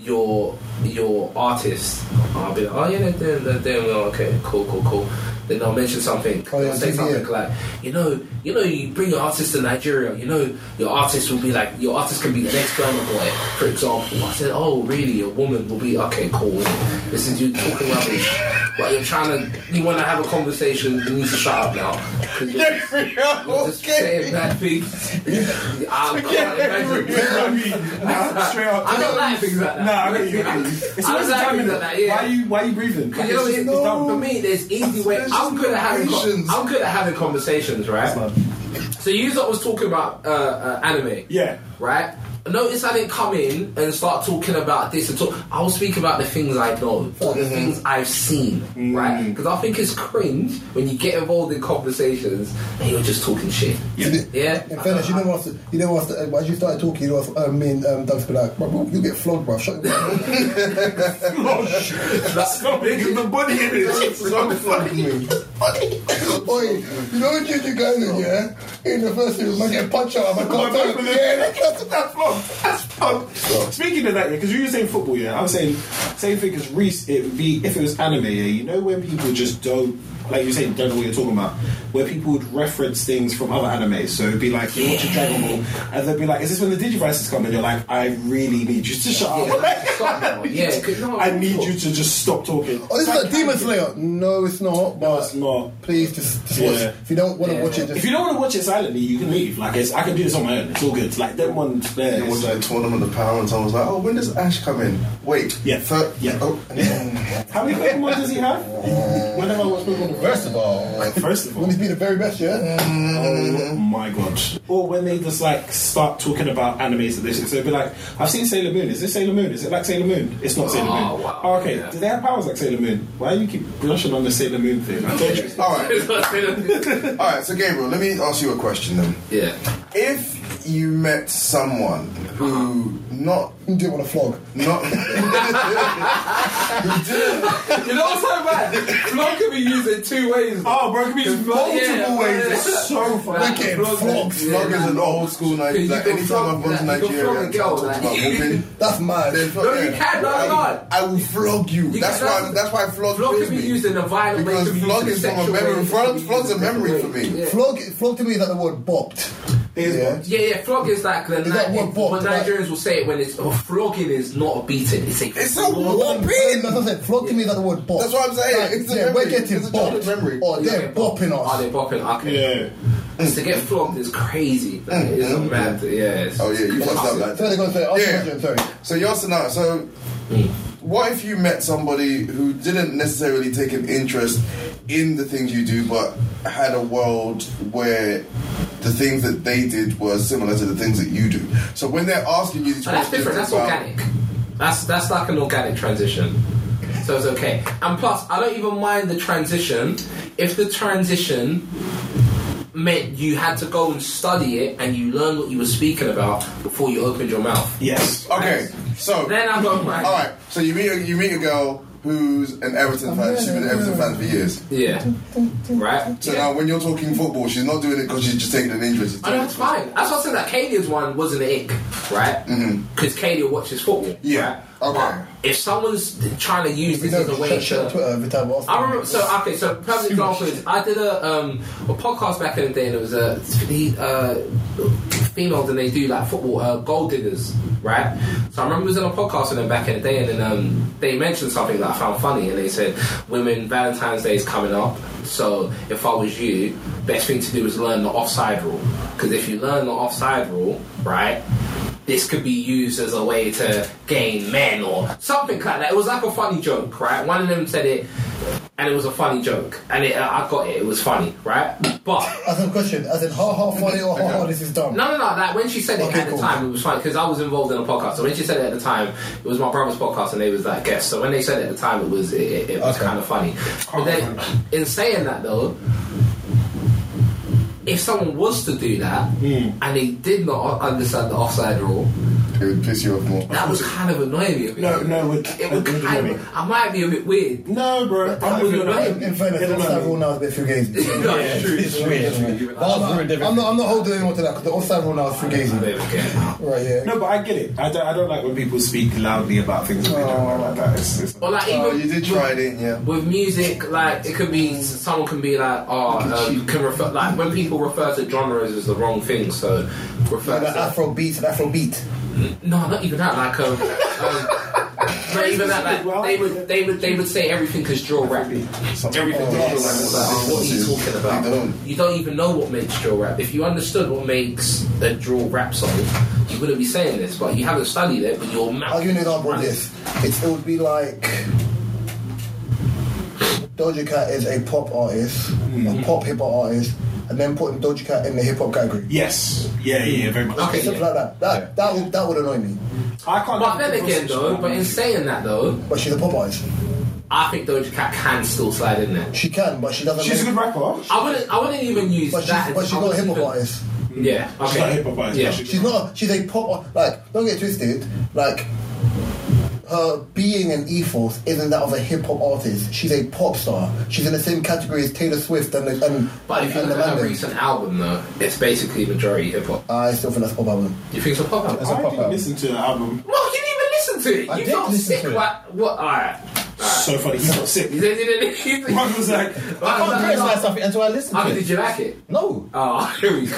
[SPEAKER 1] your your artist?" I'll be like, "Oh yeah, they're doing, they're doing well. Okay, cool, cool, cool." Then they'll mention something.
[SPEAKER 4] Oh, yeah,
[SPEAKER 1] they'll say
[SPEAKER 4] TV,
[SPEAKER 1] something
[SPEAKER 4] yeah.
[SPEAKER 1] like, "You know, you know, you bring your artist to Nigeria. You know, your artist will be like, your artist can be the next Burma Boy, for example." I said, "Oh, really? A woman will be okay, cool. This is you talking rubbish." But you're trying to, you want to have a conversation, you need to shut up now. 'Cause you're, you're just saying bad things. I can't imagine.
[SPEAKER 3] Nah, straight up.
[SPEAKER 1] I don't like things like that.
[SPEAKER 3] Nah, I get you. It's
[SPEAKER 1] I don't
[SPEAKER 3] always the
[SPEAKER 1] like
[SPEAKER 3] timing.
[SPEAKER 1] things
[SPEAKER 3] though.
[SPEAKER 1] like that, yeah.
[SPEAKER 3] Why are you? Why are you breathing?
[SPEAKER 1] You know,
[SPEAKER 3] It's
[SPEAKER 1] it's,
[SPEAKER 3] just dumb.
[SPEAKER 1] for me, there's easy way. I'm good at having
[SPEAKER 2] conversations.
[SPEAKER 1] I'm good at having conversations, right? So you lot was talking about uh, uh, anime,
[SPEAKER 3] Yeah.
[SPEAKER 1] right? Notice I didn't come in and start talking about this and talk. I'll speak about the things I know or
[SPEAKER 3] Mm-hmm.
[SPEAKER 1] the things I've seen,
[SPEAKER 3] Mm.
[SPEAKER 1] right? Because I think it's cringe when you get involved in conversations and you're just talking shit.
[SPEAKER 4] Yeah.
[SPEAKER 1] Yeah,
[SPEAKER 4] In fairness, you know what? after- You know what? after- As you started talking, you know what? I mean, um, Doug's been like, bro, you get flogged, bruv. Shut your mouth.
[SPEAKER 7] Stop it. It's the body in it. It's so funny.
[SPEAKER 4] Oi, you know what you do, guys? Yeah, in the first series, man, get punched out. I'm like,
[SPEAKER 7] My
[SPEAKER 4] God,
[SPEAKER 7] back with
[SPEAKER 4] damn
[SPEAKER 7] it.
[SPEAKER 4] it.
[SPEAKER 7] That's- That's flop. That's
[SPEAKER 3] Oh, Speaking of that, yeah, because you were saying football, yeah, I was saying same thing as Reese. It would be if it was anime, yeah. You know when people just don't, like you're saying, don't know what you're talking about. Where people would reference things from other anime, so it'd be like you're watching Dragon Ball, and they'd be like, "Is this when the Digivices come?" And you're like, "I really need you to shut up.
[SPEAKER 1] Stop now. Yeah, 'cause no,
[SPEAKER 3] I need you to just stop talking."
[SPEAKER 4] Oh, this is like Demon Slayer. No, it's not. But
[SPEAKER 3] it's not.
[SPEAKER 4] Please, just, just watch.
[SPEAKER 3] Yeah.
[SPEAKER 4] If you don't want to
[SPEAKER 1] Yeah.
[SPEAKER 4] watch it, just
[SPEAKER 3] If you don't want to watch it silently, you can leave. Like it's, I can do this on my own. It's all good. Like that one there.
[SPEAKER 2] It was
[SPEAKER 3] is-
[SPEAKER 2] like tournament of power, and someone was like, "Oh, when does Ash come in?" Wait,
[SPEAKER 3] Yeah.
[SPEAKER 2] thir-
[SPEAKER 3] Yeah.
[SPEAKER 2] Oh, and then-
[SPEAKER 3] How many Pokemon does he have? Whenever I watch Pokemon,
[SPEAKER 5] First of all,
[SPEAKER 3] first of all.
[SPEAKER 4] want to be the very best, yeah.
[SPEAKER 1] Uh.
[SPEAKER 3] Oh my god. Or when they just like start talking about animes and this, so it'd be like, I've seen Sailor Moon. Is this Sailor Moon? Is it like Sailor Moon? It's not Sailor
[SPEAKER 1] Oh,
[SPEAKER 3] Moon.
[SPEAKER 1] wow.
[SPEAKER 3] Oh, okay.
[SPEAKER 1] Yeah.
[SPEAKER 3] Do they have powers like Sailor Moon? Why do you keep brushing on the Sailor Moon thing? I told you.
[SPEAKER 2] all right,
[SPEAKER 1] yeah.
[SPEAKER 2] all right. So Gabriel, let me ask you a question then. If you met someone who not
[SPEAKER 4] You do want to flog.
[SPEAKER 2] not
[SPEAKER 1] You know what's so bad? Vlog can be used in two ways.
[SPEAKER 3] Oh, bro, it could be just multiple
[SPEAKER 1] yeah,
[SPEAKER 3] ways.
[SPEAKER 1] yeah.
[SPEAKER 3] It's so funny.
[SPEAKER 1] Like,
[SPEAKER 2] getting
[SPEAKER 1] vlog-
[SPEAKER 2] flogged.
[SPEAKER 1] yeah,
[SPEAKER 2] Flog is an old school
[SPEAKER 1] you
[SPEAKER 2] Nigerian. Like,
[SPEAKER 1] can
[SPEAKER 2] anytime
[SPEAKER 1] flog-
[SPEAKER 2] I've gone to
[SPEAKER 1] like, you can flog
[SPEAKER 2] Nigeria
[SPEAKER 1] a
[SPEAKER 2] and
[SPEAKER 1] girl,
[SPEAKER 2] talked about
[SPEAKER 1] like-
[SPEAKER 2] women,
[SPEAKER 4] That's mad.
[SPEAKER 2] then flog-
[SPEAKER 1] No, you
[SPEAKER 2] yeah.
[SPEAKER 1] can't, no,
[SPEAKER 2] I-
[SPEAKER 1] God.
[SPEAKER 2] I will flog you.
[SPEAKER 1] You
[SPEAKER 2] That's
[SPEAKER 1] can't-
[SPEAKER 2] why. That's why flog.
[SPEAKER 1] Vlog
[SPEAKER 2] kills
[SPEAKER 1] can be
[SPEAKER 2] me.
[SPEAKER 1] used in a violent way.
[SPEAKER 2] Because
[SPEAKER 1] it can be used
[SPEAKER 2] vlog
[SPEAKER 1] in a
[SPEAKER 2] is from a
[SPEAKER 1] sexual way,
[SPEAKER 2] memory-
[SPEAKER 1] it can be
[SPEAKER 2] vlog's
[SPEAKER 1] used in
[SPEAKER 2] a memory
[SPEAKER 1] different
[SPEAKER 2] for
[SPEAKER 1] ways.
[SPEAKER 2] me.
[SPEAKER 1] Yeah.
[SPEAKER 4] Flog, flog to me is like the word bopped.
[SPEAKER 3] It is
[SPEAKER 4] Yeah.
[SPEAKER 3] what-
[SPEAKER 1] Yeah, yeah, flog is like the
[SPEAKER 4] that
[SPEAKER 1] Ni-
[SPEAKER 4] what bot-
[SPEAKER 1] when Nigerians will say it when it's oh, flogging is not a beating. It's a
[SPEAKER 2] It's a war
[SPEAKER 4] That's what I'm saying. Flog to me is like the word bopped.
[SPEAKER 2] That's what I'm saying.
[SPEAKER 4] Like,
[SPEAKER 2] It's a
[SPEAKER 4] yeah,
[SPEAKER 2] memory.
[SPEAKER 4] we're getting
[SPEAKER 2] It's a childhood
[SPEAKER 4] bopped.
[SPEAKER 2] memory.
[SPEAKER 4] Or
[SPEAKER 1] Yeah,
[SPEAKER 4] they're bopping
[SPEAKER 1] Are they
[SPEAKER 4] us.
[SPEAKER 1] bopping? Okay.
[SPEAKER 3] Yeah.
[SPEAKER 1] To get flogged is crazy. Like, it's
[SPEAKER 2] Mm.
[SPEAKER 1] mad. Yeah. It's,
[SPEAKER 2] Oh yeah, you fucked up like
[SPEAKER 4] So
[SPEAKER 2] that.
[SPEAKER 4] they're going to say, oh,
[SPEAKER 2] Yeah.
[SPEAKER 4] yeah. sorry.
[SPEAKER 2] So your scenario. So
[SPEAKER 1] Mm.
[SPEAKER 2] what if you met somebody who didn't necessarily take an interest in the things you do, but had a world where the things that they did were similar to the things that you do? So when they're asking you these
[SPEAKER 1] And that's
[SPEAKER 2] questions,
[SPEAKER 1] different. That's
[SPEAKER 2] about-
[SPEAKER 1] organic. That's that's like an organic transition. So it's okay. And plus, I don't even mind the transition if the transition meant you had to go and study it and you learned what you were speaking about before you opened your mouth.
[SPEAKER 3] Yes.
[SPEAKER 2] Okay, so
[SPEAKER 1] Then I don't mind.
[SPEAKER 2] all right, so you meet a, you meet a girl who's an Everton fan. She's been an Everton fan for years.
[SPEAKER 1] Yeah. Right.
[SPEAKER 2] So
[SPEAKER 1] Yeah.
[SPEAKER 2] now when you're talking football, she's not doing it because she's just taking an interest.
[SPEAKER 1] I know that's fine. That's what I said. That Kadia's one wasn't an ick, right? Because Kadia watches football.
[SPEAKER 2] Mm-hmm. Yeah.
[SPEAKER 1] right?
[SPEAKER 2] Okay.
[SPEAKER 1] But if someone's trying to use
[SPEAKER 4] We
[SPEAKER 1] this as a
[SPEAKER 4] don't
[SPEAKER 1] way
[SPEAKER 4] shut shit on
[SPEAKER 1] to
[SPEAKER 4] Twitter every time we ask
[SPEAKER 1] I
[SPEAKER 4] them.
[SPEAKER 1] remember. So okay. So perfect example is I did a um a podcast back in the day, and it was a he, uh females, and they do like football uh, gold diggers, right? So I remember was in a podcast with them back in the day, and then um they mentioned something that I found funny, and they said women Valentine's Day is coming up, so if I was you, best thing to do is learn the offside rule, because if you learn the offside rule, right? This could be used as a way to gain men or something like that. It was like a funny joke, right? One of them said it and it was a funny joke, and it, I got it. It was funny, right? But
[SPEAKER 4] As a question, as in, ha ha funny or ha ha, this is dumb.
[SPEAKER 1] no, no, no. Like when she said it
[SPEAKER 4] Okay,
[SPEAKER 1] at
[SPEAKER 4] cool.
[SPEAKER 1] the time, it was funny because I was involved in a podcast. So when she said it at the time, it was my brother's podcast, and they was like guests. So when they said it at the time, it was it, it, it was
[SPEAKER 5] Okay.
[SPEAKER 1] kind of funny. But then, in saying that though, if someone was to do that and they did not understand the offside rule,
[SPEAKER 2] It would piss you off more.
[SPEAKER 1] that was kind of annoying me. a bit.
[SPEAKER 3] No, no, would,
[SPEAKER 1] It would kind of, I might be a bit weird.
[SPEAKER 3] No, bro. I'm with you.
[SPEAKER 1] Right.
[SPEAKER 4] In fairness, the offside rule now is a bit fugazi.
[SPEAKER 1] No, it's true. It's
[SPEAKER 5] weird. Bars ruined
[SPEAKER 4] I'm
[SPEAKER 5] everything.
[SPEAKER 4] not, I'm not holding anyone to that because the offside rule now is fugazi.
[SPEAKER 1] Okay.
[SPEAKER 4] Right, yeah.
[SPEAKER 3] No, but I get it. I don't, I don't like when people speak loudly about things that they don't know like that. It's, it's,
[SPEAKER 1] Or like even
[SPEAKER 2] Oh, you did try it, didn't you?
[SPEAKER 1] with music, like it could be someone can be like, oh, um, can refer like when people refer to genres as the wrong thing. So refer
[SPEAKER 4] Like
[SPEAKER 1] to
[SPEAKER 4] Afro beat, an Afro beat.
[SPEAKER 1] no, not even that. Like um, um not even that. Like they would, they would, they would say everything is drill rap. Everything is drill rap. It's like, oh, what are you talking about? You don't even know what makes drill rap. If you understood what makes a drill rap song, you wouldn't be saying this. But you haven't studied it, but your mouth.
[SPEAKER 4] I'll give you an example of this. It's, it would be like Doja Cat is a pop artist,
[SPEAKER 3] Mm-hmm.
[SPEAKER 4] a pop hip hop artist, and then putting Doja Cat in the hip hop category.
[SPEAKER 3] yes. Yeah, yeah, yeah, very much.
[SPEAKER 1] Okay.
[SPEAKER 4] Something like that. That that would that would annoy me.
[SPEAKER 3] I can't.
[SPEAKER 1] But then again, though, but in saying that, though,
[SPEAKER 4] But she's a pop artist.
[SPEAKER 1] I think Doja Cat can still slide in there.
[SPEAKER 4] She can, but she doesn't.
[SPEAKER 3] she's a
[SPEAKER 4] make,
[SPEAKER 3] good rapper.
[SPEAKER 1] I wouldn't. I wouldn't even use
[SPEAKER 4] but
[SPEAKER 1] that.
[SPEAKER 4] she's, but
[SPEAKER 1] as-
[SPEAKER 4] she's
[SPEAKER 1] I
[SPEAKER 4] not a
[SPEAKER 1] wouldn't
[SPEAKER 4] hip hop
[SPEAKER 1] even-
[SPEAKER 4] artist.
[SPEAKER 1] Yeah. Okay.
[SPEAKER 3] She's not hip hop artist.
[SPEAKER 1] Yeah.
[SPEAKER 3] but she's
[SPEAKER 4] She's not. She's a pop. Like don't get twisted. Like her being and ethos isn't that of a hip hop artist. She's a pop star. She's in the same category as Taylor Swift and the and,
[SPEAKER 1] But if you
[SPEAKER 4] and the
[SPEAKER 1] look at her
[SPEAKER 4] Mandem.
[SPEAKER 1] recent album, though, it's basically majority hip hop.
[SPEAKER 4] I still think that's a pop album.
[SPEAKER 1] You think it's a pop album?
[SPEAKER 5] a
[SPEAKER 3] I
[SPEAKER 5] pop
[SPEAKER 3] didn't
[SPEAKER 5] album.
[SPEAKER 3] listen to the album.
[SPEAKER 1] Mark, you didn't even listen to it.
[SPEAKER 5] I
[SPEAKER 1] you
[SPEAKER 5] did
[SPEAKER 1] got
[SPEAKER 5] listen
[SPEAKER 1] sick.
[SPEAKER 5] to it.
[SPEAKER 1] What? What? All right. All right.
[SPEAKER 3] So funny, he got sick.
[SPEAKER 1] You didn't- you didn't-
[SPEAKER 3] I was like,
[SPEAKER 5] I
[SPEAKER 1] Mark,
[SPEAKER 5] can't
[SPEAKER 1] no,
[SPEAKER 5] criticize
[SPEAKER 1] no.
[SPEAKER 5] something until I listen
[SPEAKER 1] Mark,
[SPEAKER 5] to
[SPEAKER 1] did
[SPEAKER 5] it.
[SPEAKER 1] you like it?
[SPEAKER 5] No.
[SPEAKER 1] Oh, here we go.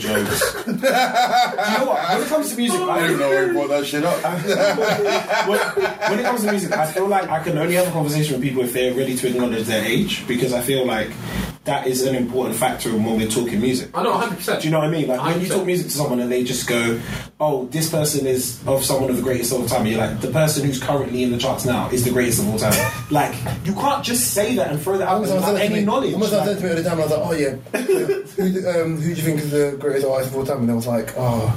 [SPEAKER 2] jokes.
[SPEAKER 3] you know what? When it comes to music,
[SPEAKER 2] I
[SPEAKER 3] I
[SPEAKER 2] don't know where he brought that shit up.
[SPEAKER 3] when, when it comes to music, I feel like I can only have a conversation with people if they're ready to acknowledge their age, because I feel like that is an important factor when we're talking music.
[SPEAKER 1] I know, 100%.
[SPEAKER 3] Do you know what I mean? Like when you
[SPEAKER 1] 100%.
[SPEAKER 3] talk music to someone and they just go, "Oh, this person is of someone of the greatest of all time," and you're like, "The person who's currently in the charts now is the greatest of all time." like you can't just say that and throw that
[SPEAKER 4] I
[SPEAKER 3] out
[SPEAKER 4] was I
[SPEAKER 3] without
[SPEAKER 4] said it to
[SPEAKER 3] any
[SPEAKER 4] me-
[SPEAKER 3] knowledge.
[SPEAKER 4] I was I
[SPEAKER 3] Like,
[SPEAKER 4] said to me at the time, I was like, oh yeah, who, um, who do you think is the greatest artist of all time? And I was like, oh,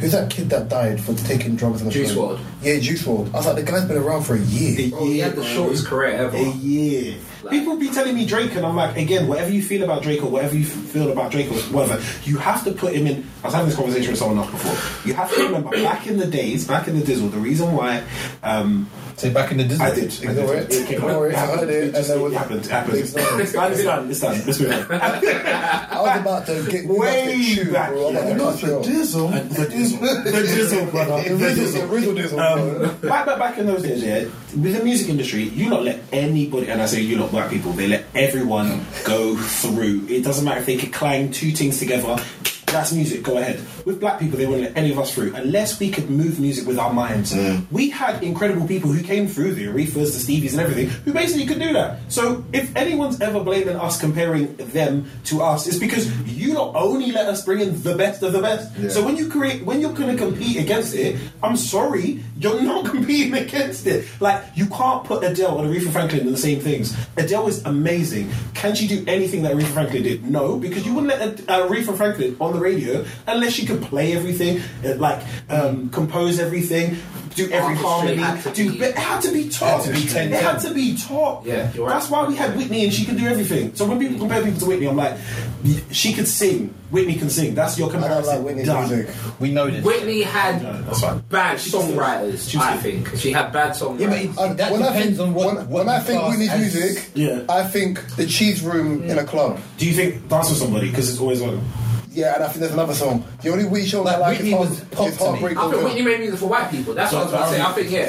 [SPEAKER 4] who's that kid that died for taking drugs? And
[SPEAKER 1] Juice WRLD.
[SPEAKER 4] Yeah, Juice WRLD. I was like, the guy's been around for a year.
[SPEAKER 1] Bro, he had the
[SPEAKER 3] Yeah,
[SPEAKER 1] shortest career ever.
[SPEAKER 3] a year.
[SPEAKER 1] Like-
[SPEAKER 3] People be telling me Drake, and I'm like, again, whatever you feel about Drake or whatever you f- feel about Drake or whatever, you have to put him in. I was having this conversation with someone else before. You have to remember back in the days, back in the dizzle, the reason why um,
[SPEAKER 5] Say back in the Disney.
[SPEAKER 3] I did.
[SPEAKER 4] I know it.
[SPEAKER 3] It came
[SPEAKER 4] I know
[SPEAKER 3] out.
[SPEAKER 4] it.
[SPEAKER 3] It happened.
[SPEAKER 4] I know it.
[SPEAKER 3] It just-
[SPEAKER 4] And I was-
[SPEAKER 3] it happened. It happened.
[SPEAKER 4] It's not-
[SPEAKER 3] It's done. It's done. It's done. Let's move on.
[SPEAKER 4] I was about to get
[SPEAKER 3] Way
[SPEAKER 4] you got to chew,
[SPEAKER 3] back,
[SPEAKER 4] bro. I'm
[SPEAKER 3] yeah.
[SPEAKER 4] about to cut you off.
[SPEAKER 3] The dizzle. The dizzle, brother.
[SPEAKER 4] The Rizzle- the Rizzle Dizzle, bro.
[SPEAKER 3] Um, back, back, back in those days, yeah, with the music industry, you not let anybody, and I say you lot black people, they let everyone go through. It doesn't matter if they could clang two things together. That's music. Go ahead. With black people, they wouldn't let any of us through unless we could move music with our minds. We had incredible people who came through the Arifas, the Stevies, and everything, who basically could do that. So if anyone's ever blaming us comparing them to us, it's because you lot only let us bring in the best of the best.
[SPEAKER 2] Yeah.
[SPEAKER 3] So when you create, when you're going to compete against it, I'm sorry, you're not competing against it. Like you can't put Adele and Aretha Franklin in the same things. Adele is amazing. Can she do anything that Aretha Franklin did? No, because you wouldn't let Ad- uh, Aretha Franklin on the radio unless she could play everything, uh, like um, compose everything, do every
[SPEAKER 1] Orchestrate,
[SPEAKER 3] harmony,
[SPEAKER 1] had to
[SPEAKER 3] do.
[SPEAKER 1] be-
[SPEAKER 3] but It had to be top.
[SPEAKER 5] to be
[SPEAKER 3] It had to be top.
[SPEAKER 1] Yeah, you're right.
[SPEAKER 3] That's why we had Whitney and she could do everything. So when people compare people to Whitney, I'm like, she could sing. Whitney can sing. That's your
[SPEAKER 4] I don't
[SPEAKER 3] comparison.
[SPEAKER 4] like Whitney's
[SPEAKER 3] Done.
[SPEAKER 4] music.
[SPEAKER 5] We know this.
[SPEAKER 1] Whitney had
[SPEAKER 3] that's fine.
[SPEAKER 1] bad
[SPEAKER 3] She's
[SPEAKER 1] songwriters,
[SPEAKER 3] good. She's
[SPEAKER 1] I
[SPEAKER 3] good.
[SPEAKER 1] think. She had bad songwriters.
[SPEAKER 5] Yeah, but it,
[SPEAKER 4] I-
[SPEAKER 5] that
[SPEAKER 4] when I
[SPEAKER 5] depends
[SPEAKER 4] think,
[SPEAKER 5] on what.
[SPEAKER 4] when,
[SPEAKER 5] what
[SPEAKER 4] when I
[SPEAKER 5] you
[SPEAKER 4] think
[SPEAKER 5] class
[SPEAKER 4] Whitney's
[SPEAKER 5] as-
[SPEAKER 4] music,
[SPEAKER 3] Yeah.
[SPEAKER 4] I think the cheese room in a club.
[SPEAKER 3] Do you think dance with somebody? Because it's always on.
[SPEAKER 4] Yeah, and I think there's another song. The only Whitney song I
[SPEAKER 5] Like,
[SPEAKER 4] like
[SPEAKER 5] Whitney
[SPEAKER 4] is, Heart-
[SPEAKER 5] was pop
[SPEAKER 4] is
[SPEAKER 5] to me.
[SPEAKER 4] Heartbreak
[SPEAKER 1] I think
[SPEAKER 4] Hotel.
[SPEAKER 1] Whitney made music for white people. That's what I was about to say. I think, yeah.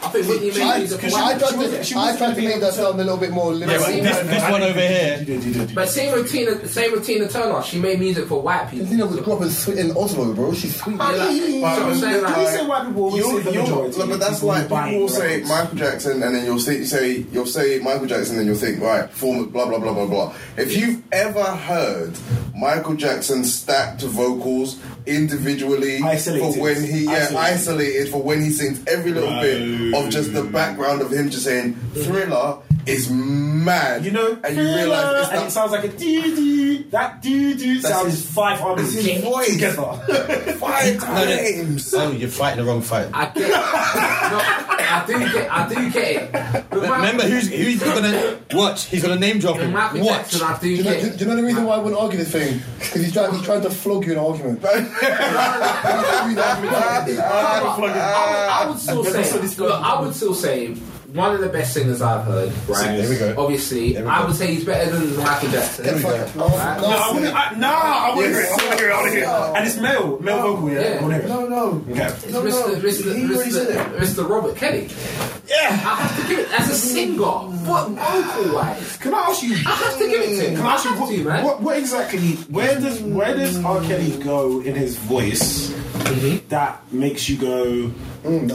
[SPEAKER 1] I think Whitney made
[SPEAKER 4] I,
[SPEAKER 1] music for
[SPEAKER 4] I
[SPEAKER 1] white
[SPEAKER 4] tried
[SPEAKER 1] people.
[SPEAKER 3] she
[SPEAKER 4] to,
[SPEAKER 3] wasn't- she
[SPEAKER 4] I
[SPEAKER 3] wasn't
[SPEAKER 4] tried to
[SPEAKER 3] being
[SPEAKER 4] make that sound a little bit more
[SPEAKER 5] Yeah,
[SPEAKER 4] lyrical.
[SPEAKER 5] but this, this one over here.
[SPEAKER 3] did, you did.
[SPEAKER 1] But same with Tina, same with Tina Turner. She made music for white people.
[SPEAKER 4] Tina was grew up in, Swe- in Oslo, bro. She's sweet.
[SPEAKER 1] Yeah, like, so I'm saying,
[SPEAKER 2] But-
[SPEAKER 1] like,
[SPEAKER 3] They say white people always
[SPEAKER 2] You-
[SPEAKER 3] say the
[SPEAKER 2] you-
[SPEAKER 3] majority.
[SPEAKER 2] Look, but that's
[SPEAKER 3] People
[SPEAKER 2] like
[SPEAKER 3] buy
[SPEAKER 2] people will say
[SPEAKER 3] records.
[SPEAKER 2] Michael Jackson, and then you'll say, say you'll say Michael Jackson, and you'll think right, former blah blah blah blah blah. If you've ever heard Michael Jackson stacked vocals individually
[SPEAKER 3] Isolated.
[SPEAKER 2] for when he yeah
[SPEAKER 3] Isolated.
[SPEAKER 2] isolated. for when he sings every little bit of just the background of him just saying Thriller is mad,
[SPEAKER 3] You know,
[SPEAKER 2] and you realize it's
[SPEAKER 3] and it
[SPEAKER 2] not.
[SPEAKER 3] sounds like a doo doo. That doo doo
[SPEAKER 2] That's
[SPEAKER 3] sound
[SPEAKER 2] his-
[SPEAKER 3] is five harmonies
[SPEAKER 2] his voice.
[SPEAKER 3] together.
[SPEAKER 2] Five
[SPEAKER 5] No, no.
[SPEAKER 2] times.
[SPEAKER 5] Oh, you're fighting the wrong fight.
[SPEAKER 1] I get it. No, I do get I do get it. But Michael-
[SPEAKER 5] Remember who's who's gonna watch? He's gonna name drop him.
[SPEAKER 1] Michael
[SPEAKER 5] Watch.
[SPEAKER 1] Jackson, I do,
[SPEAKER 4] Do you, know,
[SPEAKER 1] get
[SPEAKER 4] do,
[SPEAKER 1] it.
[SPEAKER 4] you know the reason why I wouldn't argue this thing? Because he's trying, he's trying to flog you in an argument.
[SPEAKER 1] I, would, I would still say, look, I would still say one of the best singers I've heard. Right?
[SPEAKER 5] There we go.
[SPEAKER 1] Obviously,
[SPEAKER 5] There we
[SPEAKER 1] I
[SPEAKER 5] go.
[SPEAKER 1] would say he's better than Michael Jackson.
[SPEAKER 4] Get fucked. No,
[SPEAKER 1] Right.
[SPEAKER 3] No, I wanna- I- nah, I want to hear it. I want to hear it. I want to hear it. And it's male, male
[SPEAKER 1] Oh,
[SPEAKER 3] vocal. Yeah, I want to hear it.
[SPEAKER 4] No, no.
[SPEAKER 3] Okay.
[SPEAKER 1] It's
[SPEAKER 4] No, no,
[SPEAKER 1] Mr. Mr.
[SPEAKER 4] he already said
[SPEAKER 1] Mr. Mr. Robert Kelly. Yeah, I have to give it as a singer, but vocal wise,
[SPEAKER 3] Can I ask you?
[SPEAKER 1] I have to give it to him.
[SPEAKER 3] Can I ask you
[SPEAKER 1] have to, man?
[SPEAKER 3] what, what, what exactly? Where does where does R. Kelly go in his voice
[SPEAKER 1] Mm-hmm.
[SPEAKER 3] that makes you go?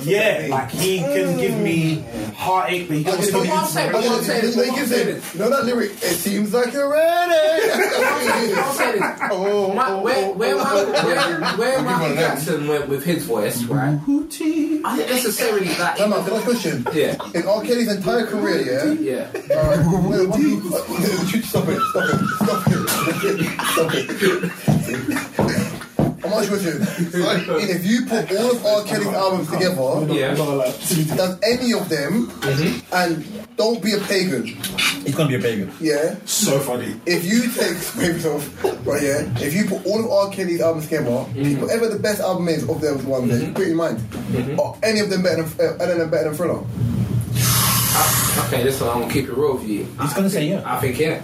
[SPEAKER 3] yeah, like he can give me heartache, but he can
[SPEAKER 4] Like,
[SPEAKER 3] also
[SPEAKER 4] but
[SPEAKER 1] what I'm saying-
[SPEAKER 3] give me.
[SPEAKER 4] But what I'm saying is, they give them- no, that lyric, it seems like you're ready.
[SPEAKER 1] I'll say this. My- Where where Michael- where- where Michael Jackson went with his voice, right? I didn't necessarily that.
[SPEAKER 4] Come on, can I ask a question?
[SPEAKER 1] Yeah.
[SPEAKER 4] In R. Kelly's entire career, yeah?
[SPEAKER 1] Yeah.
[SPEAKER 4] Alright, wait, what do you- Stop it, stop it, stop it, stop it. I'm asking a question. If you put all of R. Kelly's albums together,
[SPEAKER 1] Yeah.
[SPEAKER 4] does any of them and don't be a pagan.
[SPEAKER 5] It's gonna be a bagel.
[SPEAKER 4] yeah.
[SPEAKER 3] So funny.
[SPEAKER 4] If you take scrapes off, right, yeah, if you put all of R. Kelly's albums together, whatever the best album is of those ones, that you put it in mind, are any of them better than, uh, any of them better than Thriller?
[SPEAKER 1] Uh, Okay, this one I'm gonna keep it real with you.
[SPEAKER 5] He's gonna say yeah.
[SPEAKER 1] I think yeah.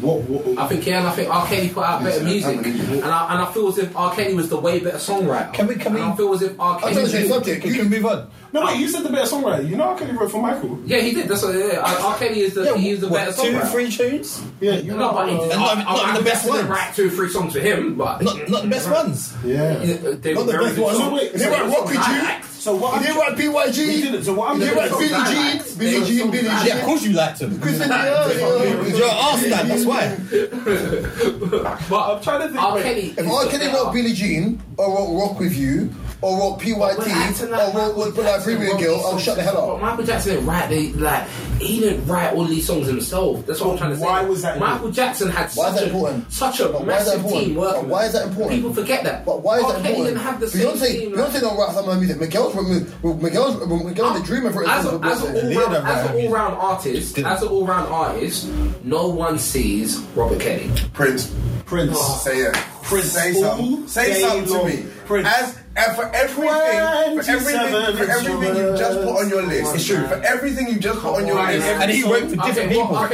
[SPEAKER 3] What? what
[SPEAKER 1] I think yeah, and I think R. Kelly put out better music,
[SPEAKER 2] I believe
[SPEAKER 1] and I, and I feel as if R. Kelly was the way better songwriter.
[SPEAKER 5] Can we- can
[SPEAKER 1] And
[SPEAKER 5] we-
[SPEAKER 1] I feel as if R.
[SPEAKER 4] I'm trying to change
[SPEAKER 1] Kelly.
[SPEAKER 4] the subject.
[SPEAKER 5] We
[SPEAKER 4] You,
[SPEAKER 5] can move on.
[SPEAKER 3] no, wait. You said the better songwriter. You know how Kelly wrote for Michael.
[SPEAKER 1] Yeah, he did. That's what, yeah. R. R. Kelly is the he is the
[SPEAKER 5] what,
[SPEAKER 1] better
[SPEAKER 5] two,
[SPEAKER 1] songwriter.
[SPEAKER 5] three tunes.
[SPEAKER 3] Yeah. You
[SPEAKER 1] No,
[SPEAKER 3] know.
[SPEAKER 1] but he,
[SPEAKER 5] And
[SPEAKER 1] I,
[SPEAKER 5] not-
[SPEAKER 1] I,
[SPEAKER 5] not
[SPEAKER 1] I
[SPEAKER 5] the best
[SPEAKER 1] didn't
[SPEAKER 5] ones.
[SPEAKER 1] write two, three songs for him, but
[SPEAKER 5] Not, not the best ones.
[SPEAKER 3] yeah.
[SPEAKER 1] they were
[SPEAKER 4] not the
[SPEAKER 1] very
[SPEAKER 4] best
[SPEAKER 1] good
[SPEAKER 4] one.
[SPEAKER 1] songs.
[SPEAKER 3] So wait,
[SPEAKER 4] He didn't write Rock With
[SPEAKER 1] I
[SPEAKER 4] You.
[SPEAKER 1] liked.
[SPEAKER 3] So what?
[SPEAKER 4] He
[SPEAKER 3] I'm
[SPEAKER 4] didn't write BYG.
[SPEAKER 3] He didn't. So what I'm
[SPEAKER 4] He didn't
[SPEAKER 3] doing-
[SPEAKER 4] write Billie
[SPEAKER 1] I
[SPEAKER 4] Jean.
[SPEAKER 1] liked.
[SPEAKER 4] Billie Jean. Billie
[SPEAKER 5] Yeah, of
[SPEAKER 4] Jean.
[SPEAKER 5] course you liked them.
[SPEAKER 4] Chris and Dior.
[SPEAKER 5] Because you're an Arsenal, that's why.
[SPEAKER 1] But
[SPEAKER 3] I'm trying to think.
[SPEAKER 1] R.
[SPEAKER 3] wait.
[SPEAKER 1] Kelly.
[SPEAKER 4] If R. Kelly wrote Billie Jean or wrote Rock With You or wrote
[SPEAKER 1] But
[SPEAKER 4] PYT
[SPEAKER 1] acting
[SPEAKER 4] or
[SPEAKER 1] like
[SPEAKER 4] wrote
[SPEAKER 1] Michael
[SPEAKER 4] Would Put Like
[SPEAKER 1] Jackson
[SPEAKER 4] Premium
[SPEAKER 1] wrote
[SPEAKER 4] Girl,
[SPEAKER 1] these
[SPEAKER 4] I'll
[SPEAKER 1] songs
[SPEAKER 4] shut the hell
[SPEAKER 1] himself.
[SPEAKER 4] up.
[SPEAKER 1] But Michael Jackson didn't write they like he didn't write all these songs himself. That's what I'm
[SPEAKER 3] But
[SPEAKER 1] trying to say.
[SPEAKER 3] why was that
[SPEAKER 1] Michael Jackson had
[SPEAKER 4] Why
[SPEAKER 1] such
[SPEAKER 4] is that
[SPEAKER 1] a
[SPEAKER 4] important?
[SPEAKER 1] such a
[SPEAKER 4] But why is that
[SPEAKER 1] massive
[SPEAKER 4] important?
[SPEAKER 1] team working.
[SPEAKER 4] But why is that important?
[SPEAKER 1] People forget that.
[SPEAKER 4] But why is
[SPEAKER 1] R.
[SPEAKER 4] that
[SPEAKER 1] Kelly
[SPEAKER 4] important?
[SPEAKER 1] didn't have the
[SPEAKER 4] Beyonce,
[SPEAKER 1] same team. like-
[SPEAKER 4] Beyonce don't write some of her music. Miguel's from Miguel's Miguel the Dreamer for
[SPEAKER 1] as, a,
[SPEAKER 4] example.
[SPEAKER 1] as, a
[SPEAKER 4] Beyonce.
[SPEAKER 1] all-round,
[SPEAKER 5] Leader,
[SPEAKER 1] as
[SPEAKER 5] man.
[SPEAKER 1] an all-round artist,
[SPEAKER 5] Didn't.
[SPEAKER 1] as an all-round artist, no one sees Robert Kelly.
[SPEAKER 2] Prince.
[SPEAKER 3] Prince.
[SPEAKER 2] Say it.
[SPEAKER 3] Prince.
[SPEAKER 2] Say
[SPEAKER 3] All
[SPEAKER 2] something. Say
[SPEAKER 3] day
[SPEAKER 2] something to
[SPEAKER 3] long.
[SPEAKER 2] me.
[SPEAKER 3] Prince.
[SPEAKER 2] As and for everything, for
[SPEAKER 3] 27
[SPEAKER 2] everything, for everything you just put on your list.
[SPEAKER 3] It's true.
[SPEAKER 2] For everything you just put on your
[SPEAKER 1] Right.
[SPEAKER 2] list.
[SPEAKER 5] And he worked for different
[SPEAKER 1] well,
[SPEAKER 5] people.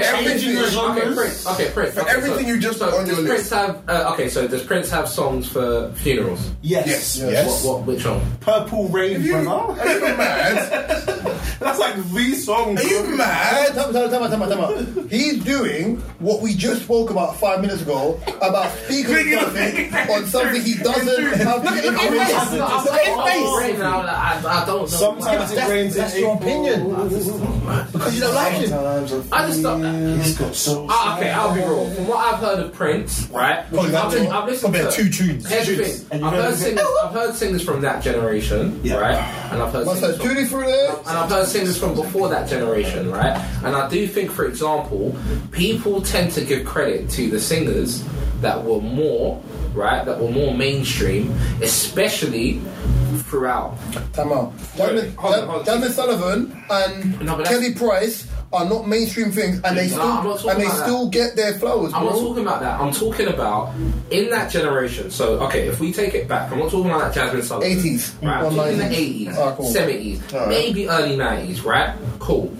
[SPEAKER 1] okay,
[SPEAKER 2] Changing the
[SPEAKER 1] okay,
[SPEAKER 3] genres.
[SPEAKER 1] Prince. Okay, Prince.
[SPEAKER 2] For
[SPEAKER 1] okay, so-
[SPEAKER 2] everything you just
[SPEAKER 1] so
[SPEAKER 2] put on
[SPEAKER 1] does
[SPEAKER 2] your
[SPEAKER 1] Prince
[SPEAKER 2] list.
[SPEAKER 1] have uh, okay? So does Prince have songs for funerals?
[SPEAKER 3] Yes.
[SPEAKER 2] Yes.
[SPEAKER 5] Yes.
[SPEAKER 1] What? What? Which one?
[SPEAKER 3] Purple Rain,
[SPEAKER 2] You-
[SPEAKER 3] brother.
[SPEAKER 2] Are you mad?
[SPEAKER 3] That's like the song.
[SPEAKER 2] Are you
[SPEAKER 4] Hey,
[SPEAKER 2] mad?
[SPEAKER 4] time, time, time, time, time, time. He's doing what we just spoke about five minutes ago about speaking
[SPEAKER 7] Speaking of
[SPEAKER 4] something
[SPEAKER 7] things.
[SPEAKER 4] on something he doesn't have the influence.
[SPEAKER 1] No, I'm
[SPEAKER 5] Look at his
[SPEAKER 1] all
[SPEAKER 5] face.
[SPEAKER 1] brain now, like, I, I don't know.
[SPEAKER 3] Sometimes it rains in
[SPEAKER 5] That's your
[SPEAKER 3] April.
[SPEAKER 5] opinion. Because you don't like him.
[SPEAKER 1] I just thought.
[SPEAKER 3] It's got so.
[SPEAKER 1] Ah, okay, I'll be real. From what I've heard of Prince, right?
[SPEAKER 5] Probably
[SPEAKER 1] I've,
[SPEAKER 5] about two-
[SPEAKER 1] I've listened
[SPEAKER 5] probably
[SPEAKER 1] to
[SPEAKER 5] about two tunes.
[SPEAKER 3] Tunes.
[SPEAKER 1] Everything.
[SPEAKER 3] And
[SPEAKER 1] I've
[SPEAKER 3] you
[SPEAKER 1] heard,
[SPEAKER 3] know-
[SPEAKER 1] singers, I've heard singers from that generation,
[SPEAKER 3] Yeah.
[SPEAKER 1] right? And I've heard
[SPEAKER 4] Must
[SPEAKER 1] singers
[SPEAKER 4] have
[SPEAKER 1] from-
[SPEAKER 4] duty through there.
[SPEAKER 1] and I've heard singers from before that generation, right? And I do think, for example, people tend to give credit to the singers that were more, right, that were more mainstream, especially throughout.
[SPEAKER 4] Time out. Jasmine,
[SPEAKER 1] Hold on, hold on.
[SPEAKER 4] Jasmine Sullivan and
[SPEAKER 1] No, but that's-
[SPEAKER 4] Kelly Price are not mainstream things, and they
[SPEAKER 1] No, I'm not
[SPEAKER 4] still
[SPEAKER 1] talking
[SPEAKER 4] and they
[SPEAKER 1] about that.
[SPEAKER 4] still get their flowers,
[SPEAKER 1] I'm not
[SPEAKER 4] bro.
[SPEAKER 1] talking about that. I'm talking about in that generation. So, okay, if we take it back, I'm not talking about that Jasmine Sullivan.
[SPEAKER 4] 80s,
[SPEAKER 1] Right.
[SPEAKER 4] or
[SPEAKER 1] I'm talking the
[SPEAKER 4] 90s.
[SPEAKER 1] 80s,
[SPEAKER 4] Ah, cool.
[SPEAKER 1] 70s, maybe early 90s, right? Cool.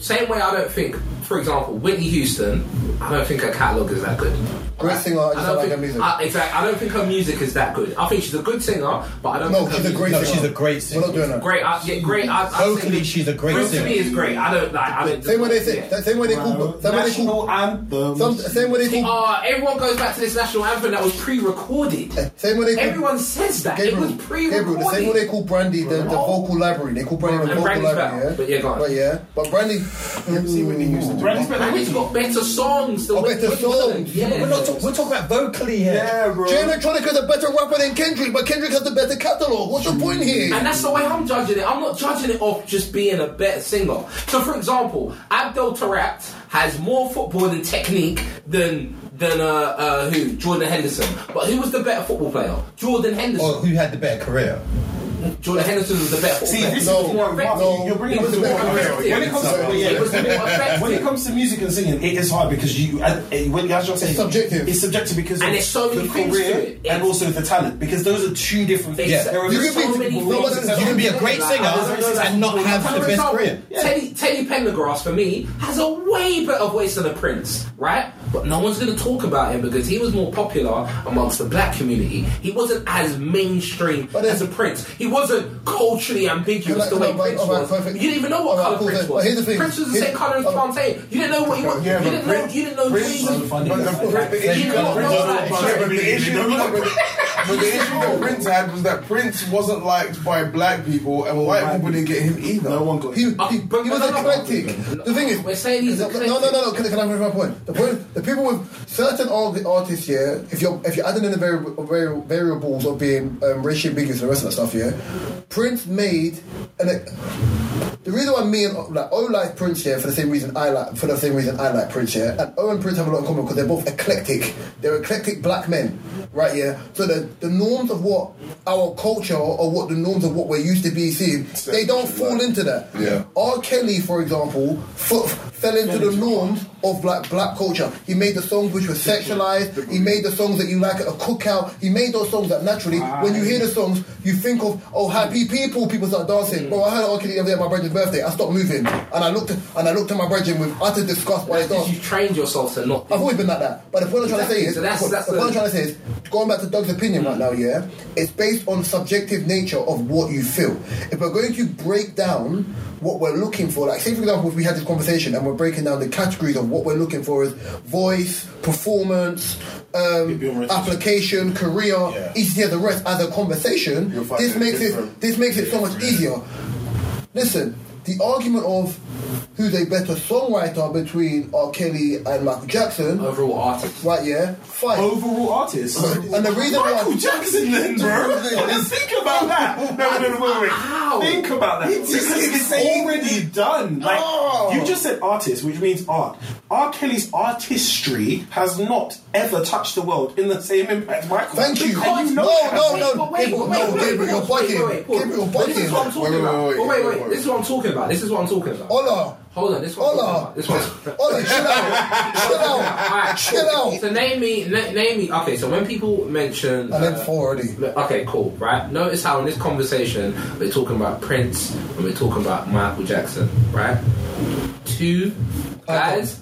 [SPEAKER 1] Same way I don't think, for example, Whitney Houston, I don't think her catalogue is that good.
[SPEAKER 4] Great singer, I just
[SPEAKER 1] I
[SPEAKER 4] don't
[SPEAKER 1] don't
[SPEAKER 4] like her
[SPEAKER 1] think,
[SPEAKER 4] music.
[SPEAKER 1] I, exactly, I don't think her music is that good. I think she's a good singer, but I don't
[SPEAKER 4] No,
[SPEAKER 1] think her
[SPEAKER 4] she's a
[SPEAKER 1] music-
[SPEAKER 4] great
[SPEAKER 5] No,
[SPEAKER 4] singer.
[SPEAKER 5] she's a great
[SPEAKER 4] We're
[SPEAKER 5] singer.
[SPEAKER 4] not doing that.
[SPEAKER 1] Great, I, yeah, great. I, I
[SPEAKER 5] Vocally,
[SPEAKER 1] think-
[SPEAKER 5] she's a great
[SPEAKER 1] Great
[SPEAKER 5] singer.
[SPEAKER 1] To me, is great. I don't like. I don't.
[SPEAKER 4] Same way they say.
[SPEAKER 1] yeah.
[SPEAKER 4] Same way they call. Same way they call.
[SPEAKER 3] ah. National anthem.
[SPEAKER 4] Some, same way they call.
[SPEAKER 1] Oh, everyone goes back to this national anthem that was pre-recorded.
[SPEAKER 4] Same way they call.
[SPEAKER 1] Everyone says that
[SPEAKER 4] Gabriel,
[SPEAKER 1] it was pre-recorded.
[SPEAKER 4] Gabriel, the same way they call Brandy the, the vocal library. They call Brandy the
[SPEAKER 1] And
[SPEAKER 4] vocal
[SPEAKER 1] Brandy's
[SPEAKER 4] library.
[SPEAKER 1] better,
[SPEAKER 4] yeah?
[SPEAKER 1] but yeah, go on.
[SPEAKER 4] But yeah, but Brandy. See when he used to do.
[SPEAKER 3] Brandy's better
[SPEAKER 1] And
[SPEAKER 3] than
[SPEAKER 1] it's
[SPEAKER 3] Whitney.
[SPEAKER 1] got better songs. than
[SPEAKER 4] Oh, better
[SPEAKER 1] Whitney Houston.
[SPEAKER 4] songs.
[SPEAKER 1] Yeah.
[SPEAKER 5] We're not talk- we're talking about vocally here.
[SPEAKER 3] Yeah, bro.
[SPEAKER 4] Jay Electronica's a better rapper than Kendrick, but Kendrick has the better catalog. What's your point here?
[SPEAKER 1] and that's the way I'm judging it. I'm not judging it off just being a better singer. So, for example, Abdel Tarat has more football and technique than than uh, uh, who Jordan Henderson. But who was the better football player? Jordan Henderson.
[SPEAKER 5] Or who had the better career?
[SPEAKER 1] Jordan Henderson was the better football
[SPEAKER 3] Oh. See,
[SPEAKER 1] player.
[SPEAKER 3] this
[SPEAKER 4] No,
[SPEAKER 3] is more
[SPEAKER 1] effective.
[SPEAKER 4] no,
[SPEAKER 3] You're bringing
[SPEAKER 4] it
[SPEAKER 3] it
[SPEAKER 4] was
[SPEAKER 3] to
[SPEAKER 4] a
[SPEAKER 3] more
[SPEAKER 4] bit
[SPEAKER 3] when
[SPEAKER 1] effective.
[SPEAKER 3] it comes
[SPEAKER 1] So,
[SPEAKER 3] to
[SPEAKER 1] it was more effective.
[SPEAKER 3] when it comes to music and singing, it is hard because you, I, I- when, as you're saying,
[SPEAKER 4] subjective.
[SPEAKER 3] It's subjective because
[SPEAKER 1] And
[SPEAKER 3] of
[SPEAKER 1] there's so many
[SPEAKER 3] the
[SPEAKER 1] things
[SPEAKER 3] career
[SPEAKER 1] to it.
[SPEAKER 3] and also the talent because those are two different things.
[SPEAKER 1] Yeah.
[SPEAKER 3] There are
[SPEAKER 4] You can
[SPEAKER 3] so
[SPEAKER 4] be-
[SPEAKER 3] many
[SPEAKER 4] no,
[SPEAKER 3] people
[SPEAKER 4] but
[SPEAKER 3] successful.
[SPEAKER 5] You can be a great singer and not have the best career.
[SPEAKER 1] Teddy, Teddy Pendergrass for me has a way better voice than a Prince, right? But no one's going to talk about him because he was more popular amongst the black community. He wasn't as mainstream
[SPEAKER 4] But then-
[SPEAKER 1] as a Prince. He wasn't culturally ambiguous
[SPEAKER 4] Like,
[SPEAKER 1] the way
[SPEAKER 4] no, but-
[SPEAKER 1] Prince
[SPEAKER 4] alright,
[SPEAKER 1] was.
[SPEAKER 4] perfect.
[SPEAKER 1] You didn't even know what
[SPEAKER 4] Alright,
[SPEAKER 1] color
[SPEAKER 4] cool,
[SPEAKER 1] Prince
[SPEAKER 4] then.
[SPEAKER 1] was.
[SPEAKER 4] But here's the thing.
[SPEAKER 1] Prince was the
[SPEAKER 4] Here's-
[SPEAKER 1] same color as
[SPEAKER 4] oh.
[SPEAKER 1] Plantain. You didn't know what he was.
[SPEAKER 2] Yeah,
[SPEAKER 1] you,
[SPEAKER 2] but
[SPEAKER 1] didn't know,
[SPEAKER 2] Prince-
[SPEAKER 1] you didn't know.
[SPEAKER 2] Prince-
[SPEAKER 1] Jesus.
[SPEAKER 3] funny.
[SPEAKER 2] But the- but the issue
[SPEAKER 1] Yeah,
[SPEAKER 2] that
[SPEAKER 1] but
[SPEAKER 2] Prince-
[SPEAKER 1] no, like,
[SPEAKER 2] yeah, but the issue
[SPEAKER 7] no, no,
[SPEAKER 2] but the issue that Prince had was that Prince wasn't liked by black people, and white people didn't get him either.
[SPEAKER 3] No one got
[SPEAKER 4] He, he,
[SPEAKER 1] Ah,
[SPEAKER 3] you.
[SPEAKER 4] he was eclectic. The thing is,
[SPEAKER 1] We're saying he's
[SPEAKER 4] no, no, no, no. Can, I- can I finish my point? The point, the people with certain all the artists here, if you're if you're adding in the variable, variable, variables of being um, racially ambiguous and the rest of that stuff here, Prince made an The reason why me and like O like Prince here for the same reason I like for the same reason I like Prince here, and O and Prince have a lot in common because they're both eclectic. They're eclectic black men, right here. So the the norms of what our culture or what the norms of what we're used to be seeing, they don't fall into that.
[SPEAKER 2] Yeah.
[SPEAKER 4] R. Kelly, for example, f- fell into the norms of black black culture. He made the songs which were sexualized. He made the songs that you like at a cookout. He made those songs that naturally, when you hear the songs, you think of oh happy people. People start dancing. Bro, I heard R. Kelly the other day at my brother's birthday. I stopped moving, and I looked and I looked at my brother with utter disgust while he
[SPEAKER 1] Because
[SPEAKER 4] danced.
[SPEAKER 1] you trained yourself to not.
[SPEAKER 4] I've always been like that. But the point I'm trying to say
[SPEAKER 1] Exactly.
[SPEAKER 4] is,
[SPEAKER 1] So that's-
[SPEAKER 4] the,
[SPEAKER 1] that's
[SPEAKER 4] point I'm
[SPEAKER 1] the-
[SPEAKER 4] trying to say is, going back to Doug's opinion right now, yeah, it's based on subjective nature of what you feel. If we're going to break down what we're looking for, like say for example, if we had this conversation and we're breaking down the categories of what we're looking for is voice, performance, um,
[SPEAKER 3] be honest.
[SPEAKER 4] application, career,
[SPEAKER 5] Yeah.
[SPEAKER 4] each of the rest as a conversation.
[SPEAKER 2] You'll find
[SPEAKER 4] This
[SPEAKER 2] it
[SPEAKER 4] makes
[SPEAKER 2] different.
[SPEAKER 4] it this makes it so much easier. Listen, the argument of who's a better songwriter between R. Kelly and Michael Jackson
[SPEAKER 1] Overall artist.
[SPEAKER 4] Right, yeah. Fine.
[SPEAKER 3] Overall artist.
[SPEAKER 4] And the reason
[SPEAKER 7] Michael
[SPEAKER 4] why.
[SPEAKER 7] Jackson, then, bro. Let's think about that. No, no, no, wait, wait.
[SPEAKER 1] How?
[SPEAKER 7] Think about that. because it's already done. Like
[SPEAKER 3] You just said artist, which means art. R. Kelly's artistry has not ever touched the world in the same impact Michael.
[SPEAKER 4] Thank you.
[SPEAKER 3] And you know
[SPEAKER 4] no,
[SPEAKER 3] that.
[SPEAKER 4] no,
[SPEAKER 1] Wait,
[SPEAKER 4] no,
[SPEAKER 1] but wait, wait,
[SPEAKER 4] Gabriel, no,
[SPEAKER 1] wait,
[SPEAKER 4] Gabriel, you're
[SPEAKER 1] pause, wait,
[SPEAKER 4] bugging.
[SPEAKER 1] wait, pause.
[SPEAKER 4] Gabriel, you're
[SPEAKER 1] But This is what I'm
[SPEAKER 4] bugging.
[SPEAKER 1] talking
[SPEAKER 2] Wait, wait,
[SPEAKER 1] about.
[SPEAKER 2] wait,
[SPEAKER 1] But wait,
[SPEAKER 2] wait,
[SPEAKER 1] wait,
[SPEAKER 2] wait.
[SPEAKER 1] This is what I'm talking about. This is what I'm talking about.
[SPEAKER 4] Ola,
[SPEAKER 1] Hold on. This is what I'm talking
[SPEAKER 4] Ola,
[SPEAKER 1] about. This one.
[SPEAKER 4] Ola, chill out, chill out,
[SPEAKER 1] Alright,
[SPEAKER 4] chill out.
[SPEAKER 1] So name me, na- name me. Okay, so when people mention,
[SPEAKER 4] I
[SPEAKER 1] uh,
[SPEAKER 4] went four already.
[SPEAKER 1] Okay, cool. Right. Notice how in this conversation we're talking about Prince and we're talking about Michael Jackson. Right. Two guys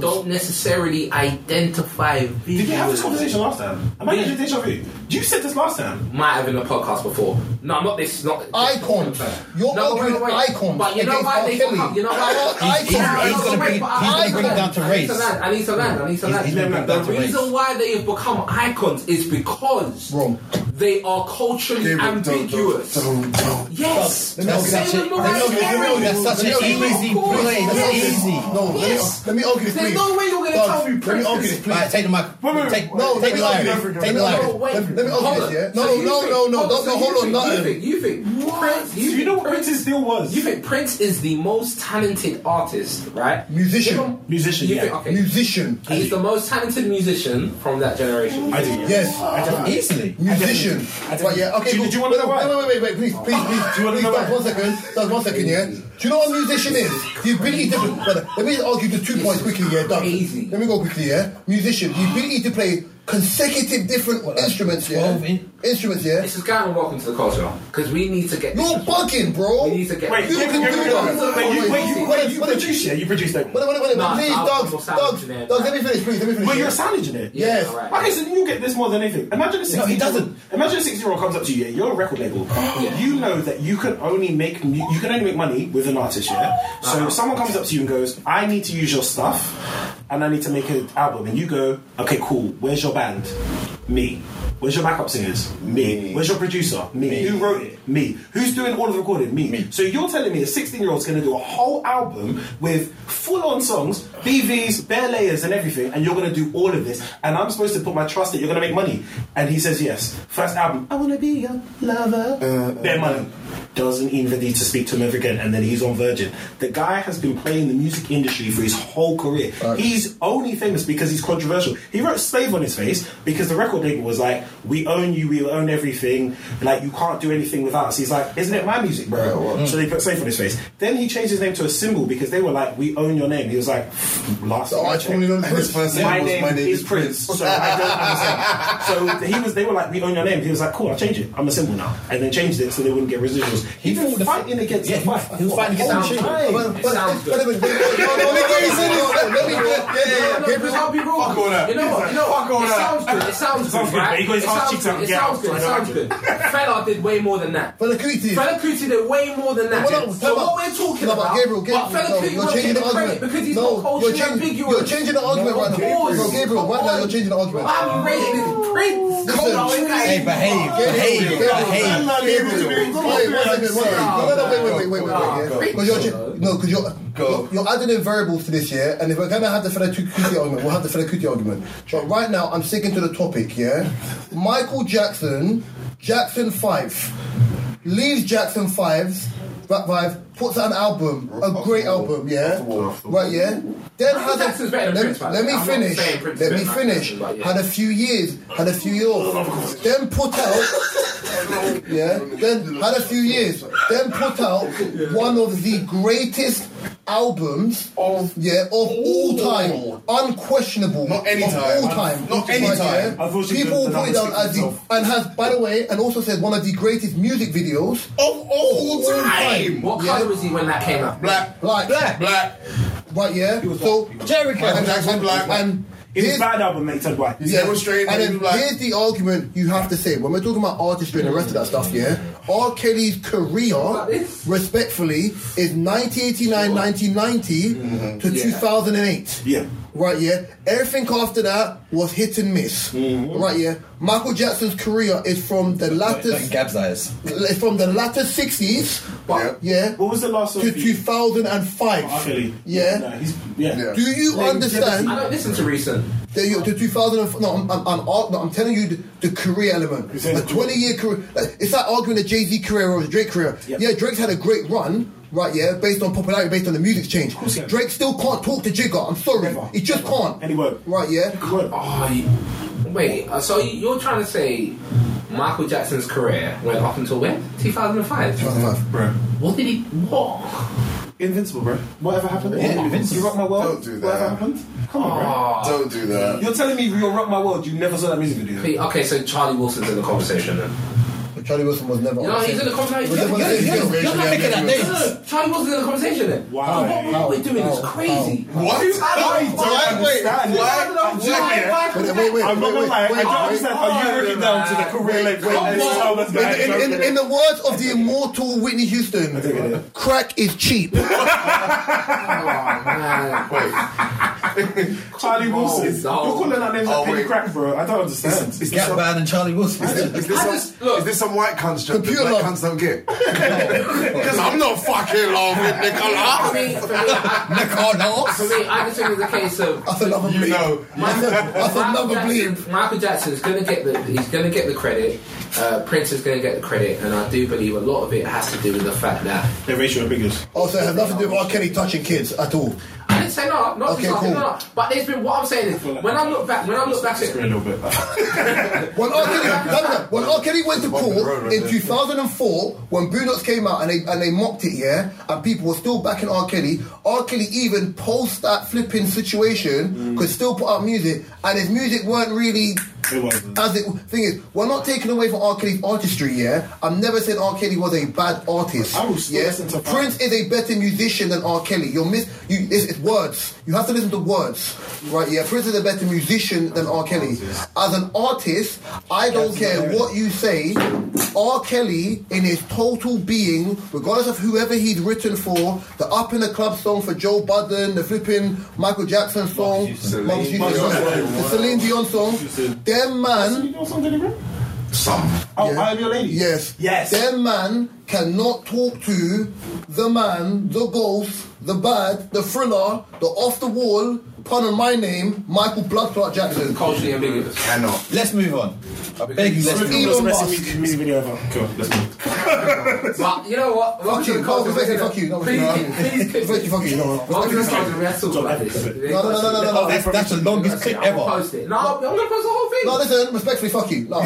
[SPEAKER 1] that don't necessarily identify.
[SPEAKER 3] Did
[SPEAKER 1] Did
[SPEAKER 3] we have this conversation last time? Am I getting deja vu? You said this last time.
[SPEAKER 1] Might have been a podcast before. No, not this. Not
[SPEAKER 4] Icons. You're
[SPEAKER 1] No,
[SPEAKER 4] arguing
[SPEAKER 1] wait, wait, wait.
[SPEAKER 4] icons
[SPEAKER 1] But you know
[SPEAKER 4] against
[SPEAKER 1] why
[SPEAKER 4] R.
[SPEAKER 1] they
[SPEAKER 4] Kelly.
[SPEAKER 1] You know why?
[SPEAKER 4] He's- he's-
[SPEAKER 1] No, no,
[SPEAKER 4] he's
[SPEAKER 1] no,
[SPEAKER 5] gonna
[SPEAKER 1] wait,
[SPEAKER 5] bring-
[SPEAKER 1] but I-
[SPEAKER 5] he's gonna bring it down to
[SPEAKER 1] I need
[SPEAKER 5] race.
[SPEAKER 1] land, I need to land. I need to
[SPEAKER 5] He's-
[SPEAKER 1] land.
[SPEAKER 5] he's gonna bring it down to
[SPEAKER 1] The reason
[SPEAKER 5] race.
[SPEAKER 1] why they have become icons is because
[SPEAKER 4] Wrong.
[SPEAKER 1] they are culturally
[SPEAKER 2] Gabriel, don't, don't,
[SPEAKER 1] ambiguous.
[SPEAKER 2] don't, don't.
[SPEAKER 1] Yes.
[SPEAKER 4] Let me
[SPEAKER 1] Same
[SPEAKER 4] argue
[SPEAKER 1] with Mariah
[SPEAKER 4] Let me argue-
[SPEAKER 1] Carey.
[SPEAKER 5] That's such an
[SPEAKER 1] Yes,
[SPEAKER 5] easy
[SPEAKER 1] of course.
[SPEAKER 5] play. That's
[SPEAKER 1] Yes.
[SPEAKER 5] easy.
[SPEAKER 4] No, let me,
[SPEAKER 1] Yes.
[SPEAKER 4] let me argue this,
[SPEAKER 1] There's
[SPEAKER 4] please.
[SPEAKER 1] no way you're gonna
[SPEAKER 4] Doug,
[SPEAKER 1] tell me
[SPEAKER 4] Let me
[SPEAKER 1] Prince
[SPEAKER 4] argue
[SPEAKER 1] is-
[SPEAKER 4] this, please.
[SPEAKER 5] Alright, take the mic.
[SPEAKER 7] wait,
[SPEAKER 5] Take,
[SPEAKER 7] wait.
[SPEAKER 4] No,
[SPEAKER 5] take the
[SPEAKER 4] let me
[SPEAKER 5] line.
[SPEAKER 4] argue this.
[SPEAKER 5] Take the
[SPEAKER 4] No,
[SPEAKER 5] line.
[SPEAKER 4] no,
[SPEAKER 1] Oh, wait.
[SPEAKER 4] Let me- let me argue
[SPEAKER 1] Hold
[SPEAKER 4] this,
[SPEAKER 1] on.
[SPEAKER 4] yeah? No,
[SPEAKER 1] So
[SPEAKER 4] no,
[SPEAKER 1] you
[SPEAKER 4] no,
[SPEAKER 1] think-
[SPEAKER 4] no, no,
[SPEAKER 1] hold on,
[SPEAKER 4] don't-
[SPEAKER 1] so
[SPEAKER 4] don't
[SPEAKER 1] you
[SPEAKER 4] hold on,
[SPEAKER 1] think-
[SPEAKER 4] nothing.
[SPEAKER 1] You think you think Prince?
[SPEAKER 3] Do you know what
[SPEAKER 1] think
[SPEAKER 3] Prince's deal was?
[SPEAKER 1] You think Prince is the most talented artist, right?
[SPEAKER 4] Musician.
[SPEAKER 1] You think-
[SPEAKER 3] Musician,
[SPEAKER 1] You
[SPEAKER 3] yeah.
[SPEAKER 1] think, okay.
[SPEAKER 4] Musician.
[SPEAKER 1] He's the most talented musician from that generation.
[SPEAKER 3] I do. Yeah.
[SPEAKER 4] Yes.
[SPEAKER 5] Easily.
[SPEAKER 4] Musician. But yeah, okay.
[SPEAKER 3] Do you-
[SPEAKER 4] but-
[SPEAKER 3] do you wanna know why?
[SPEAKER 4] Wait, wait, wait, wait, please, please, please.
[SPEAKER 3] Do you wanna
[SPEAKER 4] please,
[SPEAKER 3] know
[SPEAKER 4] Doug,
[SPEAKER 3] why?
[SPEAKER 4] one second. Doug, one second, yeah? Do you know what a musician is? The ability to. Brother, let me argue the two points quickly, yeah, Doug.
[SPEAKER 1] crazy.
[SPEAKER 4] Let me go quickly, yeah? Musician, the ability to play consecutive different instruments, yeah?
[SPEAKER 5] 12 in-
[SPEAKER 4] Instruments, yeah?
[SPEAKER 1] This is kind of welcome to the culture because we need to get.
[SPEAKER 4] You're bugging, bro.
[SPEAKER 1] We need to get.
[SPEAKER 7] Wait,
[SPEAKER 4] You
[SPEAKER 7] give-
[SPEAKER 4] can
[SPEAKER 7] give-
[SPEAKER 4] do
[SPEAKER 7] give-
[SPEAKER 4] that.
[SPEAKER 7] wait, you- wait, you- wait, you
[SPEAKER 4] What if-
[SPEAKER 7] produced, yeah, you produced it.
[SPEAKER 4] Wait, wait, wait,
[SPEAKER 1] Nah,
[SPEAKER 4] please,
[SPEAKER 1] I'll-
[SPEAKER 4] Doug,
[SPEAKER 1] I'll sound engineer.
[SPEAKER 4] Doug, Doug, let me finish, please, let me finish.
[SPEAKER 3] But
[SPEAKER 4] yeah.
[SPEAKER 3] you're a sound engineer.
[SPEAKER 4] Yes.
[SPEAKER 1] all
[SPEAKER 3] Okay, so you get this more than anything. Imagine a 60
[SPEAKER 5] he doesn't.
[SPEAKER 3] Imagine a 60 year old comes up to you, yeah, you're a record label. You know that you can only make mu- you can only make money with an artist, yeah? So if someone comes up to you and goes, I need to use your stuff and I need to make an album. And you go, okay, cool. Where's your band? Me. Where's your backup singers? Me. Where's your producer? Me. Who wrote it? Me. Who's doing all of the recording? Me. Me. So you're telling me a 16 year old's going to do a whole album with full on songs, BVs, bare layers, and everything, and you're going to do all of this, and I'm supposed to put my trust that you're going to make money? And he says yes. First album, I want to be your lover.
[SPEAKER 2] Uh,
[SPEAKER 3] bare money. Doesn't even need to speak to him ever again, and then he's on Virgin. The guy has been playing the music industry for his whole career. He's only famous because he's controversial. He wrote Slave on his face because the record label was like, We own you, we own everything, like, you can't do anything with us. He's like, Isn't it my music, bro? So they put Slave on his face. Then he changed his name to a symbol because they were like, We own your name. He was like, Last
[SPEAKER 4] So
[SPEAKER 3] time
[SPEAKER 4] I
[SPEAKER 3] I
[SPEAKER 4] told you
[SPEAKER 3] checked.
[SPEAKER 4] not
[SPEAKER 2] And his
[SPEAKER 4] to-
[SPEAKER 2] first
[SPEAKER 3] My
[SPEAKER 2] name was
[SPEAKER 3] name,
[SPEAKER 2] My Name
[SPEAKER 3] is Prince, so I don't understand. so he was. They were like, "We own your name." He was like, "Cool, I'll change it. I'm a symbol now," and then changed it so they wouldn't get residuals. He
[SPEAKER 5] He fought
[SPEAKER 3] was
[SPEAKER 5] the-
[SPEAKER 3] fighting against
[SPEAKER 5] yeah,
[SPEAKER 3] the fight.
[SPEAKER 5] he was fighting against
[SPEAKER 1] the
[SPEAKER 3] the
[SPEAKER 1] machine.
[SPEAKER 4] But- but-
[SPEAKER 1] sounds good.
[SPEAKER 4] but- but- no, no, let me-
[SPEAKER 1] No, no,
[SPEAKER 4] Gabriel,
[SPEAKER 1] because I'll be real.
[SPEAKER 2] Fuck all that.
[SPEAKER 1] You know what? You know
[SPEAKER 2] Fuck all
[SPEAKER 1] it
[SPEAKER 2] that.
[SPEAKER 1] sounds good. It sounds
[SPEAKER 7] Sounds
[SPEAKER 1] good,
[SPEAKER 7] good,
[SPEAKER 1] right?
[SPEAKER 7] but he got his
[SPEAKER 1] It
[SPEAKER 7] ass
[SPEAKER 1] sounds
[SPEAKER 7] cheeks
[SPEAKER 1] good,
[SPEAKER 7] out and
[SPEAKER 1] It
[SPEAKER 7] get
[SPEAKER 1] sounds
[SPEAKER 7] out,
[SPEAKER 1] good. It
[SPEAKER 7] so I
[SPEAKER 1] sounds
[SPEAKER 7] don't
[SPEAKER 1] good. Fella did way more than that.
[SPEAKER 4] Fella Kuti.
[SPEAKER 1] Fella Kuti did way more than that.
[SPEAKER 4] Well, no,
[SPEAKER 1] so
[SPEAKER 4] time out.
[SPEAKER 1] what we're talking
[SPEAKER 4] No, but
[SPEAKER 1] about,
[SPEAKER 4] Gabriel, Gabriel,
[SPEAKER 1] but Fella
[SPEAKER 4] no,
[SPEAKER 1] Kuti
[SPEAKER 4] you're
[SPEAKER 1] won't get
[SPEAKER 4] changing the
[SPEAKER 1] the credit
[SPEAKER 4] argument.
[SPEAKER 1] because he's
[SPEAKER 4] No,
[SPEAKER 1] not
[SPEAKER 4] you're
[SPEAKER 1] culturally
[SPEAKER 4] changing-
[SPEAKER 1] ambiguous.
[SPEAKER 4] you're changing the argument
[SPEAKER 1] no,
[SPEAKER 4] right now.
[SPEAKER 1] of course.
[SPEAKER 4] No, Gabriel, right now
[SPEAKER 1] Come
[SPEAKER 4] you're
[SPEAKER 1] on.
[SPEAKER 4] changing the argument.
[SPEAKER 1] I'm racist, Prince. Come on,
[SPEAKER 4] Listen,
[SPEAKER 1] we got
[SPEAKER 5] Hey,
[SPEAKER 1] it.
[SPEAKER 5] behave. Behave. Behave.
[SPEAKER 4] Because you're ch- no, because you're
[SPEAKER 2] Go.
[SPEAKER 4] you're adding in variables to this year, and if we're gonna have the Fela Kuti argument, we'll have the Fela Kuti argument. But right now, I'm sticking to the topic. Yeah, Michael Jackson, Jackson Five, leaves Jackson Fives Rap Vibe puts out an album, a great album, yeah, right, yeah. Then
[SPEAKER 1] Michael
[SPEAKER 4] had a,
[SPEAKER 1] Jackson's better than
[SPEAKER 4] let,
[SPEAKER 1] Prince, by the
[SPEAKER 4] let
[SPEAKER 1] way.
[SPEAKER 4] me
[SPEAKER 1] I'm not
[SPEAKER 4] finish.
[SPEAKER 1] saying Prince
[SPEAKER 4] Let
[SPEAKER 1] is
[SPEAKER 4] me
[SPEAKER 1] better than
[SPEAKER 4] finish.
[SPEAKER 1] Jackson, but yeah.
[SPEAKER 4] Had a few years, had a few years. then put out, yeah. Then had a few years. Then put out one of the greatest albums
[SPEAKER 2] Of-
[SPEAKER 4] yeah of all time, unquestionable.
[SPEAKER 2] Not any
[SPEAKER 4] of
[SPEAKER 2] time.
[SPEAKER 4] all time,
[SPEAKER 2] Not any
[SPEAKER 4] Right,
[SPEAKER 2] time.
[SPEAKER 4] yeah?
[SPEAKER 7] I thought she
[SPEAKER 4] People
[SPEAKER 7] did the
[SPEAKER 4] put it down
[SPEAKER 7] number
[SPEAKER 4] as
[SPEAKER 7] six
[SPEAKER 4] the
[SPEAKER 7] itself.
[SPEAKER 4] and has, by the way, and also said one of the greatest music videos.
[SPEAKER 2] Of all time.
[SPEAKER 1] What
[SPEAKER 4] Yeah.
[SPEAKER 1] colour was he when that came out?
[SPEAKER 2] Black.
[SPEAKER 4] Like
[SPEAKER 2] Black.
[SPEAKER 4] Right, yeah. So Jericho
[SPEAKER 2] Michael Jackson,
[SPEAKER 4] and,
[SPEAKER 2] black.
[SPEAKER 4] and
[SPEAKER 7] It was a
[SPEAKER 4] here's-
[SPEAKER 7] bad album, mate. Ted White.
[SPEAKER 4] yeah,
[SPEAKER 2] demonstrating that
[SPEAKER 4] And
[SPEAKER 2] he
[SPEAKER 4] then
[SPEAKER 2] was black.
[SPEAKER 4] here's the argument you have to say when we're talking about artistry and the rest of that stuff. Yeah, R. Kelly's career,
[SPEAKER 1] this?
[SPEAKER 4] respectfully, is 1989, 1990
[SPEAKER 2] Mm-hmm.
[SPEAKER 4] to
[SPEAKER 1] Yeah.
[SPEAKER 4] 2008.
[SPEAKER 7] Yeah.
[SPEAKER 4] Right, yeah. Everything after that was hit and miss.
[SPEAKER 2] Mm-hmm.
[SPEAKER 4] Right, yeah. Michael Jackson's career is from the latter,
[SPEAKER 5] Like Gab's eyes.
[SPEAKER 4] it's from the latter 60s.
[SPEAKER 2] Yeah.
[SPEAKER 4] Yeah.
[SPEAKER 7] What was the last song?
[SPEAKER 4] to
[SPEAKER 7] for you?
[SPEAKER 4] 2005.
[SPEAKER 7] Actually,
[SPEAKER 4] Yeah.
[SPEAKER 7] No, he's, yeah.
[SPEAKER 2] Yeah.
[SPEAKER 4] Do you understand
[SPEAKER 1] I don't listen to recent.
[SPEAKER 4] that you, the 2005? No, I'm, I'm, I'm, ar- no, I'm telling you the, the career element.
[SPEAKER 7] You're saying
[SPEAKER 4] A
[SPEAKER 7] the
[SPEAKER 4] 20 year career. like, it's that arguing the Jay Z career or the Drake career.
[SPEAKER 7] Yeah.
[SPEAKER 4] Yeah, Drake's had a great run. Right, yeah, based on popularity, based on the music change.
[SPEAKER 7] course he has.
[SPEAKER 4] Drake still can't talk to Jigger. I'm sorry,
[SPEAKER 7] Never.
[SPEAKER 4] he just can't.
[SPEAKER 7] And he won't.
[SPEAKER 4] Right, yeah.
[SPEAKER 7] Good.
[SPEAKER 1] Oh, you- wait. uh, So you're trying to say Michael Jackson's career went up until when? 2005.
[SPEAKER 7] Bro.
[SPEAKER 1] What did he? What?
[SPEAKER 7] Invincible, bro. Whatever happened?
[SPEAKER 5] Yeah, Invincible.
[SPEAKER 7] You rock my world.
[SPEAKER 2] Don't do that.
[SPEAKER 7] Whatever happened? Come on, bro.
[SPEAKER 1] Oh.
[SPEAKER 2] Don't do that.
[SPEAKER 7] You're telling me you rock my world. You never saw that music video.
[SPEAKER 1] Okay, so Charlie Wilson's in the conversation then.
[SPEAKER 4] Charlie Wilson was never.
[SPEAKER 1] No, he's in the conversation.
[SPEAKER 4] Yeah, yeah, yeah.
[SPEAKER 5] You're not making that
[SPEAKER 1] No, no,
[SPEAKER 5] name.
[SPEAKER 1] no, Charlie Wilson's in the conversation then.
[SPEAKER 7] Wow.
[SPEAKER 1] But what,
[SPEAKER 4] How?
[SPEAKER 1] we're doing is
[SPEAKER 4] How?
[SPEAKER 1] crazy.
[SPEAKER 2] What?
[SPEAKER 1] I don't
[SPEAKER 2] Why? Wait,
[SPEAKER 7] understand it.
[SPEAKER 1] I don't know why Michael
[SPEAKER 4] Wait,
[SPEAKER 7] I'm checking it.
[SPEAKER 2] why?
[SPEAKER 4] wait, wait.
[SPEAKER 7] I'm not gonna lie, I
[SPEAKER 4] wait,
[SPEAKER 7] don't
[SPEAKER 4] wait.
[SPEAKER 7] understand how you're breaking down to the career link.
[SPEAKER 4] Come
[SPEAKER 7] Oh,
[SPEAKER 4] on. In, in, in, in the words of the immortal Whitney Houston, crack is cheap.
[SPEAKER 1] Jackson-
[SPEAKER 2] Wait.
[SPEAKER 7] Charlie Wilson.
[SPEAKER 1] Oh, no.
[SPEAKER 7] You're calling that name
[SPEAKER 2] Oh,
[SPEAKER 7] like Penny
[SPEAKER 2] wait.
[SPEAKER 7] Crack, bro. I don't understand.
[SPEAKER 2] Is this
[SPEAKER 5] Gap
[SPEAKER 2] some-
[SPEAKER 5] Band and Charlie Wilson.
[SPEAKER 2] Is this, some,
[SPEAKER 1] just- look.
[SPEAKER 2] is this some white cunts joke that
[SPEAKER 4] Computer.
[SPEAKER 2] black cunts don't get? Because I'm not fucking long with the
[SPEAKER 1] I
[SPEAKER 2] colour.
[SPEAKER 1] mean, for me, I,
[SPEAKER 5] Nicolas.
[SPEAKER 1] for me, I just think it's a case of
[SPEAKER 4] That's another
[SPEAKER 2] You
[SPEAKER 4] bleep.
[SPEAKER 2] know,
[SPEAKER 4] That's
[SPEAKER 1] Michael
[SPEAKER 4] another
[SPEAKER 1] Jackson,
[SPEAKER 4] bleep.
[SPEAKER 1] Michael Jackson's gonna get the he's gonna get the credit. Uh, Prince is gonna get the credit, and I do believe a lot of it has to do with the fact that
[SPEAKER 7] They're racial ambiguous.
[SPEAKER 4] Also, it has nothing to do with R. Kelly touching kids at all.
[SPEAKER 1] I didn't say no, not
[SPEAKER 4] Okay,
[SPEAKER 1] okay,
[SPEAKER 4] cool.
[SPEAKER 1] no, no. But there's been what I'm saying is when I look back, when I look back
[SPEAKER 7] Just
[SPEAKER 1] at
[SPEAKER 7] a little bit.
[SPEAKER 4] When R. Kelly, no, no, no. When R. Kelly went to
[SPEAKER 2] Bump the road
[SPEAKER 4] court
[SPEAKER 2] right
[SPEAKER 4] in
[SPEAKER 2] there.
[SPEAKER 4] 2004, when Blue Notes came out and they and they mocked it, yeah, and people were still backing R. Kelly. R. Kelly even post that flipping
[SPEAKER 7] Mm.
[SPEAKER 4] situation could still put out music, and his music weren't really.
[SPEAKER 7] It wasn't.
[SPEAKER 4] As it thing is, we're not taking away from R. Kelly's artistry, yeah. I'm never saying R. Kelly was a bad artist.
[SPEAKER 7] I will still
[SPEAKER 4] yeah?
[SPEAKER 7] listen to Prince.
[SPEAKER 4] Prince is a better musician than R. Kelly. You're miss you it's, it's words. You have to listen to words. Right, yeah. Prince is a better musician than R. Kelly. As an artist, I don't care what you say, R. Kelly in his total being, regardless of whoever he's written for, the up in the club song for Joe Budden, the flipping Michael Jackson song, Marcus Houston
[SPEAKER 7] Marcus
[SPEAKER 4] song,
[SPEAKER 7] Houston.
[SPEAKER 4] the Celine Dion song,
[SPEAKER 7] Houston.
[SPEAKER 4] them man
[SPEAKER 7] You know something different?
[SPEAKER 2] Some.
[SPEAKER 7] Oh,
[SPEAKER 4] Yeah.
[SPEAKER 7] I am your lady.
[SPEAKER 4] Yes.
[SPEAKER 7] Yes.
[SPEAKER 4] Their man cannot talk to the man, the ghost, the bad, the thriller, the off the wall, pun on my name, Michael Bloodclot Jackson.
[SPEAKER 1] culturally ambiguous.
[SPEAKER 2] Cannot.
[SPEAKER 5] Let's move on. I beg you,
[SPEAKER 7] Let's
[SPEAKER 5] let's move
[SPEAKER 7] do
[SPEAKER 5] on.
[SPEAKER 7] the
[SPEAKER 4] Elon
[SPEAKER 7] best
[SPEAKER 4] Musk.
[SPEAKER 7] music music video ever. Cool, let's move.
[SPEAKER 1] But you know what?
[SPEAKER 4] Fuck you, no, fuck you, fuck you, no,
[SPEAKER 1] Please,
[SPEAKER 4] no.
[SPEAKER 1] please, please,
[SPEAKER 4] Fuck you, fuck you, no.
[SPEAKER 1] Welcome to the culture. We have to talk about this.
[SPEAKER 4] No, no, no, no, no, no.
[SPEAKER 5] That's, that's the longest clip
[SPEAKER 1] I'm gonna
[SPEAKER 5] ever.
[SPEAKER 1] post it. No, I'm gonna post the whole thing.
[SPEAKER 4] No, listen, respectfully, fuck you. No.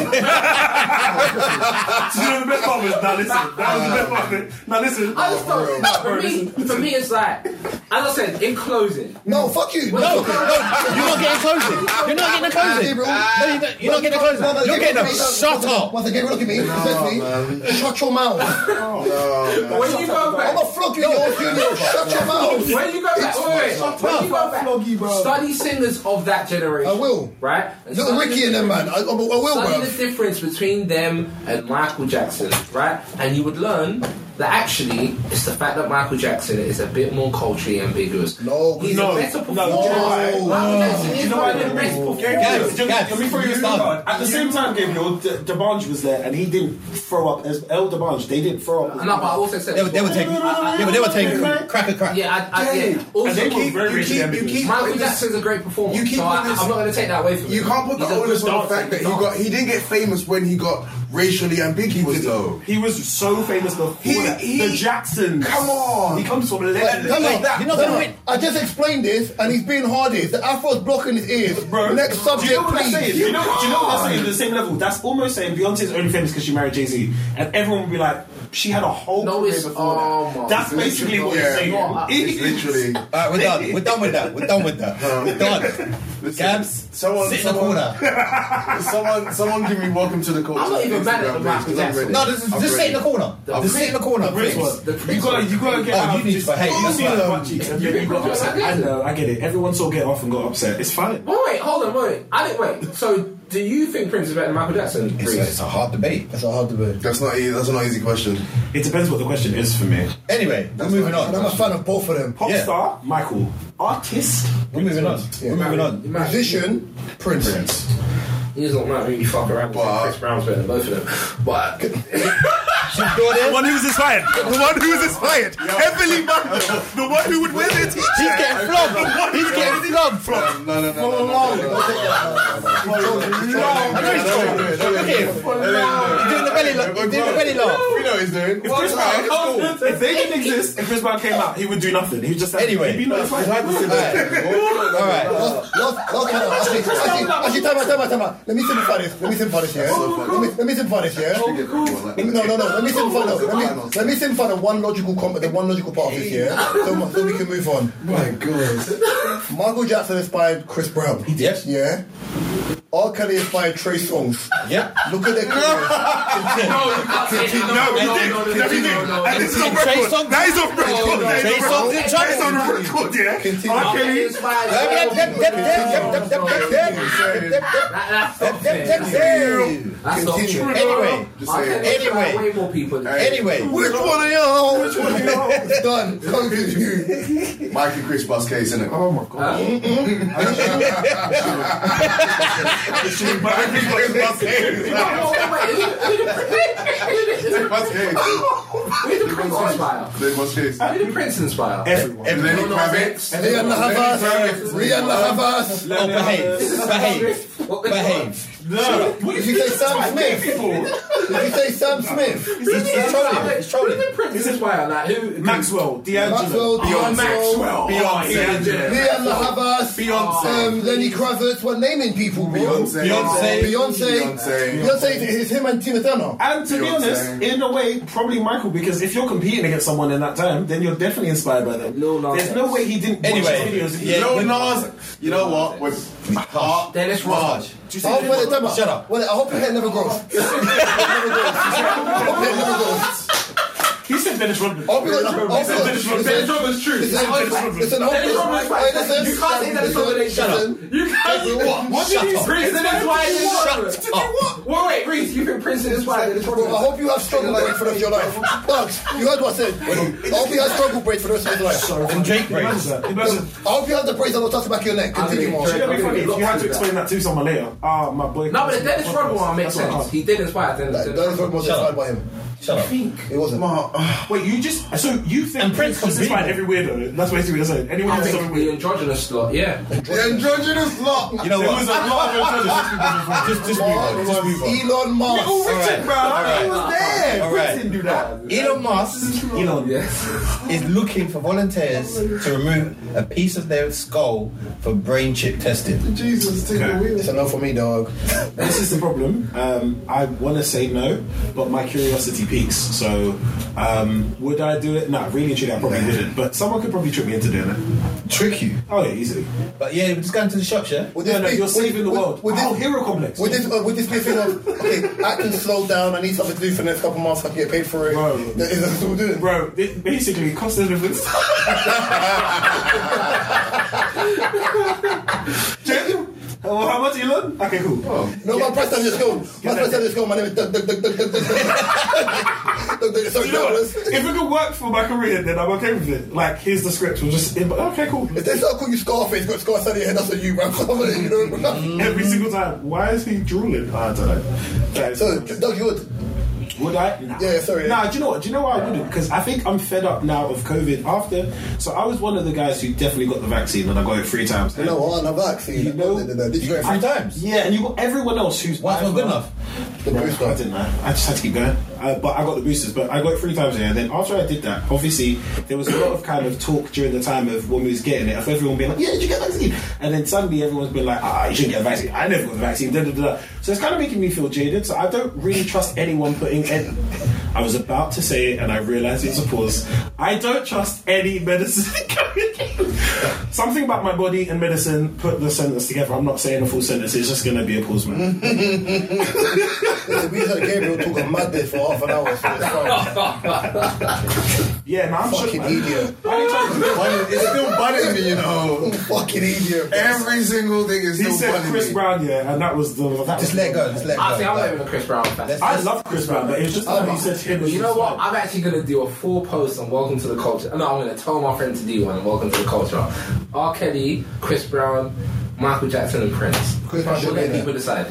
[SPEAKER 7] Do you know the best part was now listen. That was the best part. of it. Now listen.
[SPEAKER 1] I just
[SPEAKER 7] Bro,
[SPEAKER 1] don't.
[SPEAKER 7] bro,
[SPEAKER 1] For me,
[SPEAKER 7] listen.
[SPEAKER 1] for me, it's like, as I said, in closing,
[SPEAKER 4] No, fuck you.
[SPEAKER 1] No,
[SPEAKER 4] fuck
[SPEAKER 1] no,
[SPEAKER 4] you.
[SPEAKER 5] You're not getting closing. You're not
[SPEAKER 4] Hey,
[SPEAKER 5] getting closing.
[SPEAKER 4] bro.
[SPEAKER 5] No, you're not, you're not getting closing.
[SPEAKER 4] No, no,
[SPEAKER 5] You're
[SPEAKER 4] get
[SPEAKER 5] getting
[SPEAKER 4] rid
[SPEAKER 5] a
[SPEAKER 4] of me.
[SPEAKER 5] shut up.
[SPEAKER 4] Once again, look at me, respectfully, shut your mouth.
[SPEAKER 1] when you go
[SPEAKER 4] I'm
[SPEAKER 1] back,
[SPEAKER 4] not flogging your studio, shut your mouth.
[SPEAKER 1] when you go back, wait, wait, wait, when you go back,
[SPEAKER 3] Floggy, bro.
[SPEAKER 1] study singers of that generation.
[SPEAKER 4] I will.
[SPEAKER 1] right?
[SPEAKER 4] Little
[SPEAKER 1] study
[SPEAKER 4] Ricky and them, man. I, I, I will,
[SPEAKER 1] Study
[SPEAKER 4] bruv.
[SPEAKER 1] the difference between them and Michael Jackson, right? And you would learn that actually it's the fact that Michael Jackson is a bit more culturally ambiguous.
[SPEAKER 4] No,
[SPEAKER 1] he's
[SPEAKER 7] No,
[SPEAKER 1] a better
[SPEAKER 7] no,
[SPEAKER 1] performer.
[SPEAKER 7] you know why?
[SPEAKER 1] Michael Jackson is
[SPEAKER 7] You know
[SPEAKER 1] one
[SPEAKER 7] why?
[SPEAKER 1] of the best performers.
[SPEAKER 5] Guys, guys,
[SPEAKER 7] I mean, for you,
[SPEAKER 5] stop.
[SPEAKER 7] remember, at the same time, Gabriel, D- Debange was there, and he didn't throw up as El Debange. They didn't throw up.
[SPEAKER 1] No, but I also said
[SPEAKER 5] They were, they were taking, yeah, but they were taking crack a crack.
[SPEAKER 1] yeah, I, I, yeah.
[SPEAKER 7] And they
[SPEAKER 1] Also,
[SPEAKER 7] keep, very
[SPEAKER 2] keep-
[SPEAKER 7] keep,
[SPEAKER 2] you keep-
[SPEAKER 1] Michael
[SPEAKER 2] putting this-
[SPEAKER 1] Jackson's a great performer.
[SPEAKER 2] you keep
[SPEAKER 1] so I,
[SPEAKER 2] putting this-
[SPEAKER 1] I'm not going to take that away from
[SPEAKER 2] You can't put the
[SPEAKER 1] He's a
[SPEAKER 2] onus
[SPEAKER 1] good
[SPEAKER 2] on the
[SPEAKER 1] dancer,
[SPEAKER 2] fact that he
[SPEAKER 1] can.
[SPEAKER 2] got he didn't get famous when he got racially ambiguous though.
[SPEAKER 7] He was so famous before.
[SPEAKER 2] He
[SPEAKER 3] Wait, the Jacksons.
[SPEAKER 2] Come on.
[SPEAKER 3] He comes from
[SPEAKER 4] Like,
[SPEAKER 3] legend.
[SPEAKER 4] no, no,
[SPEAKER 5] Wait, that-
[SPEAKER 4] no,
[SPEAKER 5] you're not
[SPEAKER 4] no,
[SPEAKER 5] gonna
[SPEAKER 4] no.
[SPEAKER 5] win.
[SPEAKER 4] I just explained this, and he's being hardiest. The afro's blocking his ears.
[SPEAKER 3] Bro,
[SPEAKER 4] Next subject,
[SPEAKER 3] do you know what
[SPEAKER 4] please.
[SPEAKER 3] That's saying? Do you know, do you know what that's saying? At the same level, that's almost saying Beyonce's only famous because she married Jay Z, and everyone would be like, she had a whole
[SPEAKER 1] No,
[SPEAKER 3] career
[SPEAKER 1] it's-
[SPEAKER 3] before
[SPEAKER 1] oh
[SPEAKER 3] that.
[SPEAKER 1] my-
[SPEAKER 3] that's
[SPEAKER 1] it's
[SPEAKER 3] basically what
[SPEAKER 2] literally-
[SPEAKER 3] you're saying.
[SPEAKER 1] yeah,
[SPEAKER 2] It's literally.
[SPEAKER 5] All right, we're done. We're done with that. We're done with that. We're done.
[SPEAKER 2] Listen,
[SPEAKER 5] Gabs,
[SPEAKER 2] someone,
[SPEAKER 5] sit in the
[SPEAKER 2] someone,
[SPEAKER 5] corner.
[SPEAKER 2] someone, someone, give me welcome to the culture.
[SPEAKER 1] I'm not even
[SPEAKER 2] on
[SPEAKER 1] mad at
[SPEAKER 2] Instagram,
[SPEAKER 1] the
[SPEAKER 2] please,
[SPEAKER 1] rap
[SPEAKER 2] 'cause I'm
[SPEAKER 1] contestant.
[SPEAKER 2] ready.
[SPEAKER 5] No, this is,
[SPEAKER 2] I'm
[SPEAKER 5] just sit in the
[SPEAKER 2] ready.
[SPEAKER 5] corner. Just sit in the corner.
[SPEAKER 3] Prince
[SPEAKER 5] please.
[SPEAKER 3] was.
[SPEAKER 1] The
[SPEAKER 3] you
[SPEAKER 1] Prince
[SPEAKER 3] gotta,
[SPEAKER 1] was.
[SPEAKER 3] you gotta get
[SPEAKER 5] Oh,
[SPEAKER 3] out
[SPEAKER 5] you
[SPEAKER 3] of
[SPEAKER 5] need
[SPEAKER 3] just-
[SPEAKER 5] to behave.
[SPEAKER 3] you
[SPEAKER 5] That's
[SPEAKER 3] see the
[SPEAKER 5] fine.
[SPEAKER 3] butt cheeks and
[SPEAKER 1] You
[SPEAKER 3] then
[SPEAKER 1] can
[SPEAKER 3] you got
[SPEAKER 1] block
[SPEAKER 3] upset.
[SPEAKER 1] it.
[SPEAKER 3] I know, I get it. Everyone saw Get Off and got upset. It's fine.
[SPEAKER 1] Wait, wait, hold on, wait. I didn't wait. So, do you think Prince is better than Michael Jackson?
[SPEAKER 5] It's a, it's a hard debate.
[SPEAKER 4] That's a hard debate.
[SPEAKER 2] That's not easy. That's not an easy question.
[SPEAKER 3] It depends what the question is for me.
[SPEAKER 5] Anyway, we're moving
[SPEAKER 4] And I'm
[SPEAKER 5] on.
[SPEAKER 4] a fan of both of them.
[SPEAKER 3] Pop
[SPEAKER 5] Yeah.
[SPEAKER 3] star, Michael. Artist,
[SPEAKER 5] We're moving on. We're moving on.
[SPEAKER 4] Musician, Prince.
[SPEAKER 1] He doesn't like really fuck around.
[SPEAKER 2] But-
[SPEAKER 1] But Chris Brown's better than both of them. But
[SPEAKER 5] She's doing
[SPEAKER 7] The
[SPEAKER 5] it.
[SPEAKER 7] one who's inspired. The one who's inspired. Heavily bundled. The one who would wear their t-shirt.
[SPEAKER 5] He's getting flogged. He's getting flogged.
[SPEAKER 2] No, no, no, no, no, no, no, no, no,
[SPEAKER 5] I know he's flogged. Look at him. He's doing the belly laugh. He's doing the belly laugh.
[SPEAKER 2] We know what he's doing.
[SPEAKER 3] If Chris Brown, if they didn't exist, if Chris Brown came out, he would do nothing. He'd just say,
[SPEAKER 5] Anyway.
[SPEAKER 3] he'd be notified.
[SPEAKER 5] All right.
[SPEAKER 4] Last, last, last time, actually, actually, actually, time out, time out, time out. Let me simplify this. Let me simplify this, yeah? Let me, let me simplify this, yeah? No, no, no. Let me simplify. No, let me let me simplify the one logical comp- the one logical part of this year, so, mu- so we can move on.
[SPEAKER 2] My God.
[SPEAKER 4] Michael Jackson inspired Chris Brown.
[SPEAKER 5] Yes.
[SPEAKER 4] Yeah. R. Kelly inspired Trey Songz.
[SPEAKER 5] Yep.
[SPEAKER 4] Look at their careers.
[SPEAKER 7] No, he did.
[SPEAKER 1] no, no,
[SPEAKER 7] No, he did.
[SPEAKER 1] no, no,
[SPEAKER 7] And this is on
[SPEAKER 5] Trey
[SPEAKER 7] record.
[SPEAKER 5] Songz-
[SPEAKER 7] That is on record. That
[SPEAKER 5] Trey
[SPEAKER 7] is on
[SPEAKER 5] Songz
[SPEAKER 7] record.
[SPEAKER 5] in
[SPEAKER 7] That is on
[SPEAKER 5] trouble.
[SPEAKER 7] record, yeah.
[SPEAKER 4] Continue.
[SPEAKER 7] R. Kelly.
[SPEAKER 5] Yep, yep, yep, yep, yep, yep, yep, yep, yep, yep, yep.
[SPEAKER 1] That's not
[SPEAKER 5] Yep, yep,
[SPEAKER 1] fair.
[SPEAKER 5] yep, yep.
[SPEAKER 1] That's not
[SPEAKER 4] Continue.
[SPEAKER 1] true.
[SPEAKER 5] Anyway,
[SPEAKER 2] Just
[SPEAKER 1] I
[SPEAKER 2] saying.
[SPEAKER 1] can anyway.
[SPEAKER 5] Anyway.
[SPEAKER 1] way more people. Than
[SPEAKER 5] anyway.
[SPEAKER 2] Which one are y'all? Which one?
[SPEAKER 4] It's done. Continue.
[SPEAKER 2] Mike and Chris Bus case, innit?
[SPEAKER 3] Oh my god.
[SPEAKER 1] Oh, wait, wait, who- who the-
[SPEAKER 2] Bus case.
[SPEAKER 1] Who the Prince inspire?
[SPEAKER 2] They bus case.
[SPEAKER 1] Who the Prince inspire?
[SPEAKER 3] Everyone.
[SPEAKER 2] Lenny Kravitz.
[SPEAKER 4] Rihanna Havas. Rihanna Havas.
[SPEAKER 5] Oh, behave. Behave.
[SPEAKER 1] What-
[SPEAKER 5] Behave.
[SPEAKER 3] No. What
[SPEAKER 4] Did you say Sam Smith? Did you say Sam Smith?
[SPEAKER 1] Who did
[SPEAKER 5] He's trolling. He's
[SPEAKER 1] Who
[SPEAKER 5] trolling.
[SPEAKER 1] did Prince inspire? Like who?
[SPEAKER 3] Maxwell, D'Angelo.
[SPEAKER 1] Oh,
[SPEAKER 4] Maxwell, D'Angelo,
[SPEAKER 1] Maxwell.
[SPEAKER 3] Beyonce.
[SPEAKER 1] D'Angelo.
[SPEAKER 4] Rihanna Havas,
[SPEAKER 2] Beyonce.
[SPEAKER 4] um, Lenny Kravitz. We're naming people. bro.
[SPEAKER 2] Beyonce.
[SPEAKER 5] Beyonce.
[SPEAKER 4] Beyonce.
[SPEAKER 2] Beyonce.
[SPEAKER 4] Beyonce. It's him and Tina Turner.
[SPEAKER 3] And to be
[SPEAKER 2] Beyonce.
[SPEAKER 3] honest, in a way, probably Michael, because if you're competing against someone in that time, then you're definitely inspired by them.
[SPEAKER 1] Lil Nas
[SPEAKER 3] There's no
[SPEAKER 1] X.
[SPEAKER 3] way he didn't
[SPEAKER 5] Anyway,
[SPEAKER 3] watch his videos.
[SPEAKER 5] yeah.
[SPEAKER 2] Lil Nas. You know what? With heart.
[SPEAKER 1] Then it's wrong.
[SPEAKER 4] I hope when it never,
[SPEAKER 5] Shut up.
[SPEAKER 4] Well, I hope your hair never grows. I hope your hair never grows.
[SPEAKER 3] He said Dennis Rodman.
[SPEAKER 4] I hope your hair never grows. I hope
[SPEAKER 3] Dennis
[SPEAKER 4] your
[SPEAKER 3] Rodman.
[SPEAKER 4] listen,
[SPEAKER 3] Dennis
[SPEAKER 4] listen,
[SPEAKER 3] Rodman's true.
[SPEAKER 4] listen, listen, I hope
[SPEAKER 1] Dennis
[SPEAKER 4] your-
[SPEAKER 1] Rodman's
[SPEAKER 4] hey,
[SPEAKER 1] right.
[SPEAKER 4] listen,
[SPEAKER 1] You can't say Dennis Rodman ain't
[SPEAKER 4] listen,
[SPEAKER 1] true. You can't.
[SPEAKER 4] Hey, what?
[SPEAKER 1] What
[SPEAKER 5] Shut
[SPEAKER 1] did you
[SPEAKER 5] up.
[SPEAKER 1] Prince inspire?
[SPEAKER 5] Shut up.
[SPEAKER 1] Well, wait, Reese, you think Prince is why Dennis
[SPEAKER 4] Bro, I
[SPEAKER 1] Rodman?
[SPEAKER 4] hope you have struggle braid for the rest of your life. Bugs, you heard what I said. I hope you have struggle braid for the rest of your life.
[SPEAKER 5] And Drake
[SPEAKER 3] Imagine
[SPEAKER 5] breaks.
[SPEAKER 3] that. Imagine.
[SPEAKER 4] I hope you have the braids that will touch the back of your neck. Continue,
[SPEAKER 1] I'll
[SPEAKER 4] Mark.
[SPEAKER 1] be-
[SPEAKER 3] It'd be
[SPEAKER 1] I'll
[SPEAKER 3] funny
[SPEAKER 1] be
[SPEAKER 3] if you had
[SPEAKER 1] locked
[SPEAKER 3] to
[SPEAKER 1] in
[SPEAKER 3] explain that to someone later. Ah, my boy.
[SPEAKER 1] No, but the Dennis Rodman one makes
[SPEAKER 3] That's what I
[SPEAKER 1] sense. He did inspire Dennis.
[SPEAKER 4] That was what was inspired by him.
[SPEAKER 5] Shut up.
[SPEAKER 4] It wasn't.
[SPEAKER 3] can't. Wait, you just so you think
[SPEAKER 5] And Prince
[SPEAKER 3] was
[SPEAKER 5] competed.
[SPEAKER 3] inspired every weirdo? That's basically what I said. Anyone
[SPEAKER 1] I
[SPEAKER 3] who's
[SPEAKER 1] think
[SPEAKER 3] something
[SPEAKER 1] the
[SPEAKER 3] weird.
[SPEAKER 1] androgynous lot, yeah.
[SPEAKER 2] The androgynous lot.
[SPEAKER 5] You know
[SPEAKER 3] There was a
[SPEAKER 5] what?
[SPEAKER 3] lot of intelligence.
[SPEAKER 5] Just, just move on. Just move on.
[SPEAKER 4] Elon Musk.
[SPEAKER 3] Oh,
[SPEAKER 5] Richard,
[SPEAKER 3] Richard, bro!
[SPEAKER 5] bruh.
[SPEAKER 3] He was there.
[SPEAKER 5] All right.
[SPEAKER 3] Prince didn't do that.
[SPEAKER 5] Elon Musk
[SPEAKER 3] Elon,
[SPEAKER 1] Yes.
[SPEAKER 5] is looking for volunteers to remove a piece of their skull for brain chip testing.
[SPEAKER 2] Jesus, take the wheel.
[SPEAKER 4] It's enough for me, dog.
[SPEAKER 3] This is the problem. Um, I want to say no, but my curiosity peaks. So, um, would I do it? No, really and truly, I probably wouldn't. But someone could probably trick me into doing it.
[SPEAKER 5] Trick you.
[SPEAKER 3] Oh yeah, easily.
[SPEAKER 5] But yeah, we're just going to the shops, yeah?
[SPEAKER 4] Would
[SPEAKER 3] No, no,
[SPEAKER 4] be-
[SPEAKER 3] you're saving the
[SPEAKER 4] would-
[SPEAKER 3] world.
[SPEAKER 4] Would
[SPEAKER 3] oh,
[SPEAKER 4] this,
[SPEAKER 3] hero complex.
[SPEAKER 4] would this, uh, would this be a thing of, okay, I can slow down, I need something to do for the next couple of months, I can get paid for it.
[SPEAKER 3] Bro.
[SPEAKER 4] Is that what we're doing?
[SPEAKER 3] Bro, it basically cost of living. Jim? Well, Oh, how much Elon? Okay, cool.
[SPEAKER 4] No, my price tag is gone. My price tag is gone. My name is Doug, Doug, Doug, Doug, Doug, Doug, Doug, Doug, Doug. Sorry,
[SPEAKER 3] You know what?
[SPEAKER 4] dollars.
[SPEAKER 3] If it could work for my career, then I'm okay with it. Like, here's the script. We'll just okay, cool.
[SPEAKER 4] If they start calling you Scarface, got Scarface out of your head, that's on you, man. Some of it, you know?
[SPEAKER 3] Every single time. Why is he drooling? I don't know. That is-
[SPEAKER 4] So, Doug, you would.
[SPEAKER 3] Would I? Nah.
[SPEAKER 4] Yeah, sorry.
[SPEAKER 3] Nah, do you know what? Do you know why I wouldn't? Because I think I'm fed up now of COVID after. So I was one of the guys who definitely got the vaccine and I got it three times.
[SPEAKER 4] No, I'm a vaccine.
[SPEAKER 3] You know-
[SPEAKER 4] Did you go
[SPEAKER 5] Three times.
[SPEAKER 3] Yeah, and you got everyone else who's
[SPEAKER 5] Once was good enough.
[SPEAKER 4] The booster.
[SPEAKER 3] I didn't know. I just had to keep going. Uh, but I got the boosters, but I got it three times a year. And then after I did that, obviously, there was a lot of kind of talk during the time of when we was getting it, of everyone being like, yeah, did you get a vaccine? And then suddenly everyone's been like, ah, you shouldn't get a vaccine. I never got the vaccine. Da, da, da. da. So it's kind of making me feel jaded. So I don't really trust anyone putting in. I was about to say it and I realised it was a pause. I don't trust any medicine coming in. Something about my body and medicine put the sentence together. I'm not saying a full sentence, it's just going to be a pause, man.
[SPEAKER 4] Listen, we just had Gabriel talk a mad bit for half an hour. So it's fine.
[SPEAKER 3] Yeah, man, I'm
[SPEAKER 4] Fucking
[SPEAKER 3] sure.
[SPEAKER 4] idiot.
[SPEAKER 2] It's still bugging me, you know.
[SPEAKER 4] Fucking idiot. bro.
[SPEAKER 2] Every single thing is
[SPEAKER 3] He
[SPEAKER 2] still
[SPEAKER 3] said
[SPEAKER 2] bugging
[SPEAKER 3] Chris
[SPEAKER 2] me.
[SPEAKER 3] Brown, yeah, and that was the. That
[SPEAKER 5] Just
[SPEAKER 3] was,
[SPEAKER 5] let go. Just let go.
[SPEAKER 1] Actually, I'm not
[SPEAKER 5] Like,
[SPEAKER 1] even a Chris Brown fan.
[SPEAKER 5] let's-
[SPEAKER 3] I love Chris Brown, but it was
[SPEAKER 1] Oh,
[SPEAKER 3] just that he said him. was
[SPEAKER 1] You know
[SPEAKER 3] just
[SPEAKER 1] what?
[SPEAKER 3] like-
[SPEAKER 1] I'm actually gonna do a full post on Welcome to the Culture. No, I'm gonna tell my friend to do one. Welcome to the Culture. R. Kelly, Chris Brown, Michael Jackson, and Prince.
[SPEAKER 4] Chris Brown
[SPEAKER 1] We'll
[SPEAKER 4] should
[SPEAKER 1] let
[SPEAKER 4] be there.
[SPEAKER 1] people decide.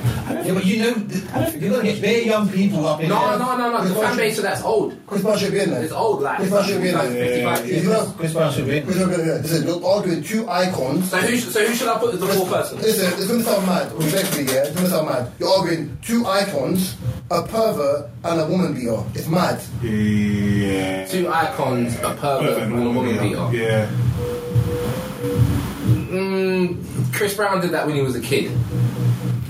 [SPEAKER 5] Yeah, but you know, you're gonna get bare young people up in
[SPEAKER 1] No,
[SPEAKER 5] there.
[SPEAKER 1] no, no, no. The fan base of that's old.
[SPEAKER 4] Chris Brown should be in there.
[SPEAKER 1] It's old, like
[SPEAKER 4] Chris Brown should be in
[SPEAKER 1] like
[SPEAKER 4] there.
[SPEAKER 1] 55
[SPEAKER 4] He's
[SPEAKER 1] years.
[SPEAKER 4] not.
[SPEAKER 5] Chris Brown should be in
[SPEAKER 4] Chris
[SPEAKER 5] there.
[SPEAKER 4] Brown should be in there. Listen, you're arguing two icons.
[SPEAKER 1] So who, sh- so who should I put as the fourth person?
[SPEAKER 4] Listen, it's gonna sound mad. Respectfully, yeah, it's gonna sound mad. You're arguing two icons, a pervert and a woman beater. It's mad.
[SPEAKER 3] Yeah.
[SPEAKER 1] Two icons, a pervert, and a woman beater.
[SPEAKER 3] Yeah.
[SPEAKER 1] Mm, Chris Brown did that when he was a kid.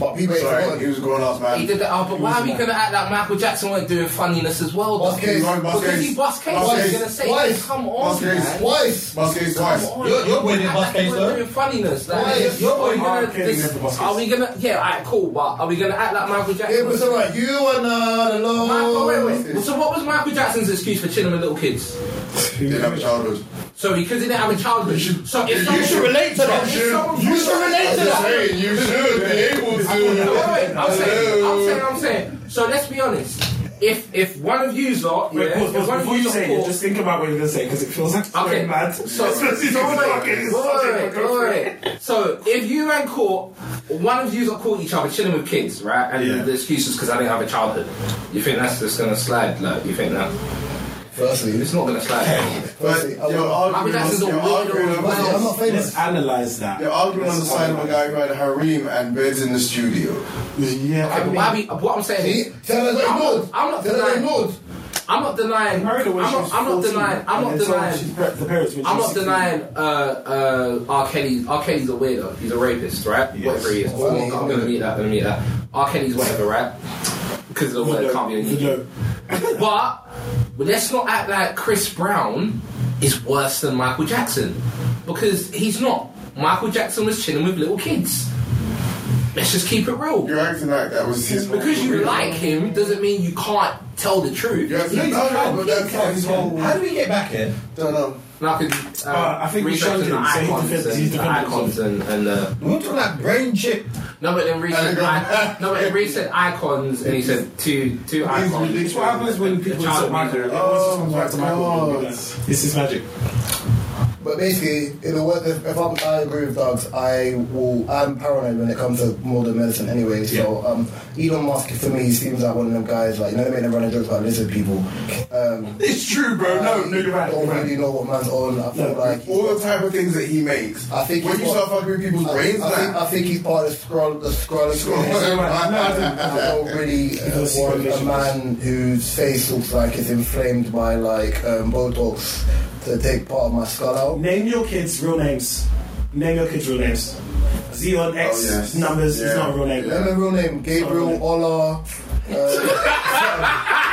[SPEAKER 4] But people ain't
[SPEAKER 2] Sorry, he
[SPEAKER 4] forgotten.
[SPEAKER 2] was a grown ass
[SPEAKER 1] He
[SPEAKER 2] man.
[SPEAKER 1] did that, oh, but why are we going to act like Michael Jackson weren't doing funniness as well?
[SPEAKER 4] Bus
[SPEAKER 1] though?
[SPEAKER 4] case.
[SPEAKER 2] Sorry, bus
[SPEAKER 1] Because
[SPEAKER 2] case.
[SPEAKER 1] he bust case,
[SPEAKER 2] Bus
[SPEAKER 1] I was
[SPEAKER 2] case.
[SPEAKER 1] going to say,
[SPEAKER 4] Twice.
[SPEAKER 1] come
[SPEAKER 2] Bus
[SPEAKER 1] on,
[SPEAKER 2] case.
[SPEAKER 1] man.
[SPEAKER 4] Twice.
[SPEAKER 2] Bus case twice.
[SPEAKER 1] Come on,
[SPEAKER 5] You're- you're winning
[SPEAKER 1] act
[SPEAKER 5] bus
[SPEAKER 1] like
[SPEAKER 5] case,
[SPEAKER 1] we're
[SPEAKER 5] though.
[SPEAKER 1] doing funniness. Like,
[SPEAKER 4] Why?
[SPEAKER 1] you're
[SPEAKER 4] You're
[SPEAKER 1] winning
[SPEAKER 3] winning
[SPEAKER 1] this-
[SPEAKER 3] Kenny's never bus
[SPEAKER 1] Are we gonna? Yeah, alright, cool. But are we gonna act like Michael
[SPEAKER 4] It
[SPEAKER 1] Jackson?
[SPEAKER 4] was oh, alright. You are not alone.
[SPEAKER 1] Michael, wait, wait. Well, So what was Michael Jackson's excuse for chilling with little kids?
[SPEAKER 2] Didn't have a childhood.
[SPEAKER 1] So because he didn't have a childhood. So if someone-
[SPEAKER 5] relate to that.
[SPEAKER 1] if someone-
[SPEAKER 4] You should relate to that.
[SPEAKER 2] Hey, you should be able
[SPEAKER 1] No,
[SPEAKER 2] to.
[SPEAKER 1] wait, I'm saying, I'm saying, I'm saying. So let's be honest. If if one of you's lot,
[SPEAKER 3] Wait,
[SPEAKER 1] yeah,
[SPEAKER 3] pause,
[SPEAKER 1] if
[SPEAKER 3] pause,
[SPEAKER 1] one of
[SPEAKER 3] before you
[SPEAKER 1] you's
[SPEAKER 3] say
[SPEAKER 1] lot
[SPEAKER 3] it, just think about what you're gonna say because it feels like so
[SPEAKER 1] Okay.
[SPEAKER 3] mad.
[SPEAKER 1] So, so,
[SPEAKER 3] Especially if it's
[SPEAKER 1] wait,
[SPEAKER 3] fucking- it's
[SPEAKER 1] wait,
[SPEAKER 3] fucking-
[SPEAKER 1] wait, wait. so if you and Court, one of you got caught each other chilling with kids, right? And
[SPEAKER 3] Yeah.
[SPEAKER 1] the excuse is because I didn't have a childhood. You think that's just gonna slide? Like you think that
[SPEAKER 4] Firstly,
[SPEAKER 1] it's not gonna slide?
[SPEAKER 2] But
[SPEAKER 4] firstly, I
[SPEAKER 2] you're
[SPEAKER 4] will-
[SPEAKER 2] arguing
[SPEAKER 1] Michael Jackson's
[SPEAKER 2] on-
[SPEAKER 1] a
[SPEAKER 2] you're
[SPEAKER 1] weirdo
[SPEAKER 2] arguing
[SPEAKER 1] as
[SPEAKER 2] on-
[SPEAKER 1] well.
[SPEAKER 4] Firstly, I'm not famous.
[SPEAKER 3] Let's analyze that.
[SPEAKER 2] you're arguing on the side of a guy who had a harem and beds in the studio.
[SPEAKER 3] Yeah,
[SPEAKER 1] Okay,
[SPEAKER 3] I
[SPEAKER 1] but
[SPEAKER 3] mean,
[SPEAKER 1] why we, what I'm saying
[SPEAKER 4] See,
[SPEAKER 1] is,
[SPEAKER 4] tell us they
[SPEAKER 1] I'm
[SPEAKER 4] mood.
[SPEAKER 1] not, I'm not
[SPEAKER 4] Tell us they
[SPEAKER 1] denying.
[SPEAKER 4] mood.
[SPEAKER 1] I'm not denying. I'm
[SPEAKER 3] married her when she
[SPEAKER 1] not,
[SPEAKER 3] was
[SPEAKER 1] I'm not
[SPEAKER 3] 14,
[SPEAKER 1] denying. I'm not
[SPEAKER 3] and so
[SPEAKER 1] denying.
[SPEAKER 3] she prepped the parents when she
[SPEAKER 1] I'm
[SPEAKER 3] was
[SPEAKER 1] not
[SPEAKER 3] 16.
[SPEAKER 1] denying uh, uh, R. Kelly. R. Kelly's a weirdo. He's a rapist, right?
[SPEAKER 3] Yes.
[SPEAKER 1] Whatever he is.
[SPEAKER 4] Well,
[SPEAKER 1] I'm going to meet that. I'm going to meet that. R. Kelly's whatever, right? Because the word can't be a
[SPEAKER 3] You
[SPEAKER 1] new.
[SPEAKER 3] know,
[SPEAKER 1] But but let's not act like Chris Brown is worse than Michael Jackson because he's not. Michael Jackson was chilling with little kids. Let's just keep it real.
[SPEAKER 2] You're acting like that was his
[SPEAKER 1] Because you like him doesn't mean you can't tell the truth.
[SPEAKER 2] You're acting, no, no, but that's not his whole.
[SPEAKER 5] How do we get back here?
[SPEAKER 2] No, no.
[SPEAKER 1] No, I could, uh,
[SPEAKER 3] Uh, I think we
[SPEAKER 1] research
[SPEAKER 3] showed
[SPEAKER 1] and
[SPEAKER 3] him, so he
[SPEAKER 1] icons
[SPEAKER 3] defends-
[SPEAKER 1] and
[SPEAKER 3] he's
[SPEAKER 1] the
[SPEAKER 3] defending
[SPEAKER 1] icons and, and uh,
[SPEAKER 5] We were talking about brain chip.
[SPEAKER 1] no, but then recent, I, no, but then recent icons, and he said two, two icons.
[SPEAKER 3] it's what happens when people
[SPEAKER 1] child
[SPEAKER 3] insult Michael. It
[SPEAKER 1] abuse.
[SPEAKER 3] always just comes
[SPEAKER 1] Oh,
[SPEAKER 3] back to Michael.
[SPEAKER 2] God.
[SPEAKER 3] Like, This is magic.
[SPEAKER 4] But basically, in the work, if, if I'm, I agree with dogs, I will. I'm paranoid when it comes to modern medicine, anyway. So um, Elon Musk for me seems like one of them guys. Like you know, they make them running jokes about lizard people. Um,
[SPEAKER 3] It's true, bro. No, no, you're right.
[SPEAKER 4] I don't
[SPEAKER 3] You're
[SPEAKER 4] really
[SPEAKER 3] right.
[SPEAKER 4] know what man's on. I feel
[SPEAKER 3] No,
[SPEAKER 4] like
[SPEAKER 2] All the type of things that he makes.
[SPEAKER 4] I think
[SPEAKER 2] when
[SPEAKER 4] he's
[SPEAKER 2] you
[SPEAKER 4] what-
[SPEAKER 2] start fucking with people's
[SPEAKER 4] I,
[SPEAKER 2] brains,
[SPEAKER 4] I, think, I
[SPEAKER 2] like,
[SPEAKER 4] think he's part of the scroll, the scroll,
[SPEAKER 2] Scroll.
[SPEAKER 4] I don't really uh, want a man whose face looks like it's inflamed by like um, Botox to take part of my skull out.
[SPEAKER 3] Name your kids' real names. Name your kids' real names. Z on X
[SPEAKER 2] Oh, yes.
[SPEAKER 3] numbers
[SPEAKER 2] Yeah.
[SPEAKER 3] is not a real name.
[SPEAKER 4] Name a real name: Gabriel Ola. Uh,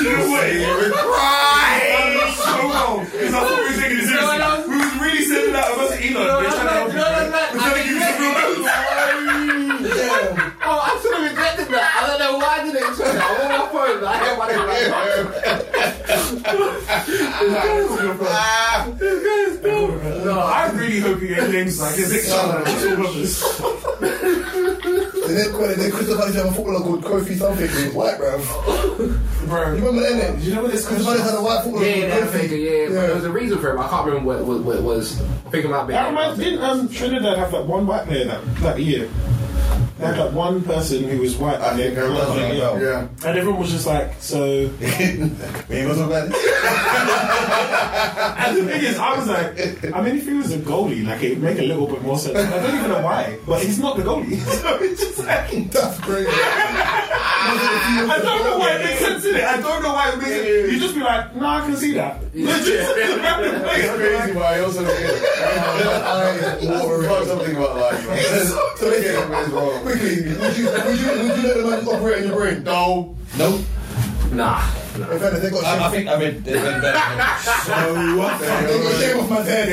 [SPEAKER 7] You wait.
[SPEAKER 2] cry.
[SPEAKER 7] so wrong. Because I thought we were taking it seriously.
[SPEAKER 1] no.
[SPEAKER 7] We was really sending out about Elon.
[SPEAKER 1] No,
[SPEAKER 7] We're
[SPEAKER 1] no,
[SPEAKER 7] trying to
[SPEAKER 1] no,
[SPEAKER 7] help
[SPEAKER 1] no, no, no,
[SPEAKER 7] you. We're trying to give you some real notes.
[SPEAKER 1] Oh, I should have regretted that. I don't know why I didn't expect that. I'm on my phone. I hate my name.
[SPEAKER 7] I really hope you get names like his ex on all brothers.
[SPEAKER 4] And then, and then Crystal Palace have a footballer called Kofi something who's white, bro.
[SPEAKER 3] Bro,
[SPEAKER 4] You remember that name?
[SPEAKER 3] you know what this
[SPEAKER 4] Crystal Palace had a white footballer
[SPEAKER 1] Yeah, yeah,
[SPEAKER 4] called
[SPEAKER 1] that
[SPEAKER 4] Kofi.
[SPEAKER 1] figure, yeah, But there was a reason for him. I can't remember what, what, what it was. I think it might be.
[SPEAKER 3] That reminds, didn't um, Trinidad have that one white player that, that year? They had like one person who was white
[SPEAKER 2] I
[SPEAKER 3] and,
[SPEAKER 2] think I remember
[SPEAKER 3] loving
[SPEAKER 2] that.
[SPEAKER 3] it.
[SPEAKER 2] Yeah.
[SPEAKER 3] and everyone was just like, so.
[SPEAKER 5] We ain't gonna talk about this.
[SPEAKER 3] And the thing is, I was like, I mean, if he was a goalie, like it would make a little bit more sense. I don't even know why, but he's not the goalie. so it's just like,
[SPEAKER 4] That's great.
[SPEAKER 3] I don't know why it makes sense in it. I don't know why it makes sense. You just be like, nah, I can see that.
[SPEAKER 2] It's crazy, but I also don't get it. I don't know. I fucked something about life. man. Don't get it, man, it's wrong.
[SPEAKER 4] Quickly, would you, would you, would you let the man operate in your brain?
[SPEAKER 2] No.
[SPEAKER 5] Nope.
[SPEAKER 1] Nah.
[SPEAKER 4] In fact, they got
[SPEAKER 5] I, I
[SPEAKER 4] shame.
[SPEAKER 5] think I read. I read that.
[SPEAKER 2] No. What the
[SPEAKER 4] They got
[SPEAKER 2] hell?
[SPEAKER 4] shame off my head.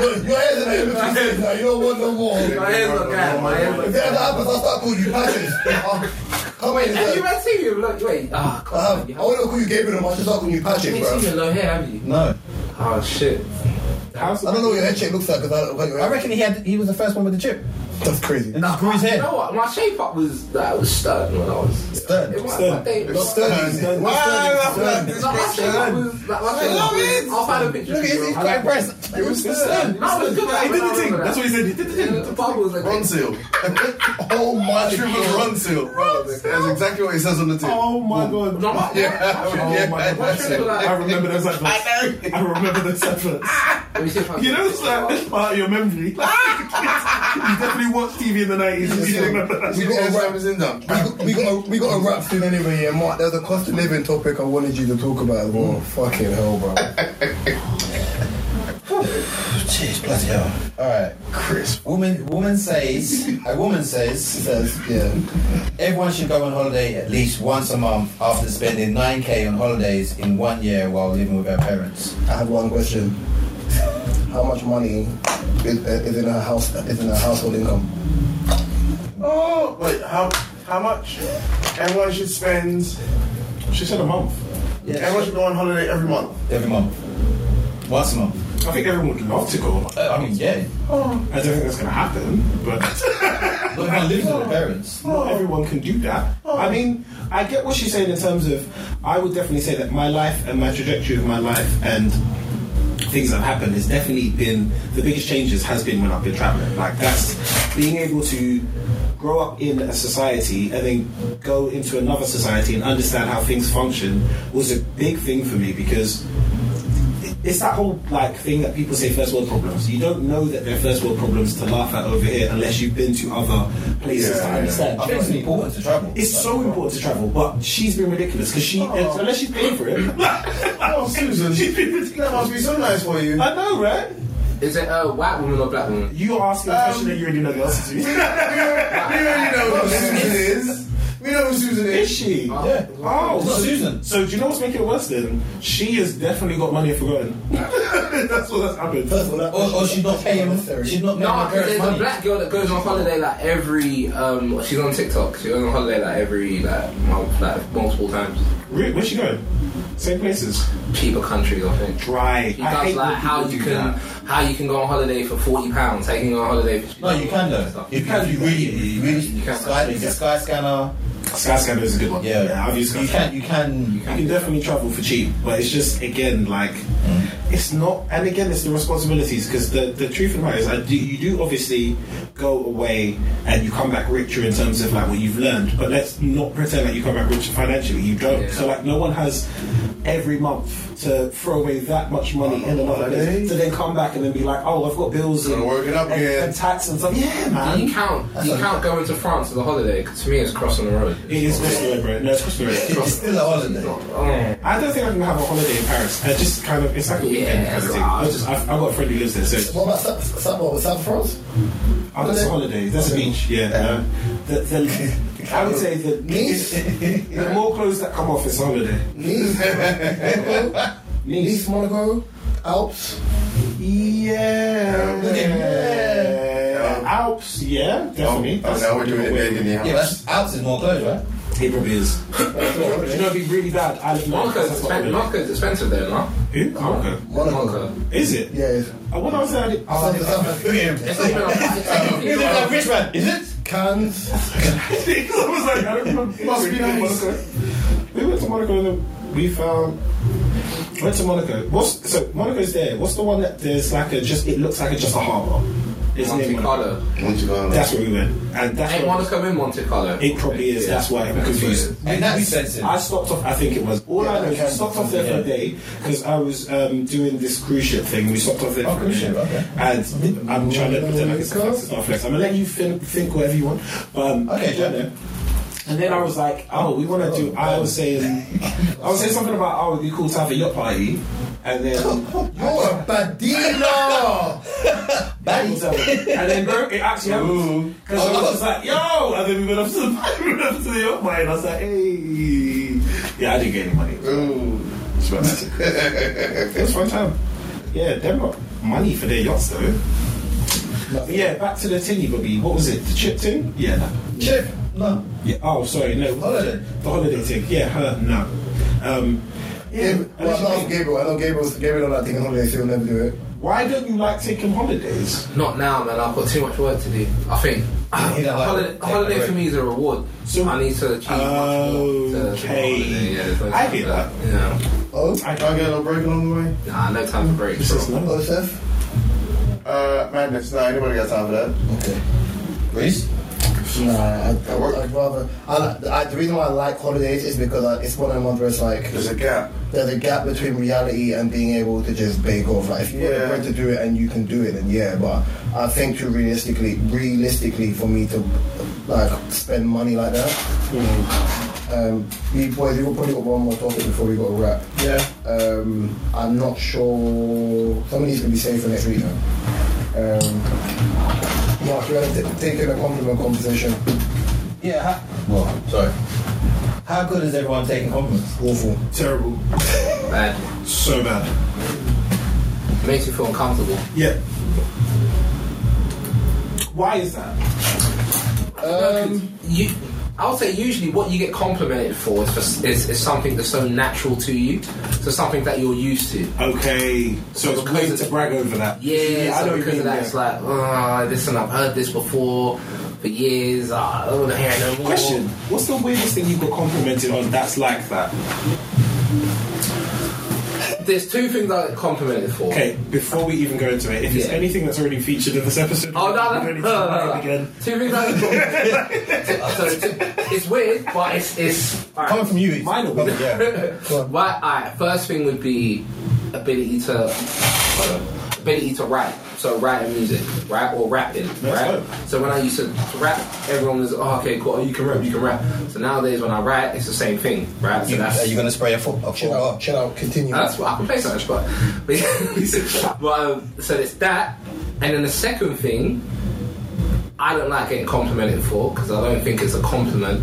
[SPEAKER 4] Look, Your head's in the middle of now. You don't want no more. If
[SPEAKER 1] My hands look bad. My hands look
[SPEAKER 4] that ever
[SPEAKER 1] bad.
[SPEAKER 4] happens, I'll start calling you passions. Come on,
[SPEAKER 1] Have you
[SPEAKER 4] I
[SPEAKER 1] ever seen him? Look, wait. Ah, come
[SPEAKER 3] Oh,
[SPEAKER 1] on.
[SPEAKER 4] want
[SPEAKER 1] You
[SPEAKER 4] to
[SPEAKER 1] haven't
[SPEAKER 4] call you Gabriel, but I should start calling you
[SPEAKER 1] you
[SPEAKER 4] Patrick,
[SPEAKER 1] ain't
[SPEAKER 4] bro.
[SPEAKER 1] seen your low hair, have you?
[SPEAKER 5] No.
[SPEAKER 1] Oh, shit.
[SPEAKER 3] How's
[SPEAKER 4] I don't know what your head shape looks like because I don't know.
[SPEAKER 5] I reckon he had. He was the first one with the chip.
[SPEAKER 4] that's crazy.
[SPEAKER 5] And just grew his
[SPEAKER 1] You
[SPEAKER 5] hair.
[SPEAKER 1] know what? My shape up was that was stern when I was.
[SPEAKER 5] Stern.
[SPEAKER 1] It was my
[SPEAKER 3] Stern.
[SPEAKER 1] day.
[SPEAKER 4] Not sturdy, is it?
[SPEAKER 1] No,
[SPEAKER 4] Not sturdy,
[SPEAKER 1] my shape up was like my shape up was- I'll find a picture.
[SPEAKER 5] Look at his. He's
[SPEAKER 1] bro.
[SPEAKER 5] quite impressed. It was Stern.
[SPEAKER 1] No, it was good.
[SPEAKER 3] He did the thing.
[SPEAKER 1] remember
[SPEAKER 3] That's what he said. He did the
[SPEAKER 1] that.
[SPEAKER 3] thing.
[SPEAKER 1] The bubbles like
[SPEAKER 2] Run seal.
[SPEAKER 4] Oh my
[SPEAKER 2] Triple
[SPEAKER 4] god.
[SPEAKER 2] run seal. That's exactly what he says on the tin.
[SPEAKER 3] Oh my god.
[SPEAKER 1] No, my-
[SPEAKER 2] Yeah.
[SPEAKER 3] Oh
[SPEAKER 2] yeah.
[SPEAKER 3] my god.
[SPEAKER 2] that's it.
[SPEAKER 3] I remember those efforts.
[SPEAKER 2] I
[SPEAKER 3] I remember those efforts.
[SPEAKER 1] Let me see if I can-
[SPEAKER 3] You know, it's like this part of your memory. you definitely watched TV in the 90s and you remember that.
[SPEAKER 4] We got a
[SPEAKER 2] Yes,
[SPEAKER 4] rap.
[SPEAKER 2] I was in them.
[SPEAKER 4] We got, we, got a, we got a rap soon anyway, yeah, Mark. There's a cost of living topic I wanted you to talk about as well. Fucking hell, bro.
[SPEAKER 5] Jeez, bloody hell. All right.
[SPEAKER 2] Chris.
[SPEAKER 5] Woman. Woman says. A woman says.
[SPEAKER 4] Says, yeah.
[SPEAKER 5] Everyone should go on holiday at least once a month after spending 9k on holidays in one year while living with their parents.
[SPEAKER 4] I have one question. How much money is, is in her house? Is in her household income?
[SPEAKER 2] Oh, wait, how how much? Everyone should spend.
[SPEAKER 3] She said a month.
[SPEAKER 2] Everyone should go on holiday every month.
[SPEAKER 5] Every month. Once a month.
[SPEAKER 3] I think everyone would love to go.
[SPEAKER 5] Uh, I mean, yeah.
[SPEAKER 3] I don't think that's going to happen, but
[SPEAKER 5] But if I'm living with their parents.
[SPEAKER 3] not everyone can do that. I mean, I get what she's saying in terms of, I would definitely say that my life and my trajectory of my life and things that happened has definitely been the biggest changes has been when I've been traveling. Like that's being able to grow up in a society and then go into another society and understand how things function was a big thing for me because it's that whole like thing that people say first world problems. You don't know that they're first world problems to laugh at over here unless you've been to other places
[SPEAKER 2] Yeah,
[SPEAKER 3] to
[SPEAKER 2] yeah.
[SPEAKER 3] understand.
[SPEAKER 5] I think it's important to travel.
[SPEAKER 3] It's so important to travel, but she's been ridiculous because she unless she's paying for it.
[SPEAKER 2] Oh, Susan, that must be so nice for you.
[SPEAKER 3] I know, right? Um,
[SPEAKER 1] Is it a white woman or black woman?
[SPEAKER 3] You are asking a question that you already know the answer to.
[SPEAKER 2] We already know who Susan is. We know who Susan
[SPEAKER 3] Is
[SPEAKER 2] is.
[SPEAKER 3] she?
[SPEAKER 5] Yeah.
[SPEAKER 3] Oh,
[SPEAKER 5] It's not
[SPEAKER 3] so-
[SPEAKER 5] Susan.
[SPEAKER 3] So do you know what's making it worse? Then she has definitely got money forgotten. that's what that's happened.
[SPEAKER 4] First of all, that
[SPEAKER 5] Or, or she's not paying. She's not paying
[SPEAKER 1] No,
[SPEAKER 5] her
[SPEAKER 1] because
[SPEAKER 5] parents
[SPEAKER 1] there's a
[SPEAKER 5] money.
[SPEAKER 1] black girl that goes on holiday like every. Um, she's on TikTok. She goes on holiday like every like month, like multiple times.
[SPEAKER 3] Re- Where's she going? Same places.
[SPEAKER 1] Cheaper countries, I think.
[SPEAKER 3] Dry.
[SPEAKER 1] She
[SPEAKER 3] I
[SPEAKER 1] does
[SPEAKER 3] hate when
[SPEAKER 1] like how
[SPEAKER 3] people
[SPEAKER 1] you
[SPEAKER 3] do
[SPEAKER 1] can
[SPEAKER 3] that.
[SPEAKER 1] how you can go on holiday for forty pounds. How you can go on holiday for
[SPEAKER 5] No, you can though.
[SPEAKER 1] Stuff.
[SPEAKER 5] You can. You really, you really.
[SPEAKER 1] You can.
[SPEAKER 5] Sky, is it Sky Scanner.
[SPEAKER 3] Sky Scanner is a good one.
[SPEAKER 5] Yeah.
[SPEAKER 3] I've used Sky
[SPEAKER 5] you
[SPEAKER 3] Scanner.
[SPEAKER 5] can. You can.
[SPEAKER 3] You can definitely travel for cheap, but it's just again like it's not. And again, it's the responsibilities because the the truth of the matter is, I do, you do obviously go away and you come back richer in terms of like what you've learned. But let's not pretend that you come back richer financially. You don't.
[SPEAKER 1] Yeah.
[SPEAKER 3] So like no one has every month to throw away that much money in another
[SPEAKER 2] Holiday.
[SPEAKER 3] place to then come back and then be like, oh, I've got bills and,
[SPEAKER 2] Gotta work it up
[SPEAKER 3] and,
[SPEAKER 2] again.
[SPEAKER 3] and tax and stuff. Yeah,
[SPEAKER 1] And
[SPEAKER 3] man.
[SPEAKER 1] you count you count going to France as a holiday. 'cause to me, it's crossing the road.
[SPEAKER 3] It is Christmas, red, bro. No, it's Christmas. red.
[SPEAKER 5] It's still a holiday.
[SPEAKER 1] Oh.
[SPEAKER 3] I don't think I can have a holiday in Paris. I just kind of it's like a weekend
[SPEAKER 1] Yeah,
[SPEAKER 3] kind of thing.
[SPEAKER 1] right.
[SPEAKER 3] I just I've, I've got a friend who lives there, so
[SPEAKER 4] What about South, South, what, South France?
[SPEAKER 3] I'll go to holidays. That's a beach, yeah. Uh, the, the, I would say the
[SPEAKER 4] Nice.
[SPEAKER 3] the more clothes that come off is holiday.
[SPEAKER 4] Nice, Monaco,
[SPEAKER 3] Nice.
[SPEAKER 4] Nice, Monaco, Alps.
[SPEAKER 3] Yeah.
[SPEAKER 2] Yeah.
[SPEAKER 3] Alps, yeah, definitely.
[SPEAKER 2] Oh, now we're doing it big in the
[SPEAKER 5] Yeah, but
[SPEAKER 2] house.
[SPEAKER 5] that's Alps is more clothes, right?
[SPEAKER 3] It probably is. you know, it'd be really bad. I live in
[SPEAKER 1] Monaco's,
[SPEAKER 3] That's
[SPEAKER 1] expen-
[SPEAKER 3] not
[SPEAKER 1] Monaco's expensive there, no?
[SPEAKER 3] Who? Monaco.
[SPEAKER 4] Monaco.
[SPEAKER 1] Monaco.
[SPEAKER 3] Is it?
[SPEAKER 4] Yeah, it's
[SPEAKER 3] Uh, What I was saying, I did- oh, I
[SPEAKER 4] South,
[SPEAKER 3] did-
[SPEAKER 4] South,
[SPEAKER 1] It's not even a
[SPEAKER 5] You
[SPEAKER 1] it's
[SPEAKER 5] look like a rich man, is it?
[SPEAKER 4] Cannes.
[SPEAKER 3] I was like, I don't remember.
[SPEAKER 2] Must be nice.
[SPEAKER 3] Monaco. We went to Monaco and then we found. Went to Monaco. What's so Monaco's there? What's the one that there's like a just? It looks like a, just a harbour. His
[SPEAKER 1] Monte
[SPEAKER 3] name-
[SPEAKER 1] Carlo.
[SPEAKER 2] What you got?
[SPEAKER 3] That's where we went, and that's
[SPEAKER 1] Ain't
[SPEAKER 3] where-
[SPEAKER 1] Monaco in Monte Carlo?
[SPEAKER 3] It probably is. That's why I'm confused.
[SPEAKER 5] And that's expensive.
[SPEAKER 3] I stopped off. I think it was. All I know is I stopped off there for a day because I was um, doing this cruise ship thing. We stopped off there
[SPEAKER 5] Oh,
[SPEAKER 3] for a
[SPEAKER 5] cruise
[SPEAKER 3] day.
[SPEAKER 5] ship, okay.
[SPEAKER 3] And I'm trying to pretend like it's a flex. It's not a flex. I'm gonna let you think, think whatever you want. But, um,
[SPEAKER 5] Okay,
[SPEAKER 3] yeah,
[SPEAKER 5] sure.
[SPEAKER 3] no. And then I was like, oh, we want to do. I was saying, I was saying something about oh, it'd be cool to have a yacht party. And then
[SPEAKER 4] You're a bad dealer!
[SPEAKER 3] and then bro, it actually happened because I was just like, "Yo!" And then we went up to the we went up to the yacht party, and I was like, "Hey!" Yeah, I didn't get any money.
[SPEAKER 2] Ooh.
[SPEAKER 3] It's romantic. it was fun time. Yeah, them got money for their yachts though. But yeah, back to the thingy, Bobby. What was it? The chip thing? Yeah. No.
[SPEAKER 5] Chip, no.
[SPEAKER 3] Yeah. Oh, sorry. No.
[SPEAKER 5] Holiday.
[SPEAKER 3] The holiday thing. Yeah. Her. No. Um, yeah.
[SPEAKER 4] Gabriel,
[SPEAKER 3] I
[SPEAKER 4] well,
[SPEAKER 3] mean,
[SPEAKER 4] not Gabriel. I know Gabriel's Gabriel not taking holidays, so he'll never do it.
[SPEAKER 3] why don't you like taking holidays?
[SPEAKER 1] Not now, man. I've got too much work to do. I think
[SPEAKER 5] You don't like-
[SPEAKER 1] holiday,
[SPEAKER 5] take a
[SPEAKER 1] holiday
[SPEAKER 5] break.
[SPEAKER 1] for me is a reward.
[SPEAKER 3] So-
[SPEAKER 1] I need to achieve much more. to- To
[SPEAKER 3] Okay.
[SPEAKER 1] holiday, yeah, there's no
[SPEAKER 3] I
[SPEAKER 1] time
[SPEAKER 3] get
[SPEAKER 1] for Yeah.
[SPEAKER 4] Oh,
[SPEAKER 3] I
[SPEAKER 2] Can I get a break along the way?
[SPEAKER 1] Nah, no time for breaks.
[SPEAKER 3] This is
[SPEAKER 1] bro.
[SPEAKER 3] not-
[SPEAKER 4] oh, Seth?
[SPEAKER 2] Uh, madness. No, anybody got time for that?
[SPEAKER 4] Okay.
[SPEAKER 5] Greece?
[SPEAKER 4] Nah, I, I,
[SPEAKER 2] At work?
[SPEAKER 4] I'd rather. I, like- I, the reason why I like holidays is because I, it's one of them ones where it's like
[SPEAKER 2] There's a gap.
[SPEAKER 4] there's a gap between reality and being able to just bake off. Like if you
[SPEAKER 2] Yeah.
[SPEAKER 4] want to, to do it and you can do it, then yeah. But I think too realistically, realistically for me to like spend money like that. Um, we boys, we've probably got one more topic before we got to wrap.
[SPEAKER 5] Yeah.
[SPEAKER 4] Um, I'm not sure. Some of these can be saved for next week. Though. Um, Mark, you want to t- take in a compliment conversation.
[SPEAKER 5] Yeah. ha- Well, sorry. How good is everyone taking compliments?
[SPEAKER 4] Awful.
[SPEAKER 3] terrible.
[SPEAKER 1] Bad.
[SPEAKER 3] So bad.
[SPEAKER 1] Makes me feel uncomfortable.
[SPEAKER 3] Yeah. Why is that?
[SPEAKER 1] Um, you, I would say usually what you get complimented for is, for, is, is something that's so natural to you, so something that you're used to.
[SPEAKER 3] Okay, so it's
[SPEAKER 1] Because
[SPEAKER 3] claimed
[SPEAKER 1] of-
[SPEAKER 3] to brag over that.
[SPEAKER 1] Yeah, so
[SPEAKER 3] what you
[SPEAKER 1] because of
[SPEAKER 3] mean,
[SPEAKER 1] that, it's like, uh, listen, I've heard this before for years. Uh, I don't want to hear it no more.
[SPEAKER 3] Question: What's the weirdest thing you got complimented on that's like that?
[SPEAKER 1] There's two things I get complimented for.
[SPEAKER 3] Okay, before we even go into it, if it's
[SPEAKER 1] Yeah.
[SPEAKER 3] anything that's already featured in this episode,
[SPEAKER 1] Oh no, no,
[SPEAKER 3] we
[SPEAKER 1] no,
[SPEAKER 3] don't need to
[SPEAKER 1] no,
[SPEAKER 3] brag
[SPEAKER 1] no, no.
[SPEAKER 3] again.
[SPEAKER 1] Two things I get complimented. so, so, it's weird, but it's it's. all right.
[SPEAKER 5] Coming from you, it's
[SPEAKER 3] Mine will be.
[SPEAKER 5] yeah.
[SPEAKER 1] Why? All right. First thing would be ability to hold on. ability to write. So writing music, right, or rapping, right.
[SPEAKER 3] dope.
[SPEAKER 1] So when I used to rap, everyone was oh, okay, cool. Oh, you can rap, you can rap. So nowadays when I write, it's the same thing, right? So
[SPEAKER 5] You,
[SPEAKER 1] that's
[SPEAKER 5] are you gonna spray a foot? A
[SPEAKER 4] Chill out,
[SPEAKER 5] foot
[SPEAKER 4] chill out, continue.
[SPEAKER 1] that's what I can play so much, but but, um, so it's that, and then the second thing I don't like getting complimented for because I don't think it's a compliment.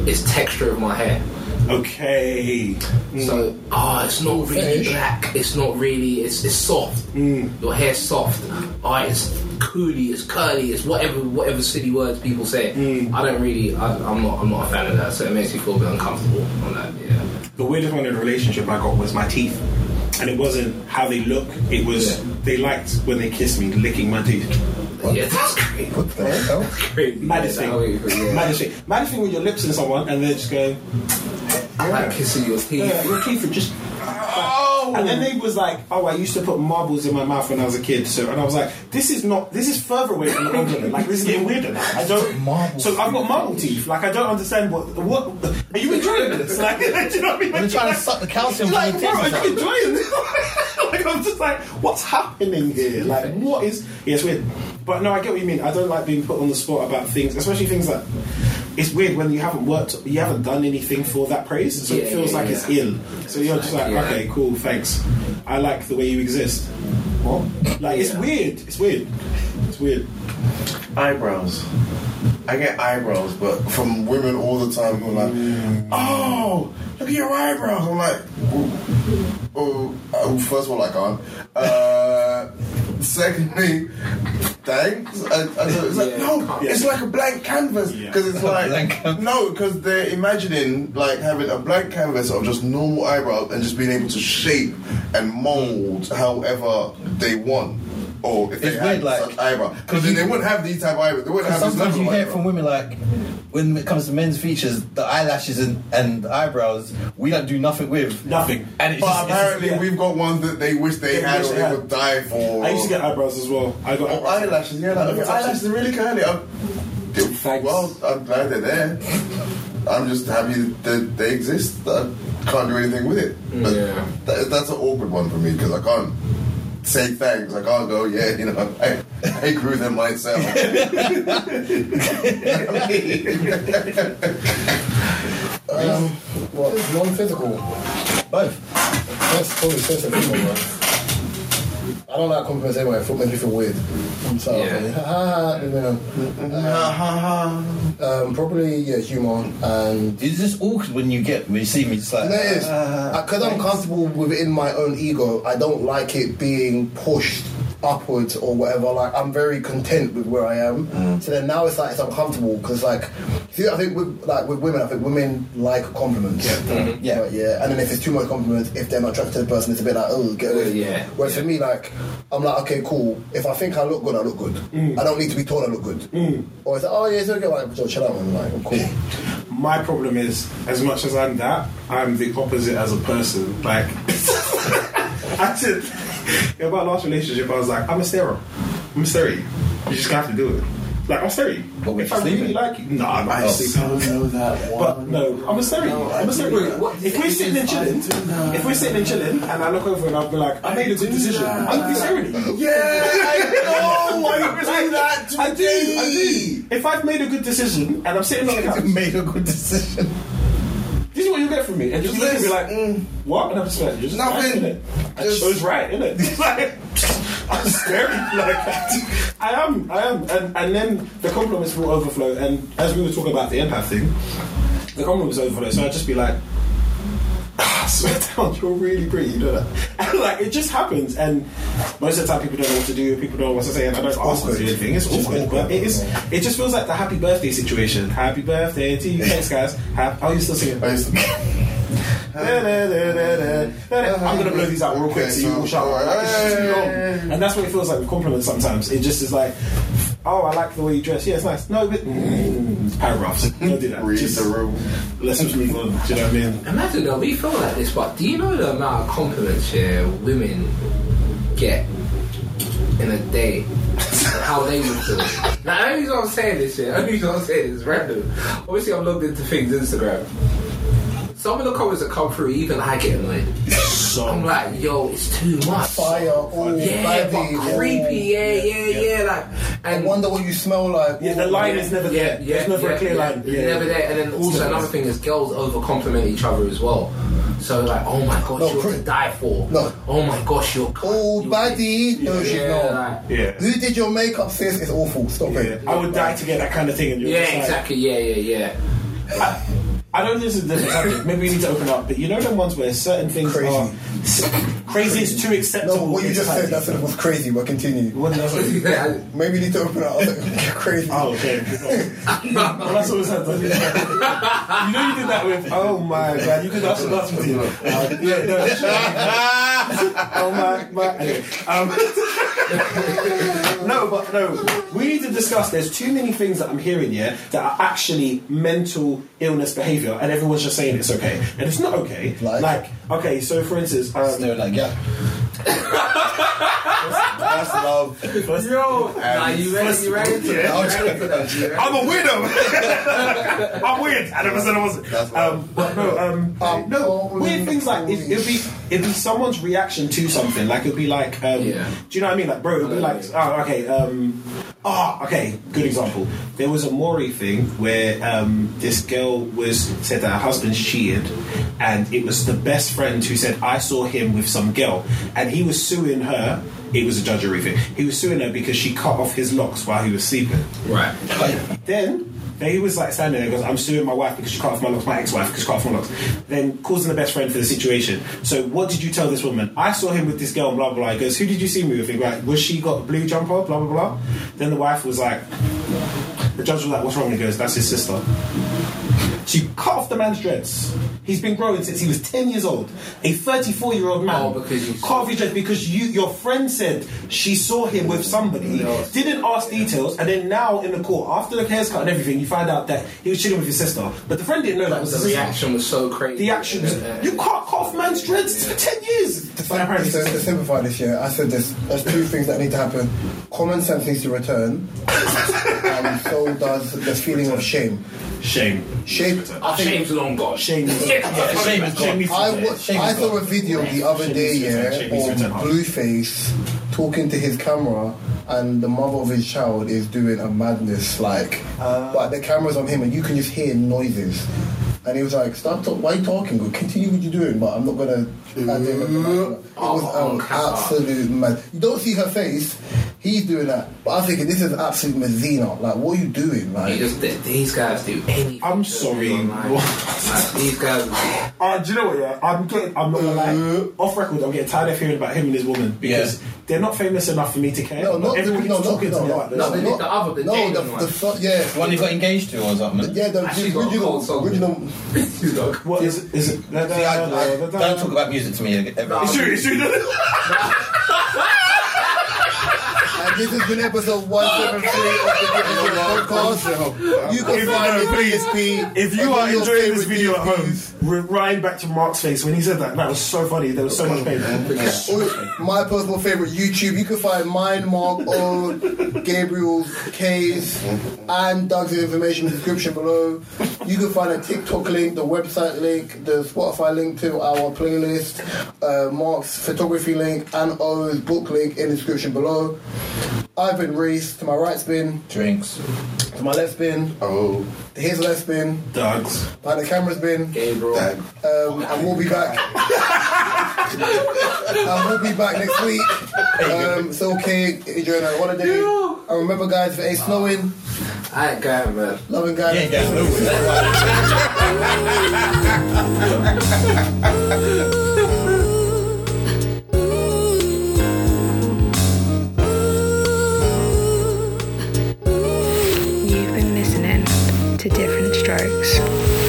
[SPEAKER 1] It's texture of my hair.
[SPEAKER 3] Okay,
[SPEAKER 1] So, oh, it's not really
[SPEAKER 4] Finish.
[SPEAKER 1] black. It's not really. It's it's soft. Your hair's soft. Oh, it's coolie. It's curly. It's whatever whatever silly words people say. I don't really. I, I'm not. I'm not a fan of that. So it makes me feel a bit uncomfortable on that. Yeah.
[SPEAKER 3] the weirdest one in a relationship I got was my teeth, and it wasn't how they look. It was
[SPEAKER 1] Yeah.
[SPEAKER 3] they liked when they kissed me, licking my teeth.
[SPEAKER 1] Yeah, that's great.
[SPEAKER 5] off.
[SPEAKER 1] Great.
[SPEAKER 3] Maddest
[SPEAKER 1] Yeah,
[SPEAKER 3] thing.
[SPEAKER 1] that way, yeah.
[SPEAKER 3] Maddest thing. Maddest thing with your lips in someone and they're just going,
[SPEAKER 1] I like kissing your teeth.
[SPEAKER 3] yeah, your teeth are just. Oh! And then they was like, oh, I used to put marbles in my mouth when I was a kid. So, and I was like, this is not, this is further away from the compliment. Like, this is getting weirder. now. I don't.
[SPEAKER 5] Marbles.
[SPEAKER 3] So I've got marble teeth. Like, I don't understand what, what, are you enjoying this? Like, do you know what I mean?
[SPEAKER 5] They're trying to suck the calcium from
[SPEAKER 3] Like,
[SPEAKER 5] your
[SPEAKER 3] bro, are
[SPEAKER 5] teeth. or
[SPEAKER 3] you
[SPEAKER 5] something.
[SPEAKER 3] enjoying this? like, I'm just like, what's happening here? Like, what is? Yeah, it's weird. But no, I get what you mean. I don't like being put on the spot about things, especially things that. It's weird when you haven't worked, you haven't done anything for that praise, so it
[SPEAKER 1] Yeah,
[SPEAKER 3] feels
[SPEAKER 1] yeah,
[SPEAKER 3] like it's
[SPEAKER 1] yeah.
[SPEAKER 3] ill. So you're just like,
[SPEAKER 1] Yeah.
[SPEAKER 3] okay, cool, thanks. I like the way you exist. What? Like, it's
[SPEAKER 1] Yeah.
[SPEAKER 3] weird. It's weird. It's weird.
[SPEAKER 2] Eyebrows. I get eyebrows, but from women all the time who are like, oh, look at your eyebrows. I'm like, oh, oh, oh, first of all, I can't. Uh, secondly, thanks. I, I don't- it's like,
[SPEAKER 1] Yeah,
[SPEAKER 2] no,
[SPEAKER 1] can't.
[SPEAKER 2] it's like a blank canvas.
[SPEAKER 3] Yeah.
[SPEAKER 2] Because it's like,
[SPEAKER 5] Blank canvas.
[SPEAKER 2] no, because they're imagining like having a blank canvas of just normal eyebrows and just being able to shape and mold however they want. oh, if they
[SPEAKER 5] It's
[SPEAKER 2] had
[SPEAKER 5] weird, like-
[SPEAKER 2] such eyebrow. Because
[SPEAKER 5] you-
[SPEAKER 2] they wouldn't have these type of eyebrows. They wouldn't have this
[SPEAKER 5] Sometimes
[SPEAKER 2] level
[SPEAKER 5] you
[SPEAKER 2] of
[SPEAKER 5] hear it
[SPEAKER 2] eyebrow.
[SPEAKER 5] from women like, when it comes to men's features, the eyelashes and, and the eyebrows, we don't do nothing with.
[SPEAKER 3] Nothing.
[SPEAKER 5] And it's
[SPEAKER 2] But
[SPEAKER 5] just, it's just-
[SPEAKER 2] apparently, we've got ones that they wish they
[SPEAKER 3] They
[SPEAKER 2] had
[SPEAKER 3] wish
[SPEAKER 2] or
[SPEAKER 3] they
[SPEAKER 2] they
[SPEAKER 3] had.
[SPEAKER 2] would die for.
[SPEAKER 3] I used to get eyebrows as well. I got
[SPEAKER 2] Oh,
[SPEAKER 3] eyebrows.
[SPEAKER 2] eyelashes, yeah, like, your eyelashes are really curly. I'm,
[SPEAKER 1] Thanks.
[SPEAKER 2] well, I'm glad they're there. I'm just happy that they exist. I can't do anything with it. But
[SPEAKER 1] Mm. Yeah.
[SPEAKER 2] that, that's an awkward one for me because I can't say thanks. I can't go, yeah, you know, I, I grew them myself.
[SPEAKER 4] Um, what? Non-physical.
[SPEAKER 5] both.
[SPEAKER 4] That's probably that's a physical one. I don't like compliments anyway. It makes me feel weird. So,
[SPEAKER 1] Yeah.
[SPEAKER 4] yeah. ha ha, ha, you know. um, probably yeah, humor and
[SPEAKER 5] It's just awkward when you get, when you see me, it's like,
[SPEAKER 4] That is
[SPEAKER 1] Uh,
[SPEAKER 5] ah.
[SPEAKER 4] because I'm comfortable within my own ego. I don't like it being pushed upwards or whatever. Like I'm very content with where I am. So then now it's like it's uncomfortable because like see, I think with like with women, I think women like compliments. Yeah,
[SPEAKER 5] Yeah.
[SPEAKER 4] yeah. And then if it's too much compliments, if they're not attracted to the person, it's a bit like oh get away.
[SPEAKER 1] Yeah.
[SPEAKER 4] Whereas for me, like I'm like okay cool. If I think I look good, I look good.
[SPEAKER 1] Mm.
[SPEAKER 4] I don't need to be told I look good. Or it's like oh yeah it's okay like so chill out man like I'm cool.
[SPEAKER 3] My problem is, as much as I'm that, I'm the opposite as a person. Like, I said, in my last relationship, I was like, I'm a stare. I'm a stare. at you. You just have to do it. Like, I'm stare. at you.
[SPEAKER 5] But we're Oh.
[SPEAKER 3] If I
[SPEAKER 5] sleeping.
[SPEAKER 3] really like you, no, I'm not sleeping.
[SPEAKER 8] know that
[SPEAKER 3] But no, I'm a stare. at you. I'm a stare. at
[SPEAKER 1] Wait,
[SPEAKER 3] you.
[SPEAKER 1] what?
[SPEAKER 3] If we're sitting and chilling, if we're sitting and chilling, and I look over and I'll be like, I made a good decision. I'm be staring. at you.
[SPEAKER 2] Oh, why you do that to
[SPEAKER 3] I do, I
[SPEAKER 2] me?
[SPEAKER 3] do. If I've made a good decision and I'm sitting on the couch,
[SPEAKER 5] made a good decision.
[SPEAKER 3] This is what you get from me. And just look at me
[SPEAKER 2] Yes.
[SPEAKER 3] like, mm. what? And I'm just like, you're just
[SPEAKER 2] Nothing.
[SPEAKER 3] Right, innit? I
[SPEAKER 2] Just-
[SPEAKER 3] chose right, innit? like, I'm scary. Like, I am, I am. And, and then the compliments will overflow. And as we were talking about the empath thing, the compliments overflow. So I'd just be like, I swear down, you're really pretty, you know that? And like, it just happens. And most of the time, people don't know what to do, people don't know what to say, and I don't ask them to do anything. It's awkward, but it is. It just feels like the happy birthday situation. Happy birthday to you, thanks, guys. Happy, oh, you're still singing.
[SPEAKER 2] I used to-
[SPEAKER 3] I'm gonna blow these out real quick so you all shout. Like, it's just too long. And that's what it feels like with compliments sometimes. It just is like, oh, I like the way you dress. Yeah, it's nice. No, but mm, paragraphs. Don't do that.
[SPEAKER 2] Read
[SPEAKER 3] Just,
[SPEAKER 2] the room.
[SPEAKER 3] let's just move on. Do you know what I mean?
[SPEAKER 1] Imagine though, we feel like this, but do you know the amount of compliments yeah, women get in a day? And how they would feel. Now, only reason I'm saying this shit, only reason I'm saying this is random. Obviously, I'm logged into things Instagram. Some of the comments that come through, even I get annoyed. I'm
[SPEAKER 3] So
[SPEAKER 1] like, yo, it's too much.
[SPEAKER 4] Fire, all
[SPEAKER 1] Yeah,
[SPEAKER 4] bloody,
[SPEAKER 1] but creepy. Yeah, yeah, yeah. Like,
[SPEAKER 4] I
[SPEAKER 1] and
[SPEAKER 4] wonder what you smell like.
[SPEAKER 3] yeah, the line is never
[SPEAKER 1] yeah,
[SPEAKER 3] there.
[SPEAKER 1] yeah,
[SPEAKER 3] There's never
[SPEAKER 1] yeah,
[SPEAKER 3] a clear
[SPEAKER 1] yeah.
[SPEAKER 3] line.
[SPEAKER 1] It's never there. And then also another thing is girls over compliment each other as well. So like, oh my gosh,
[SPEAKER 4] No,
[SPEAKER 1] you're
[SPEAKER 4] cri-
[SPEAKER 1] to die for.
[SPEAKER 4] No.
[SPEAKER 1] Oh my gosh, you're.
[SPEAKER 4] Oh, buddy. No, she's not.
[SPEAKER 1] Yeah, like,
[SPEAKER 3] Yeah.
[SPEAKER 4] Who did your makeup, sis? It's awful. Stop
[SPEAKER 3] Yeah.
[SPEAKER 4] it.
[SPEAKER 3] I would die to get that kind of thing, and you're
[SPEAKER 1] yeah,
[SPEAKER 3] just like,
[SPEAKER 1] exactly. Yeah, yeah, yeah.
[SPEAKER 3] I don't know if this is a different subject. Maybe we need to open up. But you know the ones where certain things
[SPEAKER 4] Crazy.
[SPEAKER 3] are crazy is too acceptable.
[SPEAKER 4] No, what you
[SPEAKER 3] in
[SPEAKER 4] just said,
[SPEAKER 3] society.
[SPEAKER 4] that sentence was crazy, but continue.
[SPEAKER 3] What did I say?
[SPEAKER 4] Maybe you need to open it up. crazy.
[SPEAKER 3] Oh, okay. well, that's always happened. you know you did that with, oh my god, you could ask the last video. Uh, yeah, no, sure. oh my, my, anyway. Um, no, but no, we need to discuss, there's too many things that I'm hearing, yeah, that are actually mental illness behaviour, and everyone's just saying it's okay. And it's not okay.
[SPEAKER 4] Like?
[SPEAKER 3] okay, so for instance, um,
[SPEAKER 5] They're like, yeah.
[SPEAKER 2] That's love.
[SPEAKER 1] Yo, nah, you ready? You ready? To that? You ready for that? You ready?
[SPEAKER 7] I'm a weirdo. I'm weird. I never said I wasn't.
[SPEAKER 2] That's love.
[SPEAKER 3] Um, but no, um,
[SPEAKER 4] Um,
[SPEAKER 3] no,
[SPEAKER 4] oh,
[SPEAKER 3] weird things like it, it'd be it'd be someone's reaction to something. Like it'd be like, um,
[SPEAKER 1] Yeah.
[SPEAKER 3] do you know what I mean? Like, bro, it'd be like, oh, okay, um, ah, okay, good example. There was a Maury thing where um, this girl was said that her husband cheated, and it was the best friend who said I saw him with some girl, and he was suing her. It was a judgery thing. He was suing her because she cut off his locks while he was sleeping.
[SPEAKER 1] Right.
[SPEAKER 3] Then he was like standing there and goes, I'm suing my wife because she cut off my locks, my ex wife because she cut off my locks. Then causing the best friend for the situation. So what did you tell this woman? I saw him with this girl and blah blah blah. He goes, Who did you see me with? He goes, Was she got a blue jumper? Blah blah blah. Then the wife was like The judge was like, "What's wrong?" He goes, "That's his sister." She cut off the man's dreads. He's been growing since he was 10 years old. A 34 year old man.
[SPEAKER 1] Oh, because you-
[SPEAKER 3] cut off his dreads because you, your friend said she saw him with somebody, didn't ask details, and then now in the court, after the hair's cut and everything, you find out that he was chilling with his sister. But the friend didn't know that was his
[SPEAKER 1] The
[SPEAKER 3] sister.
[SPEAKER 1] reaction was so crazy. Uh,
[SPEAKER 3] The action was,
[SPEAKER 1] Yeah.
[SPEAKER 3] you can't cut off man's dreads for 10 years. But apparently,
[SPEAKER 4] So to simplify this year, I said this. There's two things that need to happen. Common sense needs to return, and so does the feeling of shame.
[SPEAKER 3] shame.
[SPEAKER 4] Shame.
[SPEAKER 1] Our shame's uh, long gone.
[SPEAKER 3] Shame.
[SPEAKER 5] Shame is gone.
[SPEAKER 4] I, wa- I saw a video the other
[SPEAKER 3] Shame
[SPEAKER 4] day,
[SPEAKER 3] needs to return.
[SPEAKER 4] yeah,
[SPEAKER 3] Shame needs to return.
[SPEAKER 4] of Blueface talking to his camera, and the mother of his child is doing a madness, like,
[SPEAKER 1] Uh,
[SPEAKER 4] but the camera's on him, and you can just hear noises. And he was like, "Stop! Talk- why are you talking? Go continue what you're doing, but I'm not gonna." add it." It was
[SPEAKER 1] Oh,
[SPEAKER 4] an absolute mad. You don't see her face. He's doing that, but I'm thinking this is absolute Messina. Like, what are you doing?
[SPEAKER 1] He
[SPEAKER 4] Like,
[SPEAKER 1] just, th- these guys do anything.
[SPEAKER 3] I'm
[SPEAKER 1] to
[SPEAKER 3] sorry.
[SPEAKER 1] be online. Like, these guys.
[SPEAKER 3] Uh, do you know what? Yeah, I'm getting. I'm not gonna
[SPEAKER 4] Uh.
[SPEAKER 3] lie. Off record, I'm getting tired of hearing about him and his woman because
[SPEAKER 5] Yeah.
[SPEAKER 3] they're not famous enough for me to care.
[SPEAKER 4] no,
[SPEAKER 3] But
[SPEAKER 4] not
[SPEAKER 3] everybody's
[SPEAKER 4] no, not
[SPEAKER 3] talking
[SPEAKER 4] no,
[SPEAKER 3] to me
[SPEAKER 4] no,
[SPEAKER 3] like this.
[SPEAKER 4] no,
[SPEAKER 1] They did
[SPEAKER 4] not-
[SPEAKER 1] the other, the
[SPEAKER 4] no,
[SPEAKER 1] Jaden
[SPEAKER 4] the,
[SPEAKER 1] one.
[SPEAKER 4] the fir- yeah,
[SPEAKER 5] The one he got engaged to or something.
[SPEAKER 4] Yeah, the
[SPEAKER 1] Actually got a cold
[SPEAKER 4] original,
[SPEAKER 1] song.
[SPEAKER 4] original.
[SPEAKER 1] Got a
[SPEAKER 3] What is is it? No, no,
[SPEAKER 5] See, I,
[SPEAKER 3] no, no,
[SPEAKER 5] I,
[SPEAKER 3] no, no,
[SPEAKER 5] don't
[SPEAKER 3] no.
[SPEAKER 5] talk about music to me ever.
[SPEAKER 1] Nah.
[SPEAKER 7] It's true, it's true.
[SPEAKER 4] And Uh, this has been episode 173 of the Given Podcast. You can
[SPEAKER 7] If you
[SPEAKER 4] find
[SPEAKER 7] know,
[SPEAKER 4] it
[SPEAKER 7] please,
[SPEAKER 4] PSP.
[SPEAKER 7] If you are enjoying this video at home,
[SPEAKER 3] Rewind back to Mark's face when he said that. That was so funny. There was so much pain.
[SPEAKER 4] Or my personal favorite YouTube, you can find mine, Mark, O, Gabriel's, K's, and Doug's information in the description below. You can find a TikTok link, the website link, the Spotify link to our playlist, uh, Mark's photography link, and O's book link in the description below. I've been Reese, to my right's been,
[SPEAKER 5] Drinks.
[SPEAKER 4] to my left's been,
[SPEAKER 2] Oh,
[SPEAKER 4] his left's been,
[SPEAKER 3] Dogs.
[SPEAKER 4] behind the camera's been,
[SPEAKER 1] Gabriel.
[SPEAKER 2] that
[SPEAKER 4] um, and we'll be back. and Um, we'll be back next week. Um, so okay, enjoying our holiday. And remember, guys, if it ain't snowing,
[SPEAKER 1] I ain't going, man.
[SPEAKER 4] loving guys.
[SPEAKER 5] Yeah, yeah, no way.
[SPEAKER 8] You've been listening to Different Strokes.